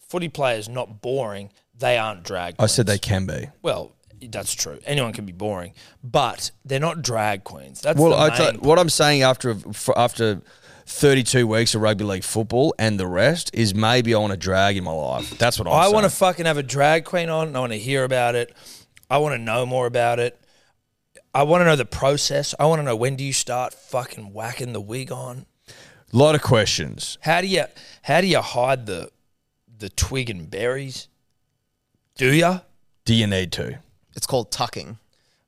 [SPEAKER 3] Footy players not boring. They aren't drag.
[SPEAKER 4] I said
[SPEAKER 3] queens.
[SPEAKER 4] they can be.
[SPEAKER 3] Well, that's true. Anyone can be boring, but they're not drag queens. That's
[SPEAKER 4] Well,
[SPEAKER 3] the
[SPEAKER 4] I
[SPEAKER 3] main
[SPEAKER 4] tell what I'm saying after for after 32 weeks of rugby league football and the rest is maybe I want to drag in my life. That's what I'm
[SPEAKER 3] I
[SPEAKER 4] saying.
[SPEAKER 3] want to fucking have a drag queen on. And I want to hear about it. I want to know more about it. I want to know the process. I want to know when do you start fucking whacking the wig on?
[SPEAKER 4] a lot of questions.
[SPEAKER 3] How do you how do you hide the the twig and berries? Do you?
[SPEAKER 4] Do you need to?
[SPEAKER 6] It's called tucking.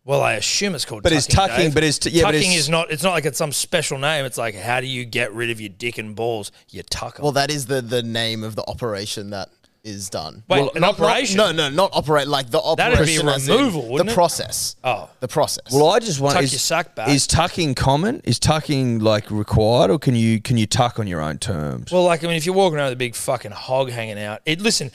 [SPEAKER 3] Well, I assume it's called.
[SPEAKER 4] But
[SPEAKER 3] tucking,
[SPEAKER 4] it's tucking,
[SPEAKER 3] Dave.
[SPEAKER 4] but it's t- yeah, but
[SPEAKER 3] tucking
[SPEAKER 4] it's-
[SPEAKER 3] is not. It's not like it's some special name. It's like how do you get rid of your dick and balls? You tuck them.
[SPEAKER 6] Well, that is the, the name of the operation that is done.
[SPEAKER 3] Wait,
[SPEAKER 6] Well,
[SPEAKER 3] an
[SPEAKER 6] not- not-
[SPEAKER 3] operation?
[SPEAKER 6] no, no, not operate. Like the
[SPEAKER 3] That'd be
[SPEAKER 6] operation. as in
[SPEAKER 3] removal, wouldn't
[SPEAKER 6] The
[SPEAKER 3] it?
[SPEAKER 6] process.
[SPEAKER 3] Oh.
[SPEAKER 6] The process.
[SPEAKER 4] Well, I just want
[SPEAKER 3] Tuck
[SPEAKER 4] is,
[SPEAKER 3] your sack back.
[SPEAKER 4] Is tucking common? Is tucking like required, or can you can you tuck on your own terms?
[SPEAKER 3] Well, like I mean, if you're walking around with a big fucking hog hanging out, it listen,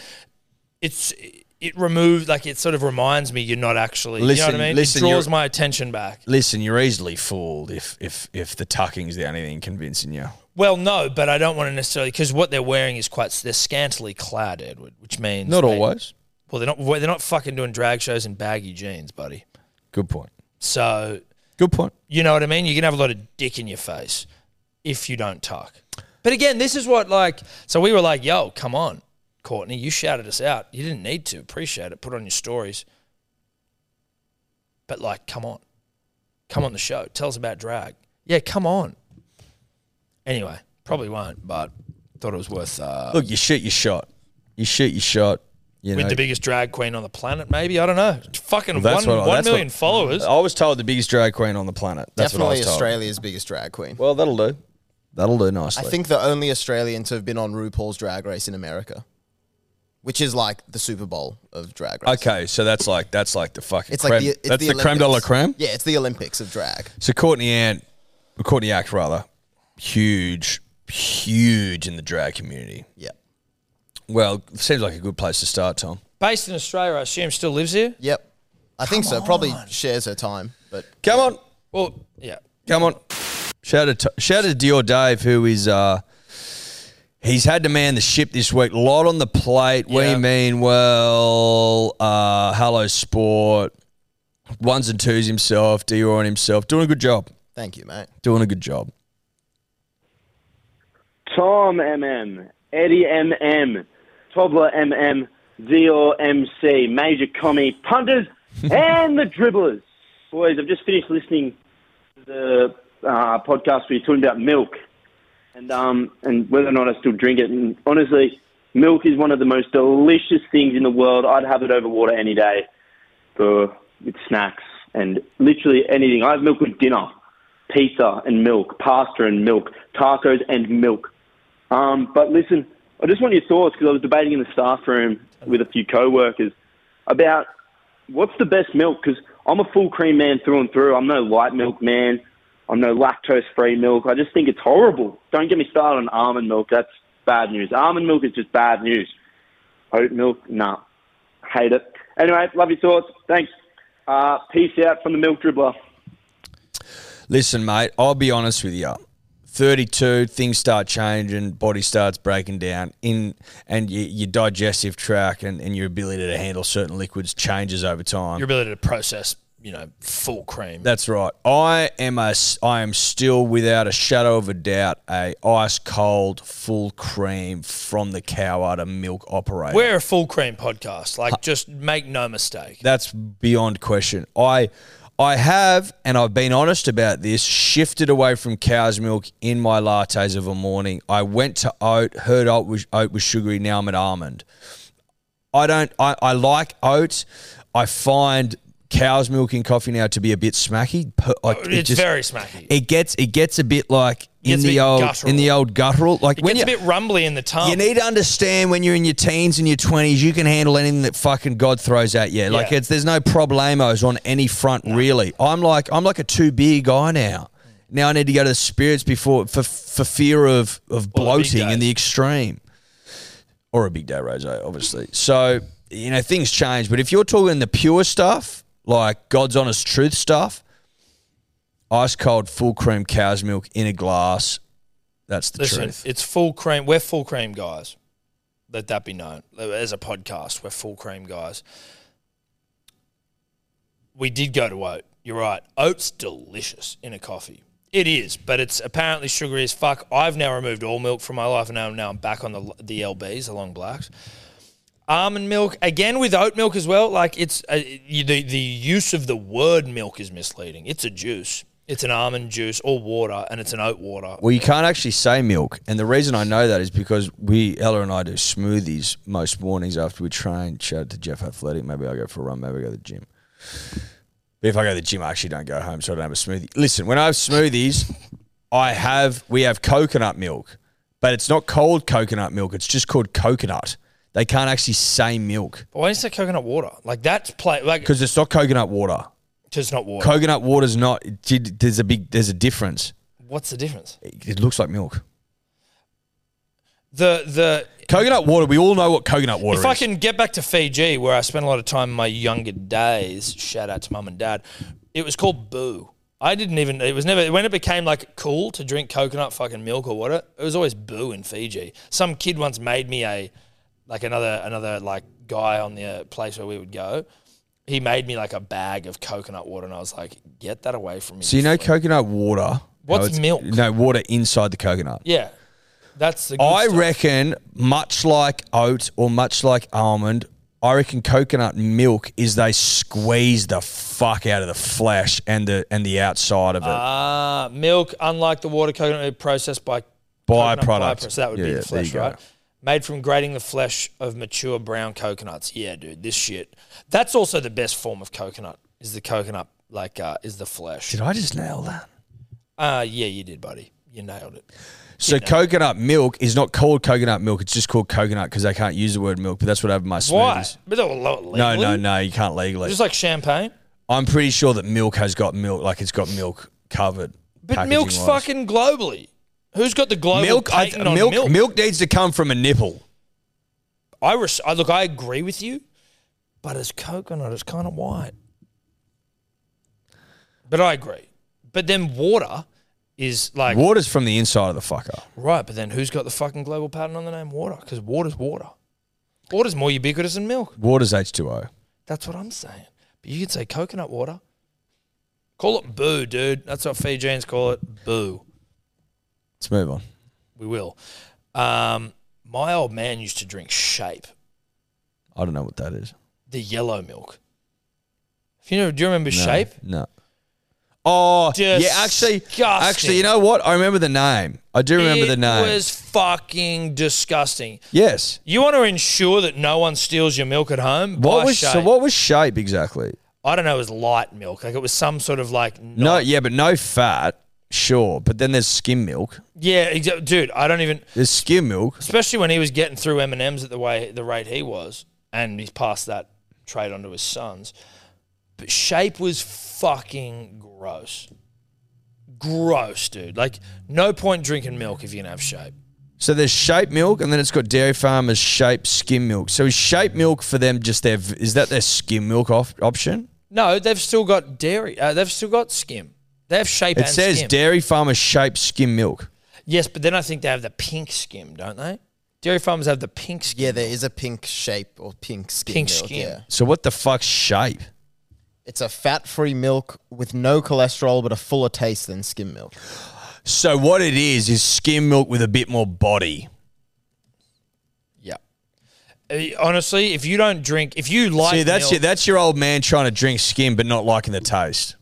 [SPEAKER 3] it's it removes like it sort of reminds me you're not actually. you know
[SPEAKER 4] Listen,
[SPEAKER 3] what I mean?
[SPEAKER 4] listen,
[SPEAKER 3] it draws
[SPEAKER 4] you're-
[SPEAKER 3] my attention back.
[SPEAKER 4] Listen, you're easily fooled if if if the tucking's the only thing convincing you.
[SPEAKER 3] Well, no, but I don't want to necessarily because what they're wearing is quite they're scantily clad, Edward, which means
[SPEAKER 4] Not
[SPEAKER 3] they-
[SPEAKER 4] always.
[SPEAKER 3] Well, they're not well, they're not fucking doing drag shows in baggy jeans, buddy.
[SPEAKER 4] Good point.
[SPEAKER 3] So
[SPEAKER 4] Good point.
[SPEAKER 3] You know what I mean? You can have a lot of dick in your face if you don't tuck. But again, this is what like so we were like, yo, come on, Courtney, you shouted us out. You didn't need to. Appreciate it. Put it on your stories. But like, come on. Come on the show. Tell us about drag. Yeah, come on. Anyway, probably won't, but thought it was worth uh,
[SPEAKER 4] Look, you shoot your shot. You shoot your shot. You
[SPEAKER 3] with
[SPEAKER 4] know,
[SPEAKER 3] the biggest drag queen on the planet, maybe. I don't know. Fucking
[SPEAKER 4] That's
[SPEAKER 3] one,
[SPEAKER 4] what I-
[SPEAKER 3] one
[SPEAKER 4] that's
[SPEAKER 3] million
[SPEAKER 4] what-
[SPEAKER 3] followers.
[SPEAKER 4] I was told the biggest drag queen on the planet. That's what I
[SPEAKER 6] Definitely
[SPEAKER 4] was told.
[SPEAKER 6] Australia's biggest drag queen.
[SPEAKER 4] Well, that'll do. That'll do
[SPEAKER 6] I
[SPEAKER 4] nicely.
[SPEAKER 6] think the only Australian to have been on RuPaul's Drag Race in America, which is like the Super Bowl of drag race.
[SPEAKER 4] Okay, so that's like that's like the fucking.
[SPEAKER 6] It's
[SPEAKER 4] creme.
[SPEAKER 6] like the it's
[SPEAKER 4] that's the, creme de la
[SPEAKER 6] Olympics.
[SPEAKER 4] creme.
[SPEAKER 6] Yeah, it's the Olympics of drag.
[SPEAKER 4] So Courtney Ann, Courtney Act rather, huge, huge in the drag community.
[SPEAKER 6] Yeah.
[SPEAKER 4] Well, seems like a good place to start, Tom.
[SPEAKER 3] Based in Australia, I assume still lives here.
[SPEAKER 6] Yep. I think so. Probably shares her time, but
[SPEAKER 4] Come on,
[SPEAKER 3] Well, yeah.
[SPEAKER 4] come on. Shout out, to, shout out to Dior Dave, who is uh, he's had to man the ship this week. A lot on the plate.
[SPEAKER 3] Yeah.
[SPEAKER 4] We mean well. Uh, hello sport, ones and twos himself. Dior on himself, doing a good job.
[SPEAKER 6] thank you, mate.
[SPEAKER 4] Doing a good job.
[SPEAKER 7] Tom MM, Eddie MM, Tobler MM, Dior MC, Major Commie, Punters, *laughs* and the Dribblers. Boys, I've just finished listening to the uh, podcast where you're talking about milk and, um, and whether or not I still drink it. And honestly, milk is one of the most delicious things in the world. I'd have it over water any day for with snacks and literally anything. I have milk with dinner, pizza and milk, pasta and milk, tacos and milk. Um, but listen, I just want your thoughts because I was debating in the staff room with a few co-workers about what's the best milk? Because I'm a full cream man through and through. I'm no light milk man. I'm no lactose free milk. I just think it's horrible. Don't get me started on almond milk. That's bad news. Almond milk is just bad news. Oat milk, nah. Hate it. Anyway, love your thoughts. Thanks. Uh, peace out from the milk dribbler.
[SPEAKER 4] Listen, mate, I'll be honest with you. 32, things start changing, body starts breaking down, in and your, your digestive tract and, and your ability to handle certain liquids changes over time.
[SPEAKER 3] Your ability to process, you know, full cream.
[SPEAKER 4] That's right. I am a, s- I am still without a shadow of a doubt a ice cold full cream from the cow out of milk operator.
[SPEAKER 3] We're a full cream podcast. Like, just make no mistake.
[SPEAKER 4] That's beyond question. I I have, and I've been honest about this, shifted away from cow's milk in my lattes of a morning. I went to oat, heard oat was, oat was sugary, now I'm at almond. I don't. I, I like oat. I find cow's milk in coffee now to be a bit smacky. Per- like, it
[SPEAKER 3] It's
[SPEAKER 4] just-
[SPEAKER 3] very smacky.
[SPEAKER 4] It gets it gets a bit like in
[SPEAKER 3] gets a
[SPEAKER 4] the
[SPEAKER 3] bit
[SPEAKER 4] old
[SPEAKER 3] guttural.
[SPEAKER 4] in the old guttural. Like
[SPEAKER 3] It
[SPEAKER 4] when
[SPEAKER 3] gets
[SPEAKER 4] you,
[SPEAKER 3] a bit rumbly in the tongue.
[SPEAKER 4] you need to understand when you're in your teens and your twenties, you can handle anything that fucking God throws at you. Like
[SPEAKER 3] Yeah.
[SPEAKER 4] it's there's no problemos on any front really. I'm like I'm like a too beer guy now. Now I need to go to the spirits before for for fear of of
[SPEAKER 3] Or the big
[SPEAKER 4] bloating
[SPEAKER 3] day.
[SPEAKER 4] in the extreme, or a big day rosé, obviously. So you know things change, but if you're talking the pure stuff, like God's honest truth stuff, ice cold full cream cow's milk in a glass, that's the
[SPEAKER 3] Listen,
[SPEAKER 4] truth.
[SPEAKER 3] it's full cream. We're full cream guys. Let that be known. As a podcast, we're full cream guys. We did go to oat. You're right. Oat's delicious in a coffee. It is, but it's apparently sugary as fuck. I've now removed all milk from my life, and now, now I'm back on the the LBs, the long blacks. Almond milk again with oat milk as well. Like it's uh, you- the the use of the word milk is misleading. It's a juice. It's an almond juice or water, and it's an oat water.
[SPEAKER 4] Well, you can't actually say milk, and the reason I know that is because we Ella and I do smoothies most mornings after we train. Shout out to Jeff Athletic. Maybe I go for a run. Maybe I go to the gym. But if I go to the gym, I actually don't go home, so I don't have a smoothie. Listen, when I have smoothies, I have we have coconut milk, but it's not cold coconut milk. It's just called coconut. They can't actually say milk
[SPEAKER 3] But why do you say coconut water? Like that's play like
[SPEAKER 4] because it's not coconut water.
[SPEAKER 3] it's not water.
[SPEAKER 4] Coconut water's not. There's a big. There's a difference.
[SPEAKER 3] What's the difference?
[SPEAKER 4] It it looks like milk.
[SPEAKER 3] The the
[SPEAKER 4] Coconut water. We all know what coconut water
[SPEAKER 3] if
[SPEAKER 4] is.
[SPEAKER 3] I can get back to Fiji where I spent a lot of time in my younger days, shout out to mum and dad. It was called boo. I didn't even it was never when it became like cool to drink coconut fucking milk or water, it was always boo in Fiji. Some kid once made me a like another another like guy on the uh, place where we would go. He made me like a bag of coconut water and I was like, "Get that away from me."
[SPEAKER 4] So you know
[SPEAKER 3] coconut.
[SPEAKER 4] coconut water.
[SPEAKER 3] What's
[SPEAKER 4] how it's-
[SPEAKER 3] milk?
[SPEAKER 4] No water inside the coconut.
[SPEAKER 3] Yeah. That's the good
[SPEAKER 4] I
[SPEAKER 3] stuff.
[SPEAKER 4] reckon, much like oat or much like almond, I reckon coconut milk is they squeeze the fuck out of the flesh and the and the outside of it.
[SPEAKER 3] Ah, milk, unlike the water coconut, milk processed by
[SPEAKER 4] Byproduct.
[SPEAKER 3] coconut byproducts. That would
[SPEAKER 4] Yeah,
[SPEAKER 3] be
[SPEAKER 4] yeah,
[SPEAKER 3] the
[SPEAKER 4] there you
[SPEAKER 3] flesh,
[SPEAKER 4] go.
[SPEAKER 3] right? Made from grating the flesh of mature brown coconuts. Yeah, dude, this shit. That's also the best form of coconut. Is the coconut like uh, is the flesh?
[SPEAKER 4] Did I just nail that?
[SPEAKER 3] Uh yeah, you did, buddy. You nailed it.
[SPEAKER 4] So coconut milk is not called coconut milk; it's just called coconut because they can't use the word milk. But that's what I have in my
[SPEAKER 3] Why?
[SPEAKER 4] smoothies.
[SPEAKER 3] But they were low, legally.
[SPEAKER 4] No, no, no, you can't legally.
[SPEAKER 3] Just like champagne.
[SPEAKER 4] I'm pretty sure that milk has got milk, like it's got milk covered.
[SPEAKER 3] But milk's
[SPEAKER 4] packaging-wise.
[SPEAKER 3] fucking globally. Who's got the global
[SPEAKER 4] milk, I,
[SPEAKER 3] patent on
[SPEAKER 4] milk.
[SPEAKER 3] milk?
[SPEAKER 4] Milk needs to come from a nipple.
[SPEAKER 3] I, res- I look, I agree with you, but as coconut, it's kind of white. But I agree. But then water is like
[SPEAKER 4] Water's from the inside of the fucker.
[SPEAKER 3] right. But then who's got the fucking global patent on the name water? Because water's water. Water's more ubiquitous than milk.
[SPEAKER 4] Water's H2O.
[SPEAKER 3] That's what I'm saying. But you could say coconut water. Call it boo, dude. That's what Fijians call it. Boo.
[SPEAKER 4] Let's move on.
[SPEAKER 3] We will. Um, my old man used to drink shape,
[SPEAKER 4] I don't know what that is.
[SPEAKER 3] the yellow milk. If you know, do you remember shape?
[SPEAKER 4] No. Oh, yeah. Actually, actually,
[SPEAKER 3] Disgusting.
[SPEAKER 4] you know what? I remember the name. I do remember the name.
[SPEAKER 3] It was fucking disgusting.
[SPEAKER 4] yes.
[SPEAKER 3] You want to ensure that no one steals your milk at home?
[SPEAKER 4] What
[SPEAKER 3] Buy
[SPEAKER 4] was so?
[SPEAKER 3] Shape.
[SPEAKER 4] What was shape exactly?
[SPEAKER 3] I don't know. It was light milk. Like it was some sort of like
[SPEAKER 4] No,
[SPEAKER 3] not-
[SPEAKER 4] yeah, but no fat. Sure, but then there's skim milk.
[SPEAKER 3] yeah, exa- dude. I don't even.
[SPEAKER 4] There's skim milk.
[SPEAKER 3] Especially when he was getting through M and M's at the way the rate he was, and he's passed that trade on to his sons. But shape was fucking gross. Gross, dude. Like, no point drinking milk if you can have shape.
[SPEAKER 4] So there's shape milk, and then it's got Dairy Farmers shape skim milk. So is shape milk for them just their is that their skim milk off, option?
[SPEAKER 3] No, they've still got dairy. Uh, they've still got skim. They have shape.
[SPEAKER 4] It
[SPEAKER 3] and
[SPEAKER 4] says
[SPEAKER 3] skim.
[SPEAKER 4] Dairy Farmers shape skim milk.
[SPEAKER 3] Yes, but then I think they have the pink skim, don't they? Dairy farmers have the pink skim.
[SPEAKER 6] Yeah, there is a pink shape or pink skin.
[SPEAKER 3] Pink
[SPEAKER 6] milk,
[SPEAKER 3] skin.
[SPEAKER 6] Yeah.
[SPEAKER 4] So what the fuck's shape?
[SPEAKER 6] It's a fat-free milk with no cholesterol, but a fuller taste than skim milk.
[SPEAKER 4] So what it is is skim milk with a bit more body.
[SPEAKER 3] Yeah. Uh, Honestly, if you don't drink, if you like
[SPEAKER 4] See, that's
[SPEAKER 3] milk,
[SPEAKER 4] your, that's your old man trying to drink skim but not liking the taste.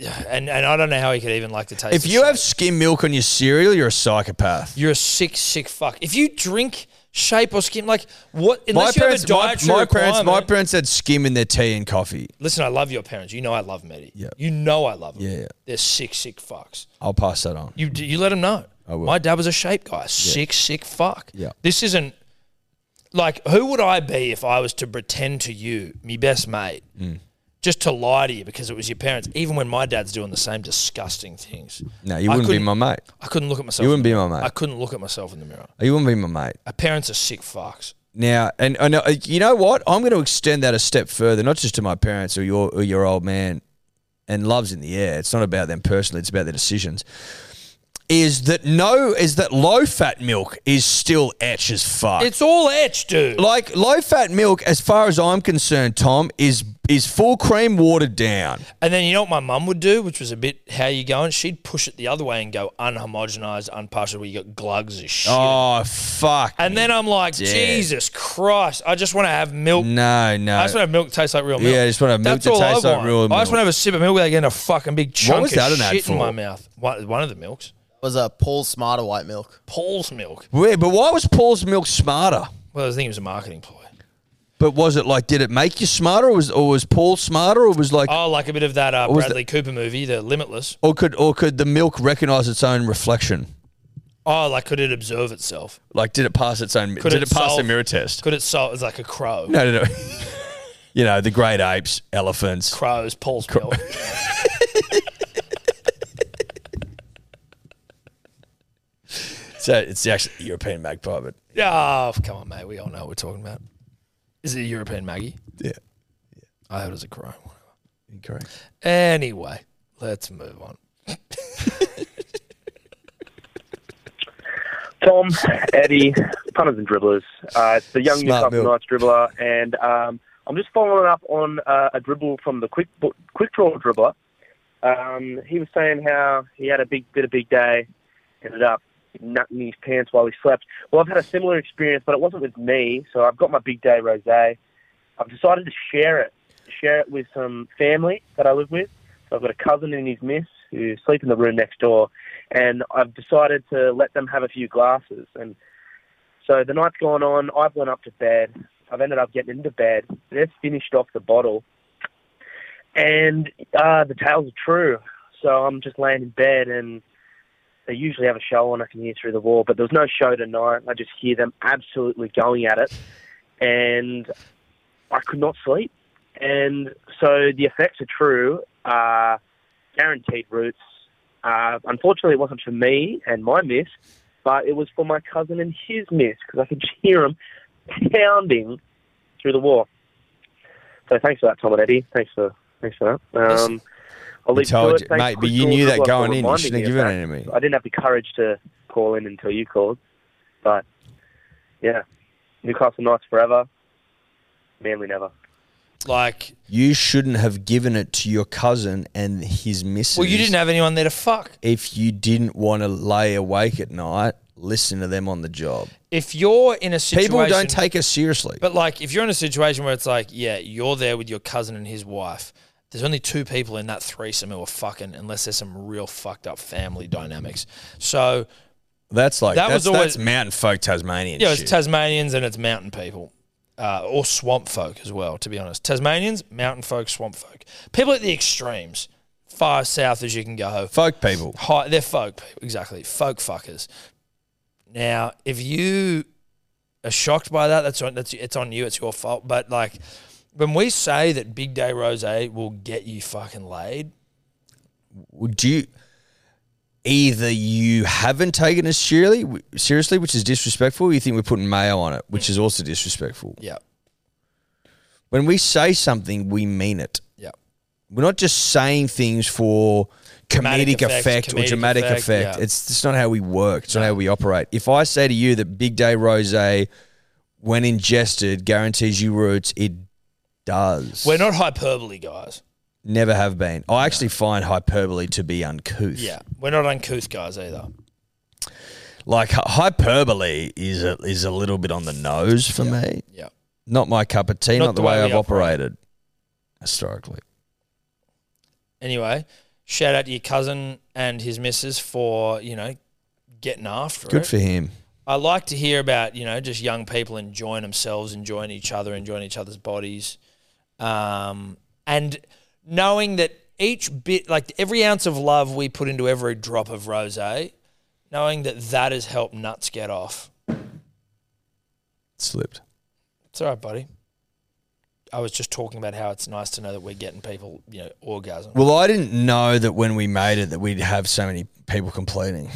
[SPEAKER 3] and and I don't know how he could even like the taste.
[SPEAKER 4] If
[SPEAKER 3] of
[SPEAKER 4] you
[SPEAKER 3] shape.
[SPEAKER 4] have skim milk on your cereal, you're a psychopath.
[SPEAKER 3] you're a sick, sick fuck. If you drink shape or skim, like what?
[SPEAKER 4] My
[SPEAKER 3] Unless you
[SPEAKER 4] parents,
[SPEAKER 3] have a
[SPEAKER 4] my,
[SPEAKER 3] dietary
[SPEAKER 4] my parents, my
[SPEAKER 3] requirement-
[SPEAKER 4] parents had skim in their tea and coffee.
[SPEAKER 3] Listen, I love your parents. You know I love Medi.
[SPEAKER 4] Yeah.
[SPEAKER 3] You know I love them.
[SPEAKER 4] Yeah, yeah.
[SPEAKER 3] They're sick, sick fucks.
[SPEAKER 4] I'll pass that on.
[SPEAKER 3] You d- you let them know.
[SPEAKER 4] I will.
[SPEAKER 3] My dad was a shape guy. Sick, sick fuck.
[SPEAKER 4] Yeah.
[SPEAKER 3] This isn't like who would I be if I was to pretend to you, me best mate,
[SPEAKER 4] Mm.
[SPEAKER 3] just to lie to you because it was your parents. Even when my dad's doing the same disgusting things.
[SPEAKER 4] No, you
[SPEAKER 3] I
[SPEAKER 4] wouldn't be
[SPEAKER 3] couldn't-
[SPEAKER 4] my mate.
[SPEAKER 3] I couldn't look at myself.
[SPEAKER 4] You
[SPEAKER 3] in
[SPEAKER 4] wouldn't
[SPEAKER 3] the
[SPEAKER 4] be my
[SPEAKER 3] mirror.
[SPEAKER 4] mate.
[SPEAKER 3] I couldn't look at myself in the mirror.
[SPEAKER 4] You wouldn't be my mate.
[SPEAKER 3] Our parents are sick fucks.
[SPEAKER 4] Now, and, and uh, you know what? I'm going to extend that a step further, not just to my parents or your or your old man. And love's in the air. It's not about them personally. It's about their decisions. Is that no? Is that low fat milk is still etch as fuck?
[SPEAKER 3] It's all etched, dude.
[SPEAKER 4] like low fat milk, as far as I'm concerned, Tom is is full cream watered down.
[SPEAKER 3] And then you know what my mum would do, which was a bit how you going? She'd push it the other way and go unhomogenized, unpartial, where you got glugs as shit.
[SPEAKER 4] Oh fuck!
[SPEAKER 3] and then I'm like,
[SPEAKER 4] Dead.
[SPEAKER 3] Jesus Christ, I just want to have milk.
[SPEAKER 4] no,
[SPEAKER 3] I just want to
[SPEAKER 4] no.
[SPEAKER 3] have milk that tastes like real milk.
[SPEAKER 4] Yeah, I just want to have milk
[SPEAKER 3] That's
[SPEAKER 4] that
[SPEAKER 3] all I
[SPEAKER 4] tastes like
[SPEAKER 3] want.
[SPEAKER 4] real
[SPEAKER 3] I just
[SPEAKER 4] milk.
[SPEAKER 3] want to have a sip of milk without getting a fucking big chunk
[SPEAKER 4] was
[SPEAKER 3] of
[SPEAKER 4] that an ad
[SPEAKER 3] shit in my
[SPEAKER 4] for?
[SPEAKER 3] mouth. One, one of the milks.
[SPEAKER 6] It was a Paul Smarter white milk.
[SPEAKER 3] Paul's milk.
[SPEAKER 4] Weird, but why was Paul's milk smarter?
[SPEAKER 3] Well, I think it was a marketing ploy.
[SPEAKER 4] But was it like, did it make you smarter, or was or was Paul smarter, or was like,
[SPEAKER 3] Oh, like a bit of that uh,
[SPEAKER 4] was
[SPEAKER 3] Bradley Cooper movie, The Limitless.
[SPEAKER 4] or could or could the milk recognize its own reflection?
[SPEAKER 3] Oh, like could it observe itself?
[SPEAKER 4] Like, did it pass its own?
[SPEAKER 3] Could
[SPEAKER 4] did it,
[SPEAKER 3] it
[SPEAKER 4] pass the
[SPEAKER 3] solve-
[SPEAKER 4] mirror test?
[SPEAKER 3] Could it solve? It's like a crow.
[SPEAKER 4] No, no, *laughs* no. you know, the great apes, elephants.
[SPEAKER 3] Crows, Paul's
[SPEAKER 4] *laughs*
[SPEAKER 3] milk.
[SPEAKER 4] So it's actually European magpie, but
[SPEAKER 3] Oh, come on, mate. We all know what we're talking about. Is it a European Maggie?
[SPEAKER 4] yeah,
[SPEAKER 3] I heard it was a crow.
[SPEAKER 4] incorrect.
[SPEAKER 3] Anyway, let's move on.
[SPEAKER 8] Tom, Eddie, punters and dribblers. Uh, it's the young
[SPEAKER 4] Smart
[SPEAKER 8] Newcastle
[SPEAKER 4] milk.
[SPEAKER 8] Knights dribbler, and um, I'm just following up on uh, a dribble from the quick bo- quick draw dribbler. Um, he was saying how he had a big bit of big day, ended up nutting his pants while he slept. Well, I've had a similar experience, but it wasn't with me. So I've got my big day rosé. I've decided to share it, share it with some family that I live with. So I've got a cousin and his miss who sleep in the room next door, and I've decided to let them have a few glasses. And so the night's gone on. I've gone up to bed. I've ended up getting into bed. They've finished off the bottle, and uh, the tales are true. So I'm just laying in bed, and they usually have a show on. I can hear through the wall, but there was no show tonight. I just hear them absolutely going at it, and I could not sleep. And so the effects are true, uh, guaranteed roots. Uh, unfortunately, it wasn't for me and my miss, but it was for my cousin and his miss because I could *laughs* hear him pounding through the wall. So thanks for that, Tom and Eddie. Thanks for thanks for that. Um, I'll leave
[SPEAKER 4] told
[SPEAKER 8] you to
[SPEAKER 4] you-
[SPEAKER 8] it. Thanks
[SPEAKER 4] mate,
[SPEAKER 8] for
[SPEAKER 4] but you
[SPEAKER 8] calling
[SPEAKER 4] knew
[SPEAKER 8] as
[SPEAKER 4] that
[SPEAKER 8] well for
[SPEAKER 4] going in. You
[SPEAKER 8] reminding
[SPEAKER 4] shouldn't
[SPEAKER 8] me
[SPEAKER 4] have
[SPEAKER 8] of
[SPEAKER 4] given
[SPEAKER 8] that.
[SPEAKER 4] it to me.
[SPEAKER 8] I didn't have the courage to call in until you called, but yeah, Newcastle Knights forever, Manly never.
[SPEAKER 3] Like,
[SPEAKER 4] You shouldn't have given it to your cousin and his missus.
[SPEAKER 3] well, you didn't have anyone there to fuck.
[SPEAKER 4] If you didn't want to lay awake at night, listen to them on the job.
[SPEAKER 3] If you're in a situation,
[SPEAKER 4] People don't take us seriously.
[SPEAKER 3] But like, if you're in a situation where it's like, yeah, you're there with your cousin and his wife. There's only two people in that threesome who are fucking, unless there's some real fucked up family dynamics. So
[SPEAKER 4] That's like
[SPEAKER 3] That
[SPEAKER 4] that's,
[SPEAKER 3] was always-
[SPEAKER 4] that's mountain folk Tasmanian.
[SPEAKER 3] Yeah,
[SPEAKER 4] shit.
[SPEAKER 3] it's Tasmanians and it's mountain people, uh, or swamp folk as well. To be honest, Tasmanians, mountain folk, swamp folk, people at the extremes, far south as you can go.
[SPEAKER 4] folk people.
[SPEAKER 3] Hi, they're folk people, exactly. Folk fuckers. Now, if you are shocked by that, that's on, that's it's on you. It's your fault. But like, when we say that Big Day Rose will get you fucking laid,
[SPEAKER 4] Would you either you haven't taken us seriously, seriously, which is disrespectful, or you think we're putting mayo on it, which is also disrespectful.
[SPEAKER 3] yeah,
[SPEAKER 4] When we say something, we mean it.
[SPEAKER 3] yeah,
[SPEAKER 4] We're not just saying things for comedic,
[SPEAKER 3] Dramatic
[SPEAKER 4] effect,
[SPEAKER 3] effect,
[SPEAKER 4] or
[SPEAKER 3] comedic
[SPEAKER 4] dramatic effect.
[SPEAKER 3] effect, yeah.
[SPEAKER 4] It's just not how we work. It's not how we operate. If I say to you that Big Day Rosé, when ingested, guarantees you roots, it does.
[SPEAKER 3] we're not hyperbole guys.
[SPEAKER 4] Never have been. I actually find hyperbole to be uncouth.
[SPEAKER 3] Yeah, we're not uncouth guys either.
[SPEAKER 4] Like hy- hyperbole is a, is a little bit on the nose for me.
[SPEAKER 3] Yeah,
[SPEAKER 4] Not my cup of tea, not, the way,
[SPEAKER 3] we
[SPEAKER 4] I've
[SPEAKER 3] operate.
[SPEAKER 4] operated historically.
[SPEAKER 3] anyway, shout out to your cousin and his missus for, you know, getting after
[SPEAKER 4] Good
[SPEAKER 3] it.
[SPEAKER 4] for him.
[SPEAKER 3] I like to hear about, you know, just young people enjoying themselves, enjoying each other, enjoying each other's bodies. Um, and knowing that each bit, like every ounce of love we put into every drop of rose, knowing that that has helped nuts get off.
[SPEAKER 4] Slipped.
[SPEAKER 3] It's all right, buddy. I was just talking about how it's nice to know that we're getting people, you know, orgasm.
[SPEAKER 4] Well, I didn't know that when we made it that we'd have so many people complaining.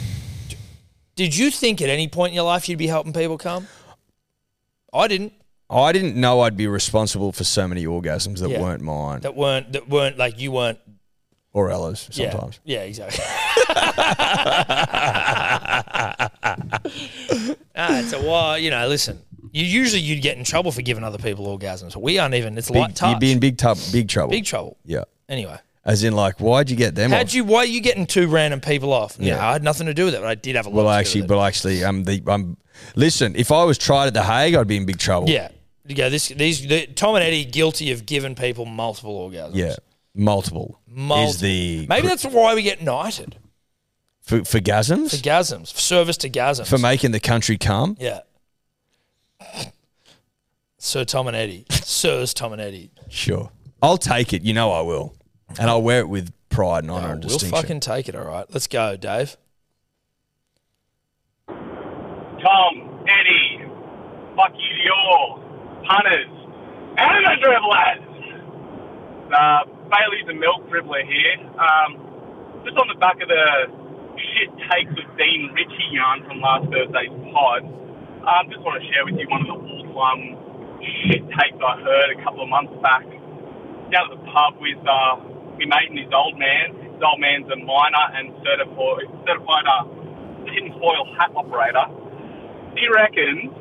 [SPEAKER 3] Did you think at any point in your life you'd be helping people come? I didn't.
[SPEAKER 4] I didn't know I'd be responsible for so many orgasms that
[SPEAKER 3] Yeah.
[SPEAKER 4] weren't mine
[SPEAKER 3] That weren't that weren't like you weren't
[SPEAKER 4] or Ella's sometimes.
[SPEAKER 3] Yeah, yeah
[SPEAKER 4] *laughs*
[SPEAKER 3] exactly. *laughs* nah, Ah, it's a while, you know, listen. You usually you'd get in trouble for giving other people orgasms. We aren't even it's light
[SPEAKER 4] Big,
[SPEAKER 3] touch.
[SPEAKER 4] you'd be in big, tub, big trouble.
[SPEAKER 3] big trouble.
[SPEAKER 4] yeah.
[SPEAKER 3] Anyway.
[SPEAKER 4] As in, like, why'd you get them? off?
[SPEAKER 3] How'd you why are you getting two random people off? Yeah,
[SPEAKER 4] Yeah.
[SPEAKER 3] I had nothing to do with it, but I did have a lot
[SPEAKER 4] Well,
[SPEAKER 3] to do
[SPEAKER 4] actually,
[SPEAKER 3] with it.
[SPEAKER 4] well, actually, I'm the I'm. Listen, if I was tried at the Hague, I'd be in big trouble.
[SPEAKER 3] Yeah. You go, this these the, Tom and Eddie guilty of giving people multiple orgasms.
[SPEAKER 4] yeah, multiple,
[SPEAKER 3] Multiple.
[SPEAKER 4] is the
[SPEAKER 3] Maybe that's why we get knighted.
[SPEAKER 4] for, for gasms
[SPEAKER 3] For
[SPEAKER 4] for,
[SPEAKER 3] gasms. For service to gasms.
[SPEAKER 4] making the country come.
[SPEAKER 3] Yeah. *coughs* Sir Tom and Eddie. *coughs* Sirs Tom and Eddie.
[SPEAKER 4] Sure, I'll take it. You know, I will, and I'll wear it with pride and honor and
[SPEAKER 3] we'll
[SPEAKER 4] distinction.
[SPEAKER 3] fucking take it, all right. Let's go, Dave.
[SPEAKER 9] Tom, Eddie, fuck you to all, punters, and the dribblers. Uh, Bailey's a milk dribbler here. Um, just on the back of the shit takes with Dean Ritchie yarn from last Thursday's pod, um, just want to share with you one of the all-time shit takes I heard a couple of months back. Down at the pub with uh, my mate and his old man. His old man's a miner and certified, certified uh, tinfoil hat operator he reckons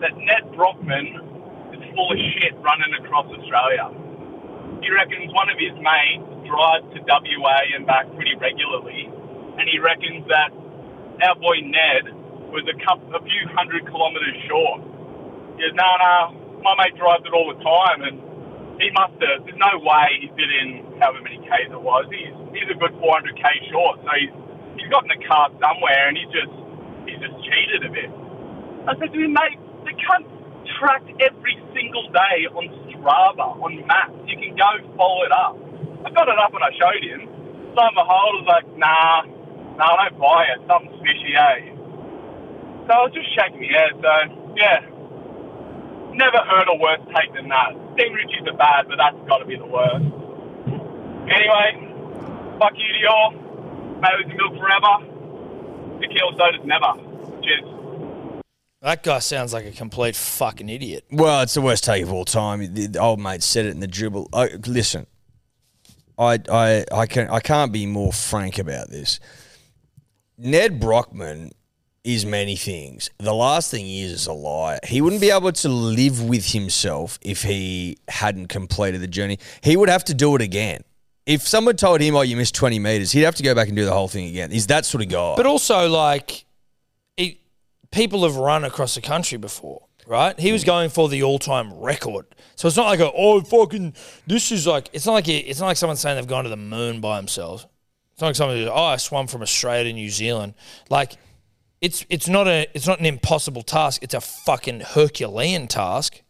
[SPEAKER 9] that Ned Brockman is full of shit running across Australia. He reckons one of his mates drives to WA and back pretty regularly, and he reckons that our boy Ned was a, couple, a few hundred kilometres short. He goes, no, no, my mate drives it all the time, and he must have, there's no way he's been in however many Ks it was. He's, he's a good 400K short, so he's, he's gotten a car somewhere, and he's just, he's just cheated a bit. I said to him, mate, the cunt tracked every single day on Strava, on maps. You can go follow it up. I got it up and I showed him. So and behold, I was like, nah, nah, I don't buy it. Something's fishy, eh? So I was just shaking my head. So, yeah, never heard a worse take than that. Sting Richie's are bad, but that's got to be the worst. Anyway, fuck you to your. Bailey's milk forever. The kill soda's never. Cheers.
[SPEAKER 3] That guy sounds like a complete fucking idiot.
[SPEAKER 4] Well, it's the worst take of all time. The the old mate said it in the dribble. I, listen, I, I, I can I can't be more frank about this. Ned Brockman is many things. The last thing he is is a liar. He wouldn't be able to live with himself if he hadn't completed the journey. He would have to do it again. If someone told him, "Oh, you missed twenty meters," he'd have to go back and do the whole thing again. He's that sort of guy.
[SPEAKER 3] But also, like, he, people have run across the country before, right? He
[SPEAKER 4] Mm.
[SPEAKER 3] was going for the all-time record, so it's not like a oh fucking this is like it's not like he- it's not like someone saying they've gone to the moon by themselves. It's not like someone who's oh I swam from Australia to New Zealand. Like, it's it's not a it's not an impossible task. It's a fucking Herculean task.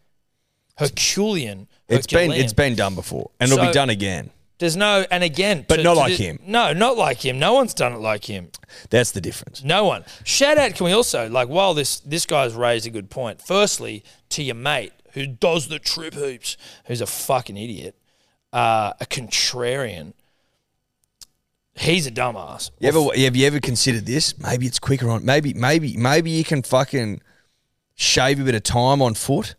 [SPEAKER 3] Herculean.
[SPEAKER 4] it's been
[SPEAKER 3] Herculean.
[SPEAKER 4] it's been done before, and it'll be
[SPEAKER 3] So-
[SPEAKER 4] done again.
[SPEAKER 3] There's no, and again,
[SPEAKER 4] But
[SPEAKER 3] to-
[SPEAKER 4] not
[SPEAKER 3] to
[SPEAKER 4] like
[SPEAKER 3] the-
[SPEAKER 4] him.
[SPEAKER 3] No, not like him. No one's done it like him.
[SPEAKER 4] That's the difference.
[SPEAKER 3] No one. Shout out. Can we also like while this this guy's raised a good point. Firstly, to your mate who does the trip hoops, who's a fucking idiot, uh, a contrarian. He's a dumbass.
[SPEAKER 4] You ever, have you ever considered this? Maybe it's quicker on. Maybe, maybe, maybe you can fucking shave a bit of time on foot,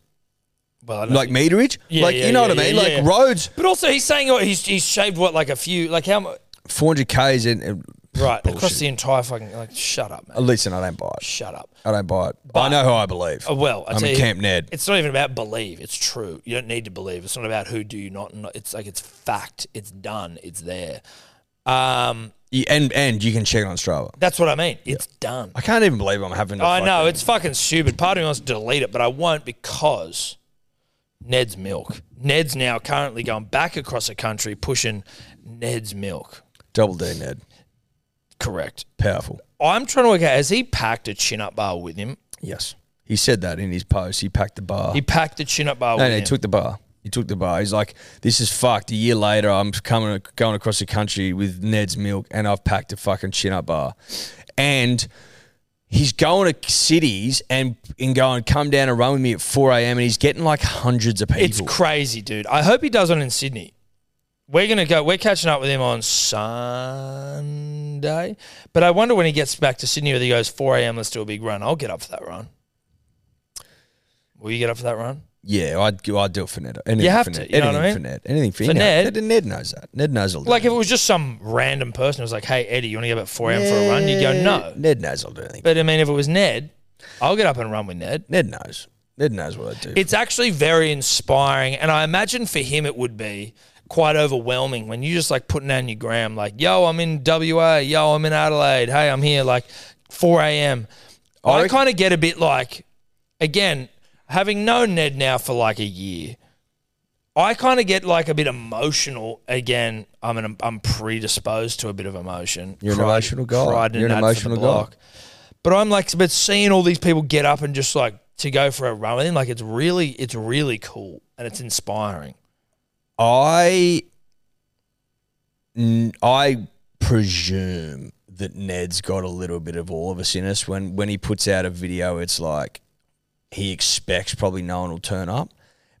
[SPEAKER 3] Well, I don't
[SPEAKER 4] like
[SPEAKER 3] think-
[SPEAKER 4] meterage.
[SPEAKER 3] Yeah,
[SPEAKER 4] like
[SPEAKER 3] yeah,
[SPEAKER 4] you know
[SPEAKER 3] yeah,
[SPEAKER 4] what I mean?
[SPEAKER 3] yeah,
[SPEAKER 4] like
[SPEAKER 3] yeah.
[SPEAKER 4] roads,
[SPEAKER 3] But also, he's saying oh, he's he's shaved what like a few like how much
[SPEAKER 4] four hundred k's and, and
[SPEAKER 3] right across
[SPEAKER 4] Bullshit.
[SPEAKER 3] the entire fucking like shut up man
[SPEAKER 4] listen, I don't buy it.
[SPEAKER 3] shut up.
[SPEAKER 4] I don't buy it. I know who I believe.
[SPEAKER 3] Uh, well, I
[SPEAKER 4] I'm
[SPEAKER 3] tell
[SPEAKER 4] in
[SPEAKER 3] you,
[SPEAKER 4] Camp Ned.
[SPEAKER 3] It's not even about believe. It's true. You don't need to believe. It's not about who do you not. not it's like it's fact. It's done. It's there. Um,
[SPEAKER 4] You- and and you can check it on Strava.
[SPEAKER 3] that's what I mean. It's done. Oh,
[SPEAKER 4] I can't even believe I'm having. To
[SPEAKER 3] I know
[SPEAKER 4] fucking-
[SPEAKER 3] it's fucking stupid. Part of me wants to delete it, but I won't because Ned's milk. Ned's now currently going back across the country pushing Ned's milk.
[SPEAKER 4] double D Ned.
[SPEAKER 3] Correct.
[SPEAKER 4] Powerful.
[SPEAKER 3] I'm trying to work out has he packed a chin up bar with him?
[SPEAKER 4] Yes, he said that in his post. He packed the bar.
[SPEAKER 3] He packed the chin up bar
[SPEAKER 4] No,
[SPEAKER 3] with
[SPEAKER 4] no, he
[SPEAKER 3] him.
[SPEAKER 4] took the bar. He took the bar. He's like, this is fucked. A year later, I'm coming going across the country with Ned's milk, and I've packed a fucking chin up bar. And he's going to cities and and going, come down and run with me at 4 a.m. And he's getting like hundreds of people.
[SPEAKER 3] It's crazy, dude. I hope he does one in Sydney. We're gonna go. We're catching up with him on Sunday, but I wonder when he gets back to Sydney whether he goes 4 a.m. Let's do a big run. I'll get up for that run. Will you get up for that run?
[SPEAKER 4] yeah, I'd go- I'd do it for Ned. Anything
[SPEAKER 3] You have
[SPEAKER 4] for
[SPEAKER 3] to,
[SPEAKER 4] Ned.
[SPEAKER 3] you know
[SPEAKER 4] anything
[SPEAKER 3] what I
[SPEAKER 4] for
[SPEAKER 3] mean?
[SPEAKER 4] Ned. Anything for,
[SPEAKER 3] For
[SPEAKER 4] Ned.
[SPEAKER 3] Ned.
[SPEAKER 4] Ned knows that. Ned knows I'll do
[SPEAKER 3] Like if it
[SPEAKER 4] anything.
[SPEAKER 3] was just some random person who was like, "Hey Eddie, you want to get up at 4 a.m. for a run?" You go,
[SPEAKER 4] Yeah,
[SPEAKER 3] "No."
[SPEAKER 4] Ned knows I'll do anything.
[SPEAKER 3] But I mean, if it was Ned, I'll get up and run with Ned.
[SPEAKER 4] Ned knows. Ned knows what I do.
[SPEAKER 3] It's actually very inspiring, and I imagine for him it would be quite overwhelming when you just like putting down your gram, like, "Yo, I'm in WA. Yo, I'm in Adelaide. Hey, I'm here." Like, 4 a.m. I,
[SPEAKER 4] reckon-
[SPEAKER 3] kind of get a bit like, again, having known Ned now for like a year, I kind of get like a bit emotional. Again, I'm an, I'm predisposed to a bit of emotion.
[SPEAKER 4] You're an
[SPEAKER 3] Pride-
[SPEAKER 4] emotional guy.
[SPEAKER 3] pride and
[SPEAKER 4] You're an
[SPEAKER 3] ad for the
[SPEAKER 4] emotional guy.
[SPEAKER 3] block. But I'm like, but seeing all these people get up and just like to go for a run with him, like it's really, it's really cool and it's inspiring.
[SPEAKER 4] I n- I presume that Ned's got a little bit of all of us in us when when he puts out a video it's like he expects probably no one will turn up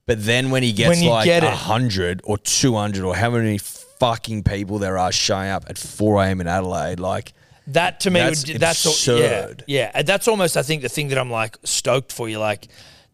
[SPEAKER 4] but then when he gets
[SPEAKER 3] When you
[SPEAKER 4] like
[SPEAKER 3] get it.
[SPEAKER 4] 100 or 200 or how many fucking people there are showing up at 4 a.m. in Adelaide like
[SPEAKER 3] That to me,
[SPEAKER 4] That's
[SPEAKER 3] would, that's al-
[SPEAKER 4] absurd.
[SPEAKER 3] yeah, yeah, And that's almost I think the thing that I'm like stoked for you. Like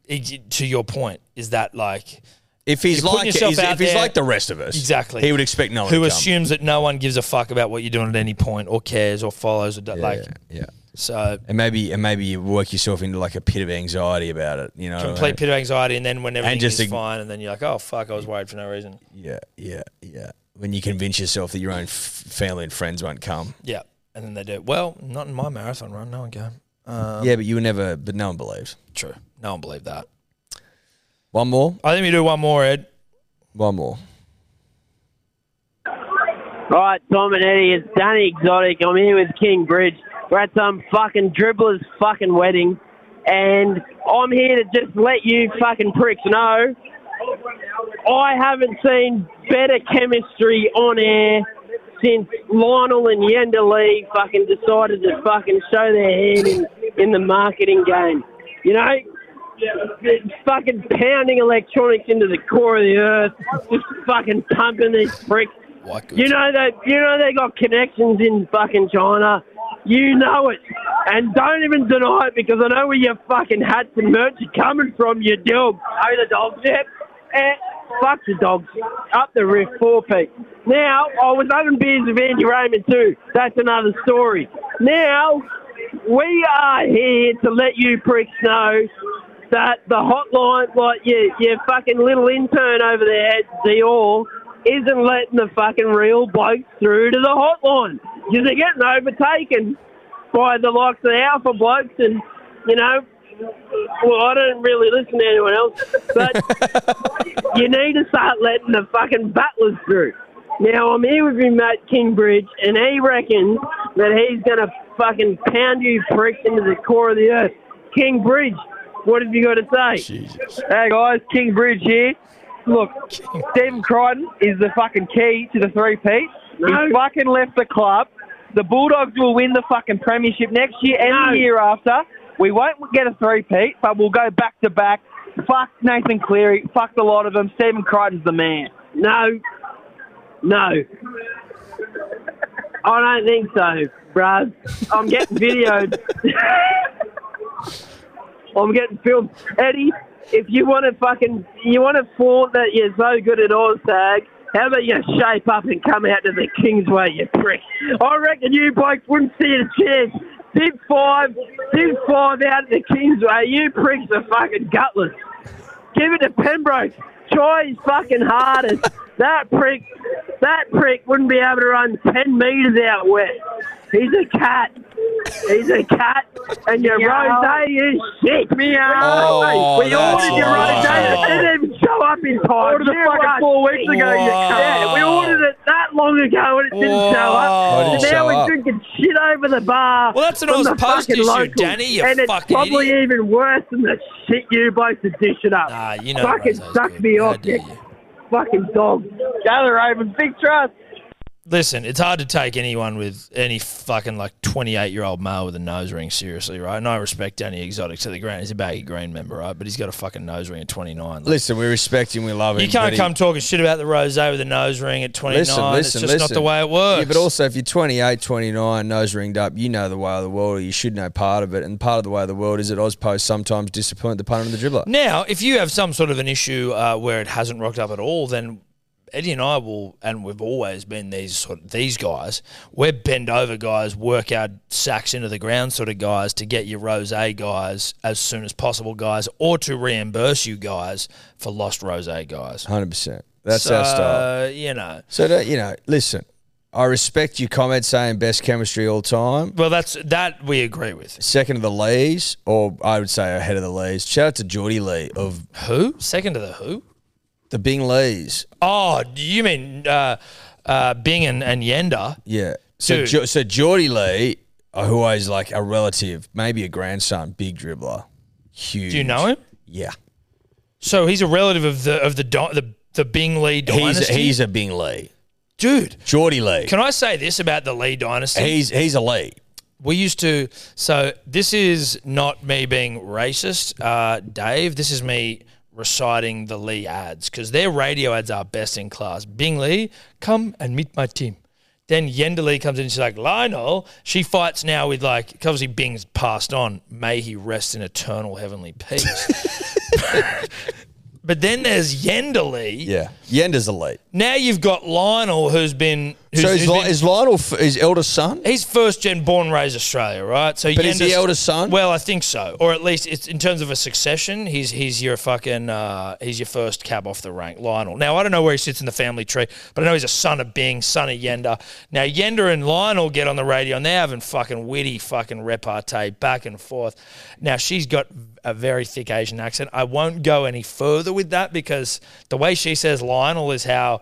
[SPEAKER 3] it, to your point is that like
[SPEAKER 4] if he's
[SPEAKER 3] You're putting
[SPEAKER 4] like
[SPEAKER 3] yourself
[SPEAKER 4] he's- if
[SPEAKER 3] out
[SPEAKER 4] he's
[SPEAKER 3] there-
[SPEAKER 4] like the rest of us
[SPEAKER 3] Exactly.
[SPEAKER 4] he would expect no one
[SPEAKER 3] who
[SPEAKER 4] to come.
[SPEAKER 3] assumes that no one gives a fuck about what you're doing at any point or cares or follows or do,
[SPEAKER 4] yeah,
[SPEAKER 3] like
[SPEAKER 4] yeah
[SPEAKER 3] so
[SPEAKER 4] and maybe and maybe you work yourself into like a pit of anxiety about it you know what I
[SPEAKER 3] complete
[SPEAKER 4] mean?
[SPEAKER 3] pit of anxiety and then when everything
[SPEAKER 4] just
[SPEAKER 3] is
[SPEAKER 4] ign-
[SPEAKER 3] fine and then you're like oh fuck I was worried for no reason
[SPEAKER 4] Yeah, yeah, yeah. When you convince yourself that your own f- family and friends won't come.
[SPEAKER 3] yeah and then they do well not in my marathon run no one go um,
[SPEAKER 4] yeah, but you were never, but no one believes.
[SPEAKER 3] true no one believed that
[SPEAKER 4] One more,
[SPEAKER 3] I think we do one more Ed
[SPEAKER 4] one more.
[SPEAKER 10] Right, Tom and Eddie, it's Danny Exotic. I'm here with King Bridge. We're at some fucking dribbler's fucking wedding, and I'm here to just let you fucking pricks know I haven't seen better chemistry on air since Lionel and Yenda Lee fucking decided to fucking show their hand in, in the marketing game. You know, it's fucking pounding electronics into the core of the earth, just fucking pumping these bricks. You know that you know they got connections in fucking China. You know it, and don't even deny it because I know where your fucking hats and merch are coming from. You dog, oh the dogs, yep. Eh, fuck the dogs, up the roof, four feet. Now I was having beers with Andy Raymond too. That's another story. Now we are here to let you pricks know that the hotline, like your, your fucking little intern over there at Dior, isn't letting the fucking real blokes through to the hotline. 'Cause they're getting overtaken by the likes of the alpha blokes and, you know, well, I don't really listen to anyone else, but you need to start letting the fucking battlers through. Now, I'm here with my mate Kingbridge, and he reckons that he's going to fucking pound you pricks into the core of the earth. Kingbridge, what have you got to say? Hey guys, King Bridge here. Look, Stephen Crichton is the fucking key to the three peat. He's fucking left the club. The Bulldogs will win the fucking premiership next year and the year after. We won't get a three peat, but we'll go back to back. Fuck Nathan Cleary. Fuck the lot of them. Stephen Crichton's the man. No. No. I don't think so, bruv. I'm getting videoed. *laughs* I'm getting filmed. Eddie, if you want to fucking, you want to flaunt that you're so good at Oztag, how about you shape up and come out to the Kingsway, you prick? I reckon you blokes wouldn't stand a chance. Dip five, dip five out of the Kingsway. You pricks are fucking gutless. Give it to Pembroke. Try his fucking hardest. That prick, that prick wouldn't be able to run ten metres out wet. He's a cat. He's a cat, and your rosé is shit. Meow.
[SPEAKER 3] Oh,
[SPEAKER 10] we
[SPEAKER 3] that's
[SPEAKER 10] ordered your
[SPEAKER 3] right.
[SPEAKER 10] rosé. It didn't even show up in time.
[SPEAKER 8] Ordered it
[SPEAKER 10] You
[SPEAKER 8] fucking
[SPEAKER 10] are
[SPEAKER 8] four weeks ago, you
[SPEAKER 10] shit. Yeah, we
[SPEAKER 3] Wow.
[SPEAKER 10] ordered it that long ago, and it didn't show
[SPEAKER 3] Wow.
[SPEAKER 10] up.
[SPEAKER 3] Oh, it
[SPEAKER 10] And
[SPEAKER 3] didn't
[SPEAKER 10] now
[SPEAKER 3] show
[SPEAKER 10] we're
[SPEAKER 3] up.
[SPEAKER 10] drinking shit over the bar.
[SPEAKER 3] Well, that's an
[SPEAKER 10] from
[SPEAKER 3] Oz
[SPEAKER 10] the
[SPEAKER 3] Post
[SPEAKER 10] fucking
[SPEAKER 3] issue,
[SPEAKER 10] locals.
[SPEAKER 3] Danny, you
[SPEAKER 10] and
[SPEAKER 3] fucking
[SPEAKER 10] it's probably
[SPEAKER 3] idiot.
[SPEAKER 10] even worse than the shit you both to dish it up.
[SPEAKER 3] Nah, Ah, you know
[SPEAKER 10] Ah, fucking
[SPEAKER 3] Rose's
[SPEAKER 10] suck
[SPEAKER 3] good.
[SPEAKER 10] me
[SPEAKER 3] How
[SPEAKER 10] off,
[SPEAKER 3] dare
[SPEAKER 10] you
[SPEAKER 3] you.
[SPEAKER 10] fucking dog. Gather Ravens, big trust.
[SPEAKER 3] Listen, it's hard to take anyone with any fucking like 28 year old male with a nose ring seriously, right? And I respect Danny Exotic to the ground. He's a baggy green member, right? But he's got a fucking nose ring at 29. Like,
[SPEAKER 4] Listen, we respect him, we love him.
[SPEAKER 3] you can't
[SPEAKER 4] but he-
[SPEAKER 3] come talking shit about the rose with a nose ring at 29.
[SPEAKER 4] Listen, listen,
[SPEAKER 3] it's just
[SPEAKER 4] listen.
[SPEAKER 3] not the way it works.
[SPEAKER 4] Yeah, but also if you're 28, 29, nose ringed up, you know the way of the world, or you should know part of it. And part of the way of the world is that Ozpost sometimes disappoint the punter and the dribbler.
[SPEAKER 3] Now, if you have some sort of an issue uh, where it hasn't rocked up at all, then Eddie and I will, and we've always been these sort these guys. We're bend over guys, work our sacks into the ground sort of guys to get your rose guys as soon as possible, guys, or to reimburse you guys for lost rose guys.
[SPEAKER 4] Hundred percent. That's
[SPEAKER 3] so,
[SPEAKER 4] our style.
[SPEAKER 3] You know,
[SPEAKER 4] So that you know, listen, I respect your comment saying best chemistry all time.
[SPEAKER 3] well, that's that we agree with.
[SPEAKER 4] Second of the Lees, or I would say ahead of the Lees. Shout out to Geordie Lee of
[SPEAKER 3] Who second to the who?
[SPEAKER 4] the Bing Lees.
[SPEAKER 3] Oh, you mean uh, uh, Bing and, and Yenda?
[SPEAKER 4] Yeah. So
[SPEAKER 3] Dude.
[SPEAKER 4] jo- so Geordie Lee, uh, who is like a relative, maybe a grandson, big dribbler, huge.
[SPEAKER 3] Do you know him?
[SPEAKER 4] Yeah.
[SPEAKER 3] So he's a relative of the of the di- the the Bing Lee
[SPEAKER 4] He's a,
[SPEAKER 3] dynasty.
[SPEAKER 4] he's a Bing Lee.
[SPEAKER 3] dude.
[SPEAKER 4] Geordie Lee.
[SPEAKER 3] Can I say this about the Lee dynasty?
[SPEAKER 4] he's he's a Lee.
[SPEAKER 3] we used to. So this is not me being racist, uh, Dave. This is me reciting the Lee ads because their radio ads are best in class. Bing Lee, come and meet my team. Then Yenda Lee comes in. She's like Lionel. She fights now with like 'cause obviously Bing's passed on. May he rest in eternal heavenly peace. *laughs* but then there's Yenda Lee.
[SPEAKER 4] Yeah. Yenda's a Lee.
[SPEAKER 3] Now you've got Lionel, who's been who's,
[SPEAKER 4] So is,
[SPEAKER 3] who's
[SPEAKER 4] Li-
[SPEAKER 3] been-
[SPEAKER 4] is Lionel f- his eldest son?
[SPEAKER 3] he's first gen, born raised Australia, right? So
[SPEAKER 4] But is he
[SPEAKER 3] Yenda's-
[SPEAKER 4] elder son?
[SPEAKER 3] Well, I think so, or at least it's in terms of a succession. He's he's your fucking uh, he's your first cab off the rank, Lionel. Now I don't know where he sits in the family tree, but I know he's a son of Bing, son of Yenda. Now Yenda and Lionel get on the radio and they're having fucking witty fucking repartee back and forth. Now she's got a very thick Asian accent. I won't go any further with that because the way she says Lionel is how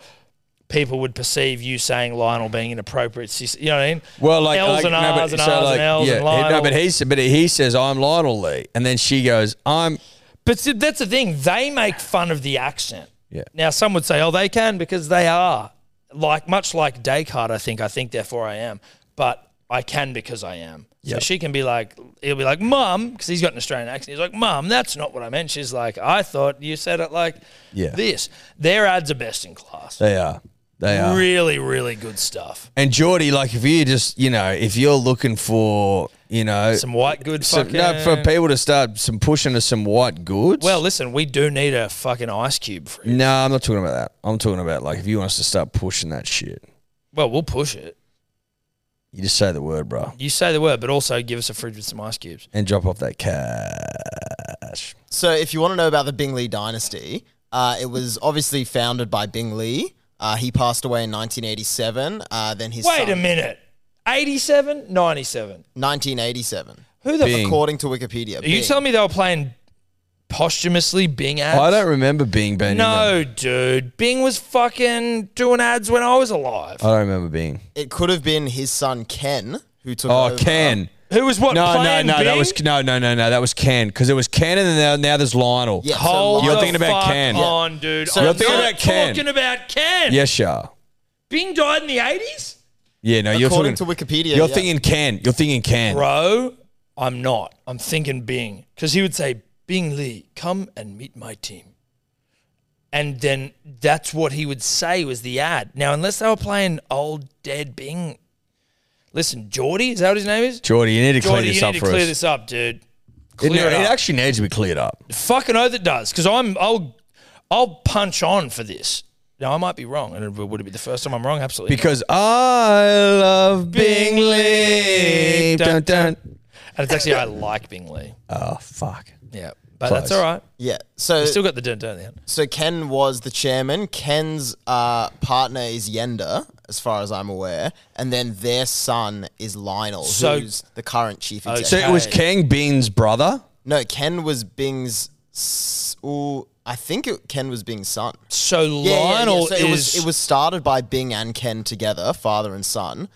[SPEAKER 3] people would perceive you saying Lionel being inappropriate. sis- You know what I mean?
[SPEAKER 4] Well, like
[SPEAKER 3] L's
[SPEAKER 4] like-
[SPEAKER 3] and R's
[SPEAKER 4] no, but-
[SPEAKER 3] and R's
[SPEAKER 4] so, like,
[SPEAKER 3] and L's
[SPEAKER 4] yeah,
[SPEAKER 3] and
[SPEAKER 4] he-
[SPEAKER 3] Lionel.
[SPEAKER 4] No, but he s- but he says I'm Lionel Lee, and then she goes I'm.
[SPEAKER 3] But see, that's the thing; they make fun of the accent.
[SPEAKER 4] Yeah.
[SPEAKER 3] Now, some would say, "Oh, they can," because they are like much like Descartes. I think. I think, therefore, I am. But I can because I am. So she can be like, he'll be like, "Mum," because he's got an Australian accent. He's like, "Mum, that's not what I meant." She's like, "I thought you said it like
[SPEAKER 4] Yeah.
[SPEAKER 3] this." Their ads are best in class.
[SPEAKER 4] They are. They are.
[SPEAKER 3] Really, really good stuff.
[SPEAKER 4] And Geordie, like if you just you know if you're looking for you know
[SPEAKER 3] Some white good
[SPEAKER 4] some-
[SPEAKER 3] fucking.
[SPEAKER 4] Uh, no, for people to start some pushing of some white goods.
[SPEAKER 3] well, listen, we do need a fucking ice cube. For you.
[SPEAKER 4] no, I'm not talking about that. I'm talking about like if you want us to start pushing that shit,
[SPEAKER 3] Well, we'll push it.
[SPEAKER 4] you just say the word, bro,
[SPEAKER 3] You say the word, but also give us a fridge with some ice cubes.
[SPEAKER 4] and drop off that cash.
[SPEAKER 6] So, if you want to know about the Bing Lee dynasty, uh, it was obviously founded by Bing Lee. Uh, he passed away in 1987. Uh, then his
[SPEAKER 3] Wait
[SPEAKER 6] son,
[SPEAKER 3] a minute. 87, 97.
[SPEAKER 6] 1987,
[SPEAKER 3] Who the
[SPEAKER 4] Bing.
[SPEAKER 3] fuck?
[SPEAKER 6] according to Wikipedia.
[SPEAKER 3] Are you telling me they were playing posthumously Bing ads?
[SPEAKER 4] I don't remember Bing being. in them.
[SPEAKER 3] No, dude. Bing was fucking doing ads when I was alive.
[SPEAKER 4] I don't remember Bing.
[SPEAKER 6] it could have been his son Ken who took
[SPEAKER 4] Oh,
[SPEAKER 6] over.
[SPEAKER 4] Ken.
[SPEAKER 3] Who was what?
[SPEAKER 4] No, no,
[SPEAKER 3] playing
[SPEAKER 4] no, that
[SPEAKER 3] Bing?
[SPEAKER 4] was no, no, no, no, that was Ken because it was Ken, and then now, now there's Lionel.
[SPEAKER 6] Yeah, so
[SPEAKER 3] Hold
[SPEAKER 4] You're
[SPEAKER 3] the
[SPEAKER 6] Lionel-
[SPEAKER 4] thinking about
[SPEAKER 3] fuck
[SPEAKER 4] Ken.
[SPEAKER 3] on, dude.
[SPEAKER 6] So-
[SPEAKER 3] I'm
[SPEAKER 6] You're thinking
[SPEAKER 3] not
[SPEAKER 4] about Ken.
[SPEAKER 3] talking about Ken.
[SPEAKER 4] Yes, yeah.
[SPEAKER 3] Bing died in the 80s?
[SPEAKER 4] Yeah, no, you're
[SPEAKER 6] according
[SPEAKER 4] talking.
[SPEAKER 6] to Wikipedia.
[SPEAKER 4] you're
[SPEAKER 6] yeah.
[SPEAKER 4] thinking Ken. You're thinking Ken.
[SPEAKER 3] Bro, I'm not. I'm thinking Bing. Because he would say Bing Lee, come and meet my team. And then that's what he would say was the ad. Now, unless they were playing old dead Bing. Listen, Geordie, is that what his name is?
[SPEAKER 4] Jordy, you need to
[SPEAKER 3] Geordie,
[SPEAKER 4] clear this
[SPEAKER 3] you
[SPEAKER 4] up
[SPEAKER 3] need to
[SPEAKER 4] for
[SPEAKER 3] clear
[SPEAKER 4] us.
[SPEAKER 3] this up, dude.
[SPEAKER 4] It,
[SPEAKER 3] Clear it,
[SPEAKER 4] it
[SPEAKER 3] up.
[SPEAKER 4] actually needs to be cleared up.
[SPEAKER 3] Fucking oath it does, because I'm I'll I'll punch on for this. Now I might be wrong, and it would it be the first time I'm wrong? Absolutely. not.
[SPEAKER 4] Because I love Bingley. Dun, dun.
[SPEAKER 3] and it's actually I like Bingley.
[SPEAKER 4] Oh, fuck.
[SPEAKER 3] Yeah, but that's
[SPEAKER 4] Close.
[SPEAKER 3] all right.
[SPEAKER 6] Yeah. So
[SPEAKER 3] We still got the dun dun there.
[SPEAKER 6] so Ken was the chairman. Ken's uh, partner is Yenda, as far as I'm aware, and then their son is Lionel,
[SPEAKER 3] So-
[SPEAKER 6] who's the current chief executive.
[SPEAKER 4] Oh, So it was
[SPEAKER 3] Hey.
[SPEAKER 4] Kang Bing's brother.
[SPEAKER 6] no, Ken was Bing's. s- Ooh, I think it, Ken was Bing's son.
[SPEAKER 3] So
[SPEAKER 6] Yeah, yeah, yeah.
[SPEAKER 3] Lionel
[SPEAKER 6] So
[SPEAKER 3] is
[SPEAKER 6] it was it was started by Bing and Ken together, father and son.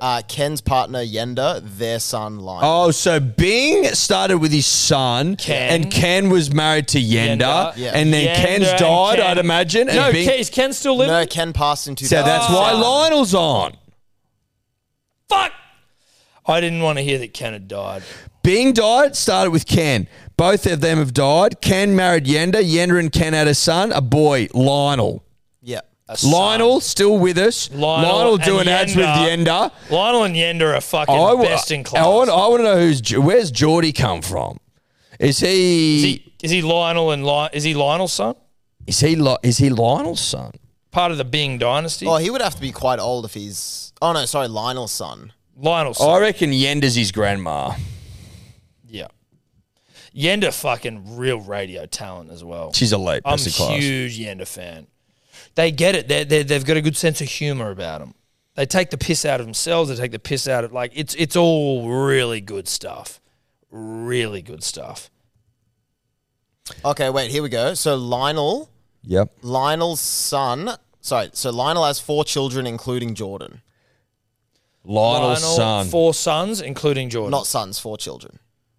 [SPEAKER 6] Uh, Ken's partner Yenda, their son Lionel.
[SPEAKER 4] Oh, so Bing started with his son,
[SPEAKER 3] Ken.
[SPEAKER 4] and Ken was married to Yenda,
[SPEAKER 3] Yenda.
[SPEAKER 6] Yeah.
[SPEAKER 4] and then
[SPEAKER 3] Yanda
[SPEAKER 4] Ken's
[SPEAKER 3] and
[SPEAKER 4] died,
[SPEAKER 3] Ken.
[SPEAKER 4] I'd imagine. And
[SPEAKER 3] no,
[SPEAKER 4] Bing,
[SPEAKER 3] Ken, is Ken still living?
[SPEAKER 6] No, Ken passed in two
[SPEAKER 4] Oh. so
[SPEAKER 6] thousand.
[SPEAKER 4] that's why Lionel's on.
[SPEAKER 3] Fuck! I didn't want to hear that Ken had died.
[SPEAKER 4] Bing died, started with Ken. Both of them have died. Ken married Yenda. Yenda and Ken had a son, a boy, Lionel.
[SPEAKER 6] Yeah.
[SPEAKER 4] Lionel still with us.
[SPEAKER 3] Lionel
[SPEAKER 4] Lionel,
[SPEAKER 3] and
[SPEAKER 4] doing ads with
[SPEAKER 3] Yenda.
[SPEAKER 4] Yenda.
[SPEAKER 3] Lionel and Yender are fucking
[SPEAKER 4] wa-
[SPEAKER 3] best in class.
[SPEAKER 4] I want, I want to know who's Ge- where's Geordie come from? Is he
[SPEAKER 3] is, he, is he Lionel and Lion? Is he Lionel's son?
[SPEAKER 4] is he, Li- is he Lionel's son?
[SPEAKER 3] Part of the Bing dynasty?
[SPEAKER 6] Oh, he would have to be quite old if he's. Oh no, sorry, Lionel's son.
[SPEAKER 3] Lionel's son.
[SPEAKER 4] I reckon Yenda's his grandma.
[SPEAKER 3] yeah. Yender fucking real radio talent as well.
[SPEAKER 4] She's elite,
[SPEAKER 3] I'm
[SPEAKER 4] best in class.
[SPEAKER 3] huge Yender fan. They get it. They're, they're, they've got a good sense of humor about them. They take the piss out of themselves. They take the piss out of like it's it's all really good stuff. Really good stuff.
[SPEAKER 6] Okay, wait, here we go. So Lionel,
[SPEAKER 4] Yep.
[SPEAKER 6] Lionel's son. Sorry, so Lionel has four children, including Jordan.
[SPEAKER 4] Lionel's son.
[SPEAKER 3] four sons, including Jordan.
[SPEAKER 6] Not sons, four children.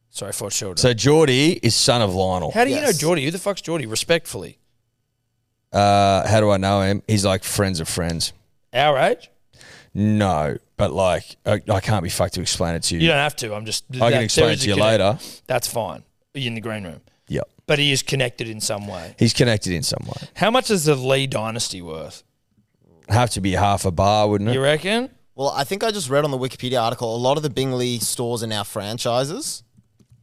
[SPEAKER 3] Sorry, four children.
[SPEAKER 4] so Geordie is son of Lionel.
[SPEAKER 3] How do you know
[SPEAKER 6] Yes.
[SPEAKER 3] Geordie? Who the fuck's Geordie? Respectfully,
[SPEAKER 4] Uh, how do I know him? He's like friends of friends.
[SPEAKER 3] our age.
[SPEAKER 4] No, but like I, I can't be fucked to explain it to you.
[SPEAKER 3] You don't have to. I'm just.
[SPEAKER 4] I
[SPEAKER 3] that-
[SPEAKER 4] can explain
[SPEAKER 3] there
[SPEAKER 4] it
[SPEAKER 3] is
[SPEAKER 4] to
[SPEAKER 3] a
[SPEAKER 4] you
[SPEAKER 3] connect-
[SPEAKER 4] later.
[SPEAKER 3] That's fine. In the green room,
[SPEAKER 4] Yep.
[SPEAKER 3] but he is connected in some way.
[SPEAKER 4] He's connected in some way.
[SPEAKER 3] How much is the Lee dynasty worth?
[SPEAKER 4] Have to be half a bar, wouldn't it?
[SPEAKER 3] You reckon?
[SPEAKER 6] Well, I think I just read on the Wikipedia article a lot of the Bingley stores are now franchises.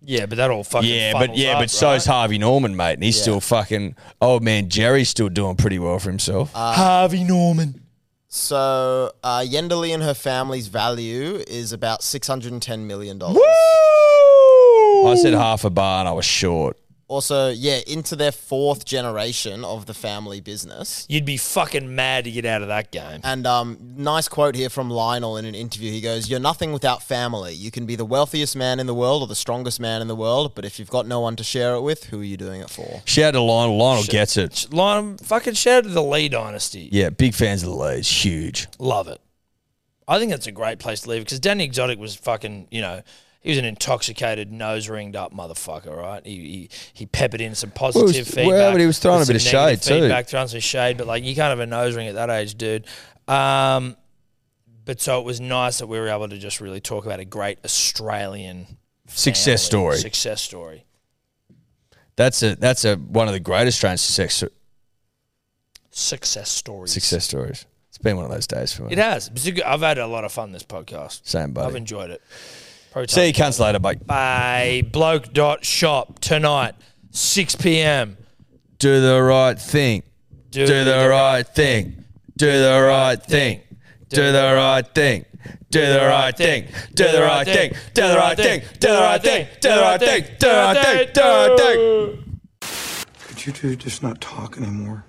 [SPEAKER 3] Yeah, but that all fucking
[SPEAKER 4] yeah, but
[SPEAKER 3] funnels
[SPEAKER 4] yeah,
[SPEAKER 3] up,
[SPEAKER 4] but
[SPEAKER 3] right?
[SPEAKER 4] so's Harvey Norman, mate, and he's still fucking old man Jerry's still doing pretty well for himself.
[SPEAKER 3] Harvey Norman.
[SPEAKER 6] So uh, Yenderly and her family's value is about six hundred and ten million dollars.
[SPEAKER 4] I said half a bar and I was short.
[SPEAKER 6] Also, yeah, into their fourth generation of the family business.
[SPEAKER 3] You'd be fucking mad to get out of that game.
[SPEAKER 6] And um, nice quote here from Lionel in an interview. He goes, "You're nothing without family. You can be the wealthiest man in the world or the strongest man in the world, but if you've got no one to share it with, who are you doing it for?"
[SPEAKER 4] Shout out to Lionel. Lionel gets it.
[SPEAKER 3] Lion, fucking shout out to the Lee dynasty.
[SPEAKER 4] Yeah, big fans of the Lees. Huge.
[SPEAKER 3] Love it. I think that's a great place to leave because Danny Exotic was fucking, you know, he was an intoxicated, nose ringed up motherfucker, right? He, he he peppered in some positive
[SPEAKER 4] Well, he was-
[SPEAKER 3] feedback.
[SPEAKER 4] well, but he was throwing
[SPEAKER 3] with
[SPEAKER 4] a bit
[SPEAKER 3] some
[SPEAKER 4] of
[SPEAKER 3] negative
[SPEAKER 4] shade, too.
[SPEAKER 3] Feedback, throwing some shade, but like you can't have a nose ring at that age, dude. Um, but so it was nice that we were able to just really talk about a great Australian
[SPEAKER 4] Success story.
[SPEAKER 3] family, Success story.
[SPEAKER 4] That's a that's a one of the greatest Australian success
[SPEAKER 3] Success stories.
[SPEAKER 4] success stories. It's been one of those days for me.
[SPEAKER 3] It has. It's a good- I've had a lot of fun this podcast.
[SPEAKER 4] Same, buddy.
[SPEAKER 3] I've enjoyed it. Probably
[SPEAKER 4] See you cunts later, mate.
[SPEAKER 3] by bloke dot shop tonight, 6 p.m.
[SPEAKER 4] Do the right thing. Do, the right thing. Do the right thing. Do the right thing. Do the right thing. Do the right thing. Do the right thing. Do the right thing. Do the right thing. Do the right thing. Do the right thing.
[SPEAKER 11] Could you two just not talk anymore?